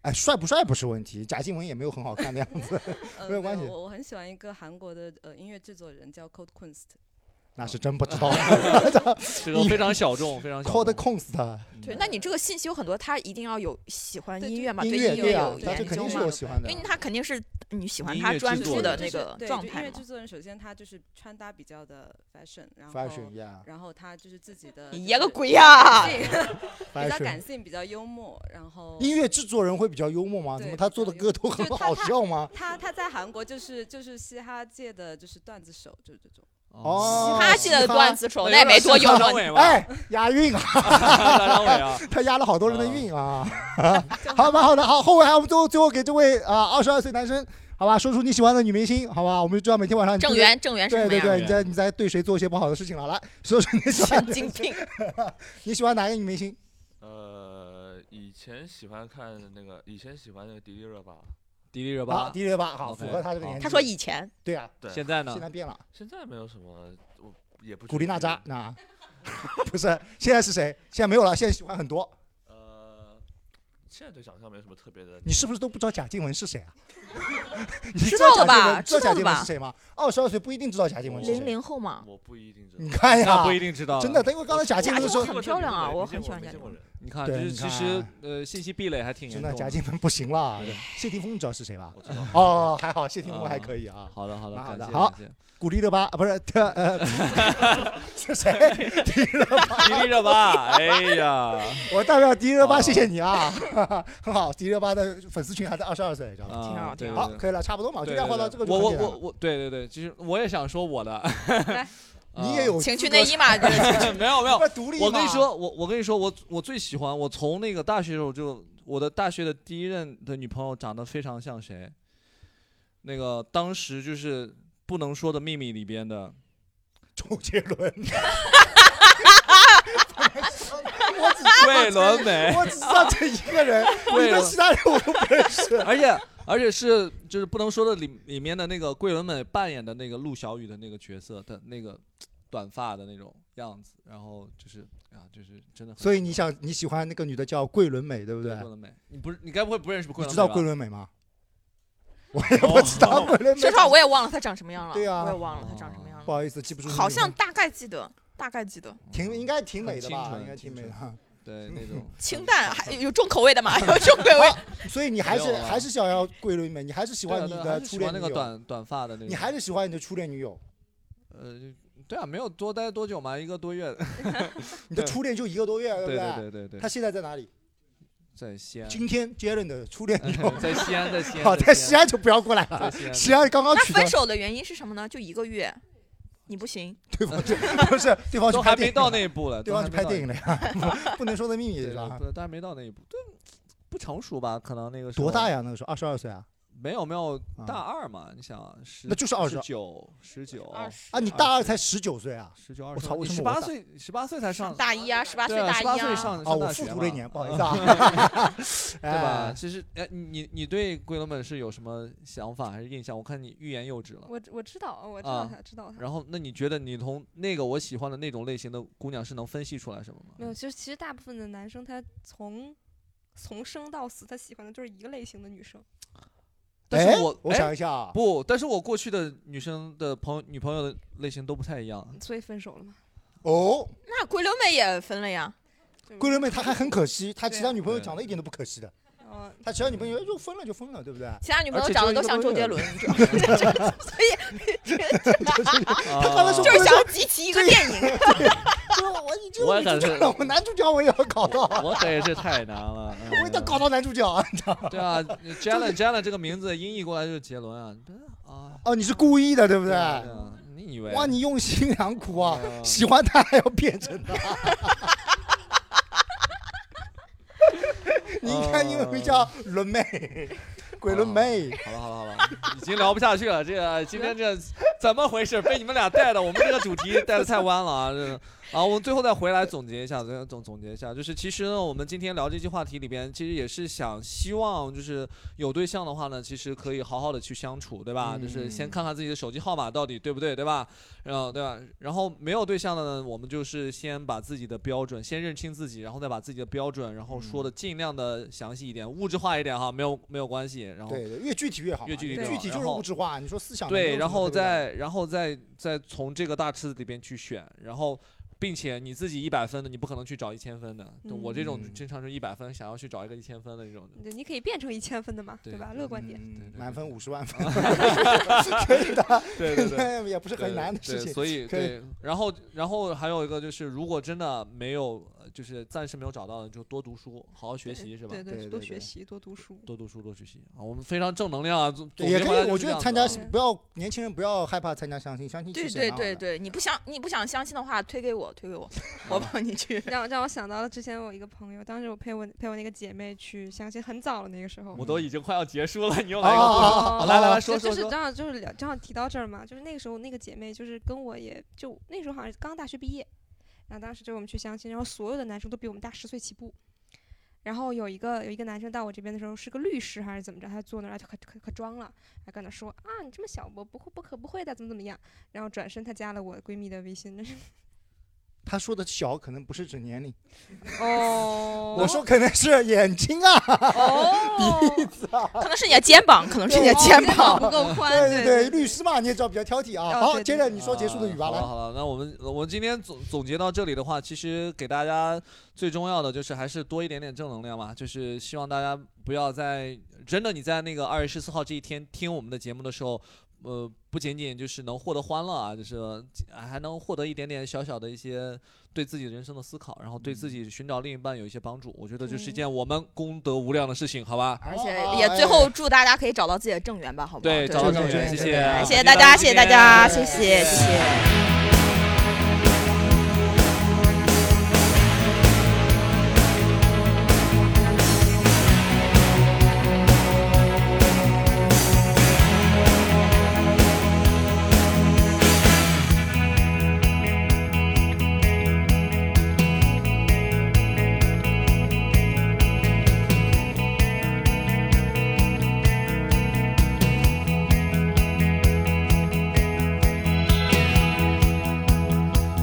哎，帅不帅不是问题，贾静雯也没有很好哦看的样 子
呃，
没有关系，
我我很喜欢一个韩国的呃音乐制作人叫 Cold Kunst，
那是真不知道
这个非常小众非常小
c o l
众
d Const，
对，那你这个信息有很多，他一定要有喜欢音乐嘛，
音
对
乐
音
嗯对啊
有
他这
研
肯定
究
是
嘛
有喜欢的
因为他肯定是你喜欢
音
他
乐
专
制作
注的
人
那
就是
个
对
状
就
态
音乐
嘛
制。作人首先他就是穿搭比较的 fashion，然后
Fashion, yeah
然后他就是自己的
你
就
爷个
是
鬼呀
感性 比较
Fashion
感性，比较幽默，然后
音乐制作人会比较幽默吗？怎么他做的歌都很
就他
好
他
笑吗？
他他在韩国就是就是嘻哈界的就是段子手，就是这种。
哦，
嘻哈系的段子手那也没多幽默
有哎，押 韵啊，
张伟啊
他押了好多人的韵啊， 好吧，好的，好，后面还我们最后最后给这位啊二十二岁男生。好吧，说出你喜欢的女明星，好吧，我们就知道每天晚上你
郑
对
源郑源是
对
什么
对
样
对，
的
你在你在对谁做一些不好的事情了，来说说你喜欢
神经病，
你喜欢哪个女明星？
呃，以前喜欢看那个，以前喜欢那个迪丽热巴。
迪丽热
巴啊迪丽热巴好
OK，
符合她这个
好
年纪他说以
前
对啊
对，
现在呢
现在变了，
现在没有什么，我也不
古力
觉
娜
得
扎，那 不是现在是谁？现在没有了，现在喜欢很多。
呃，现在对长相没有什么特别的。
你 是不是都不知道贾静雯是谁啊？你
知
道
道了吧
贾静雯知道
知道
贾
了
静雯
吧
是谁吗？二十二岁不一定知道贾静雯是
零
谁。
零后嘛，
我不一定知道。
你看哎呀，
那不一定知道啊
真的，因为刚才贾静雯说
很漂亮啊，我很喜欢贾
静雯。
你看，就是
对你
其
看
实呃，信息壁垒还挺严
真
重
的
的。
贾静雯不行了。谢霆锋你知道是谁吧
我知道？
哦，还好，谢霆锋还可以啊。
好的，好的，
蛮好的
感，谢
好
感谢，
古力热巴啊，不是，呃，是谁？迪丽热巴，
迪丽热巴，哎呀，
我代表迪丽热巴谢谢你啊， 很好，迪丽热巴的粉丝群还在二十二岁，知道吗？
挺好挺好
好，可以了，差不多嘛，就
对
量化
对
到
对
这个就
我我
可以了
我我，对对对，其实我也想说我的，
你也有情
趣内衣 嘛这
个没有没有
独立嘛
我跟你说，我我跟你说，我我最喜欢，我从那个大学的时候就，我的大学的第一任的女朋友长得非常像谁？那个当时就是《不能说的秘密》里边的
周杰伦。
我
只知道
桂纶镁，
我只知道这一个人，
对
你们其他人 我都不认识。
而且而且是就是不能说的里里面的那个桂纶镁扮演的那个陆小雨的那个角色的那个短发的那种样子，然后就是啊，就是真的很。
所以你想你喜欢那个女的叫桂纶镁，对不对？
桂纶镁，你不是你该不会不认识桂纶镁吧？哦
你知道桂纶镁 吗？我也不知道桂纶镁。
说实话，我也忘了他长什么样了。
对啊
我也忘了他长什么
哦
样了。
不好意思，记不住那个名字。
好像大概记得，大概记得。
挺应该挺美的吧？
很
应该挺
清纯
美的。
对那 种。
清淡，还有重口味的嘛？ 有重口味。
所以你还
没
是
有啊
还是想要桂纶镁，你还是喜欢你
对啊对啊
的
还是
初
喜
恋
欢
女
那
友，
个短短发的那种。
你还是喜欢你的初恋女友，
呃，对啊，没有多待多久嘛，一个多月。
你的初恋就一个多月，不
对
对？
对对对对
他现在在哪里？
在西安。
今天 Jalen 的 初恋女友
在西安在西安
好，
在
在
西
西
安
安就不要过来
在
了
西。安
西安哎刚刚
那
取得
分手的原因是什么呢？就一个月，你不行。
对方是不是对方去
都
拍
还
电
没
影
到
了
那一步了，都
对方
还
去
没
拍
到
电影
那
了
一步
呀， 不能说的秘密
对
是吧？
不，当然没到那一步，对，不成熟吧？可能那个时候
多大？呀？那个时候二十二岁啊？
没有没有，大二嘛，你想啊十
那就是20
九十九
啊，你大二才十九岁啊？
十九二
我操，为什么
十
我
八
大
岁十八岁才上
大一啊，十八岁
对啊
大一
18
啊。
岁上上
啊？我
大
复
学
读了一
嘛。
年，不好意思啊
对吧？
哎？
其实，哎，你你对鬼龙本是有什么想法还是印象？我看你欲言又止了。
我我知道，我知道
啊
他，知道他。
然后，那你觉得你从那个我喜欢的那种类型的姑娘是能分析出来什么吗？
没有，其实其实大部分的男生他从从生到死，他喜欢的就是一个类型的女生。
但是
哎
我
我
哎
想一下啊
不，但是我过去的女生的朋友女朋友的类型都不太一样。
所以分手了吗？
哦，
那桂纶镁也分了呀，
桂纶镁她还很可惜，她其他女朋友
对
长得一点都不可惜的。
哦，
她其他女朋友就哎分了就分了，对不对？
其他女朋友长得都像周杰伦，你知道吗？
他
哦
刚才说
就是
想
集齐一个电 影。
我你这
我
个
也感
女主角
觉
了，我男主角我也要搞到，啊
我可也是太难了。嗯
我一定要搞到男主角啊，你知道吗？
对啊，Jalen Jalen 这个名字音译过来就是杰伦啊，
哦，你是故意的，对不对？
你以为？哦
哇，你用心良苦啊！喜欢他还要变成 他，你一看英文名叫
哦
伦妹，鬼伦妹。
好了好了好了，已经聊不下去了。这个今天这怎么回事？被你们俩带的，我们这个主题带的太弯了啊！这个啊，我们最后再回来总结一下，总总总结一下，就是其实呢，我们今天聊这期话题里边，其实也是想希望就是有对象的话呢，其实可以好好的去相处，对吧？就是先看看自己的手机号码到底对不对，对吧？然后对吧？然后没有对象的呢，我们就是先把自己的标准先认清自己，然后再把自己的标准，然后
嗯
说的尽量的详细一点，物质化一点哈，没有没有关系。然后
对，对越具体越好嘛，啊
越具体越好
具体就
然
是
后
物质化。你说思想能
对，
力
然
什么
后
的对不对
再然后再再从这个大池子里边去选，然后并且你自己一百分的，你不可能去找一千分的。就我这
嗯
种经常是一百分，想要去找一个一千分的这种的。
对，你可以变成一千分的嘛，
对
对吧？乐观点。
满分五十万 分，可以的，
对对对，
也不是很
对
难的
对
事情。
所以
可以
对，然后然后还有一个就是，如果真的没有，呃就是暂时没有找到的，就多读书，好好学习，是吧？
对对，多学。习，多读书。
多读书，多学习啊！我们非常正能量啊，总
对也可以，我觉得参加
是
不要年轻人不要害怕参加相亲，相亲
对
其实
对
也蛮好
对
的
对，你不想你不想相亲的话，推给我，推 给我，我帮你去。
让让我想到了之前我一个朋友，当时我陪我陪我那个姐妹去相亲，很早了那个时候。
我都已经快要结束了，你又
哦
来一 个故事，
哦哦哦
来来
哦
来说
就
说
就是
说
正。好就是聊正好提到这儿嘛，就是那个时候那个姐妹就是跟我也就那时候好像是刚大学毕业，然后当时就我们去相亲，然后所有的男生都比我们大十岁起步。然后有一个有一个男生到我这边的时候是个律师还是怎么着，他坐那儿他可可可装了，还跟那说啊你这么小我不会不可不会的怎么怎么样，然后转身他加了我闺蜜的微信，
他说的小可能不是指年龄，
哦
我说可能是眼睛啊， 鼻子啊，
哦可能是你的肩膀，可能是你的肩膀
不够宽
对
对
对，律师嘛，你也知道比较挑剔
哦
啊。好，
对对
接着你说结束的语吧，
好了
来。
好了，那我们我们今天总总结到这里的话，其实给大家最重要的就是还是多一点点正能量嘛，就是希望大家不要在真的你在那个二月十四号这一天听我们的节目的时候。呃，不仅仅就是能获得欢乐啊，就是啊还能获得一点点小小的一些对自己人生的思考，然后对
嗯
自己寻找另一半有一些帮助。我觉得这是一件我们功德无量的事情，好吧？
而且
哦
也
哎
最后祝大家可以找到自己的正缘吧，好不好？
对，找到正缘，谢啊谢，
谢谢大家，谢谢大家，谢
谢
谢，谢谢。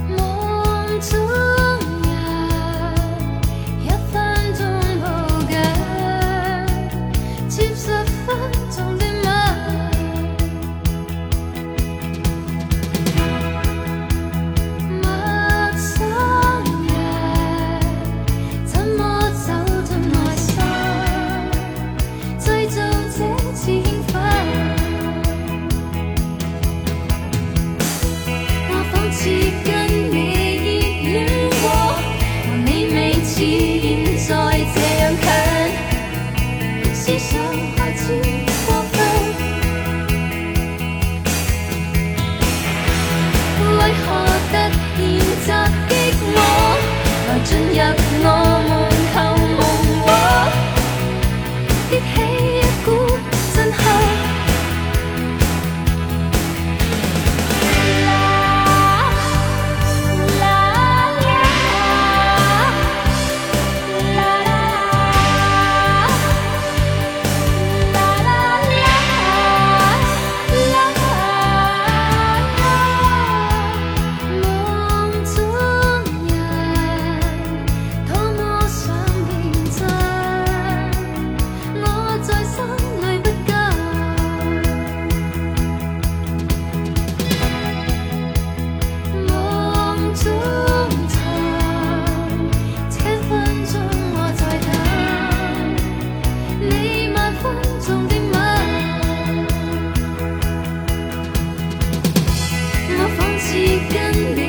夢中人，一分鐘抱緊，接十分鐘的吻。陌生人，怎麼走進內心，製造這次興奮。我仿似跟你熱戀過，和你未似現在這樣近，思想開始過分。為何突然襲擊我，來進入我夢後夢話，激起一股震撼。似跟你。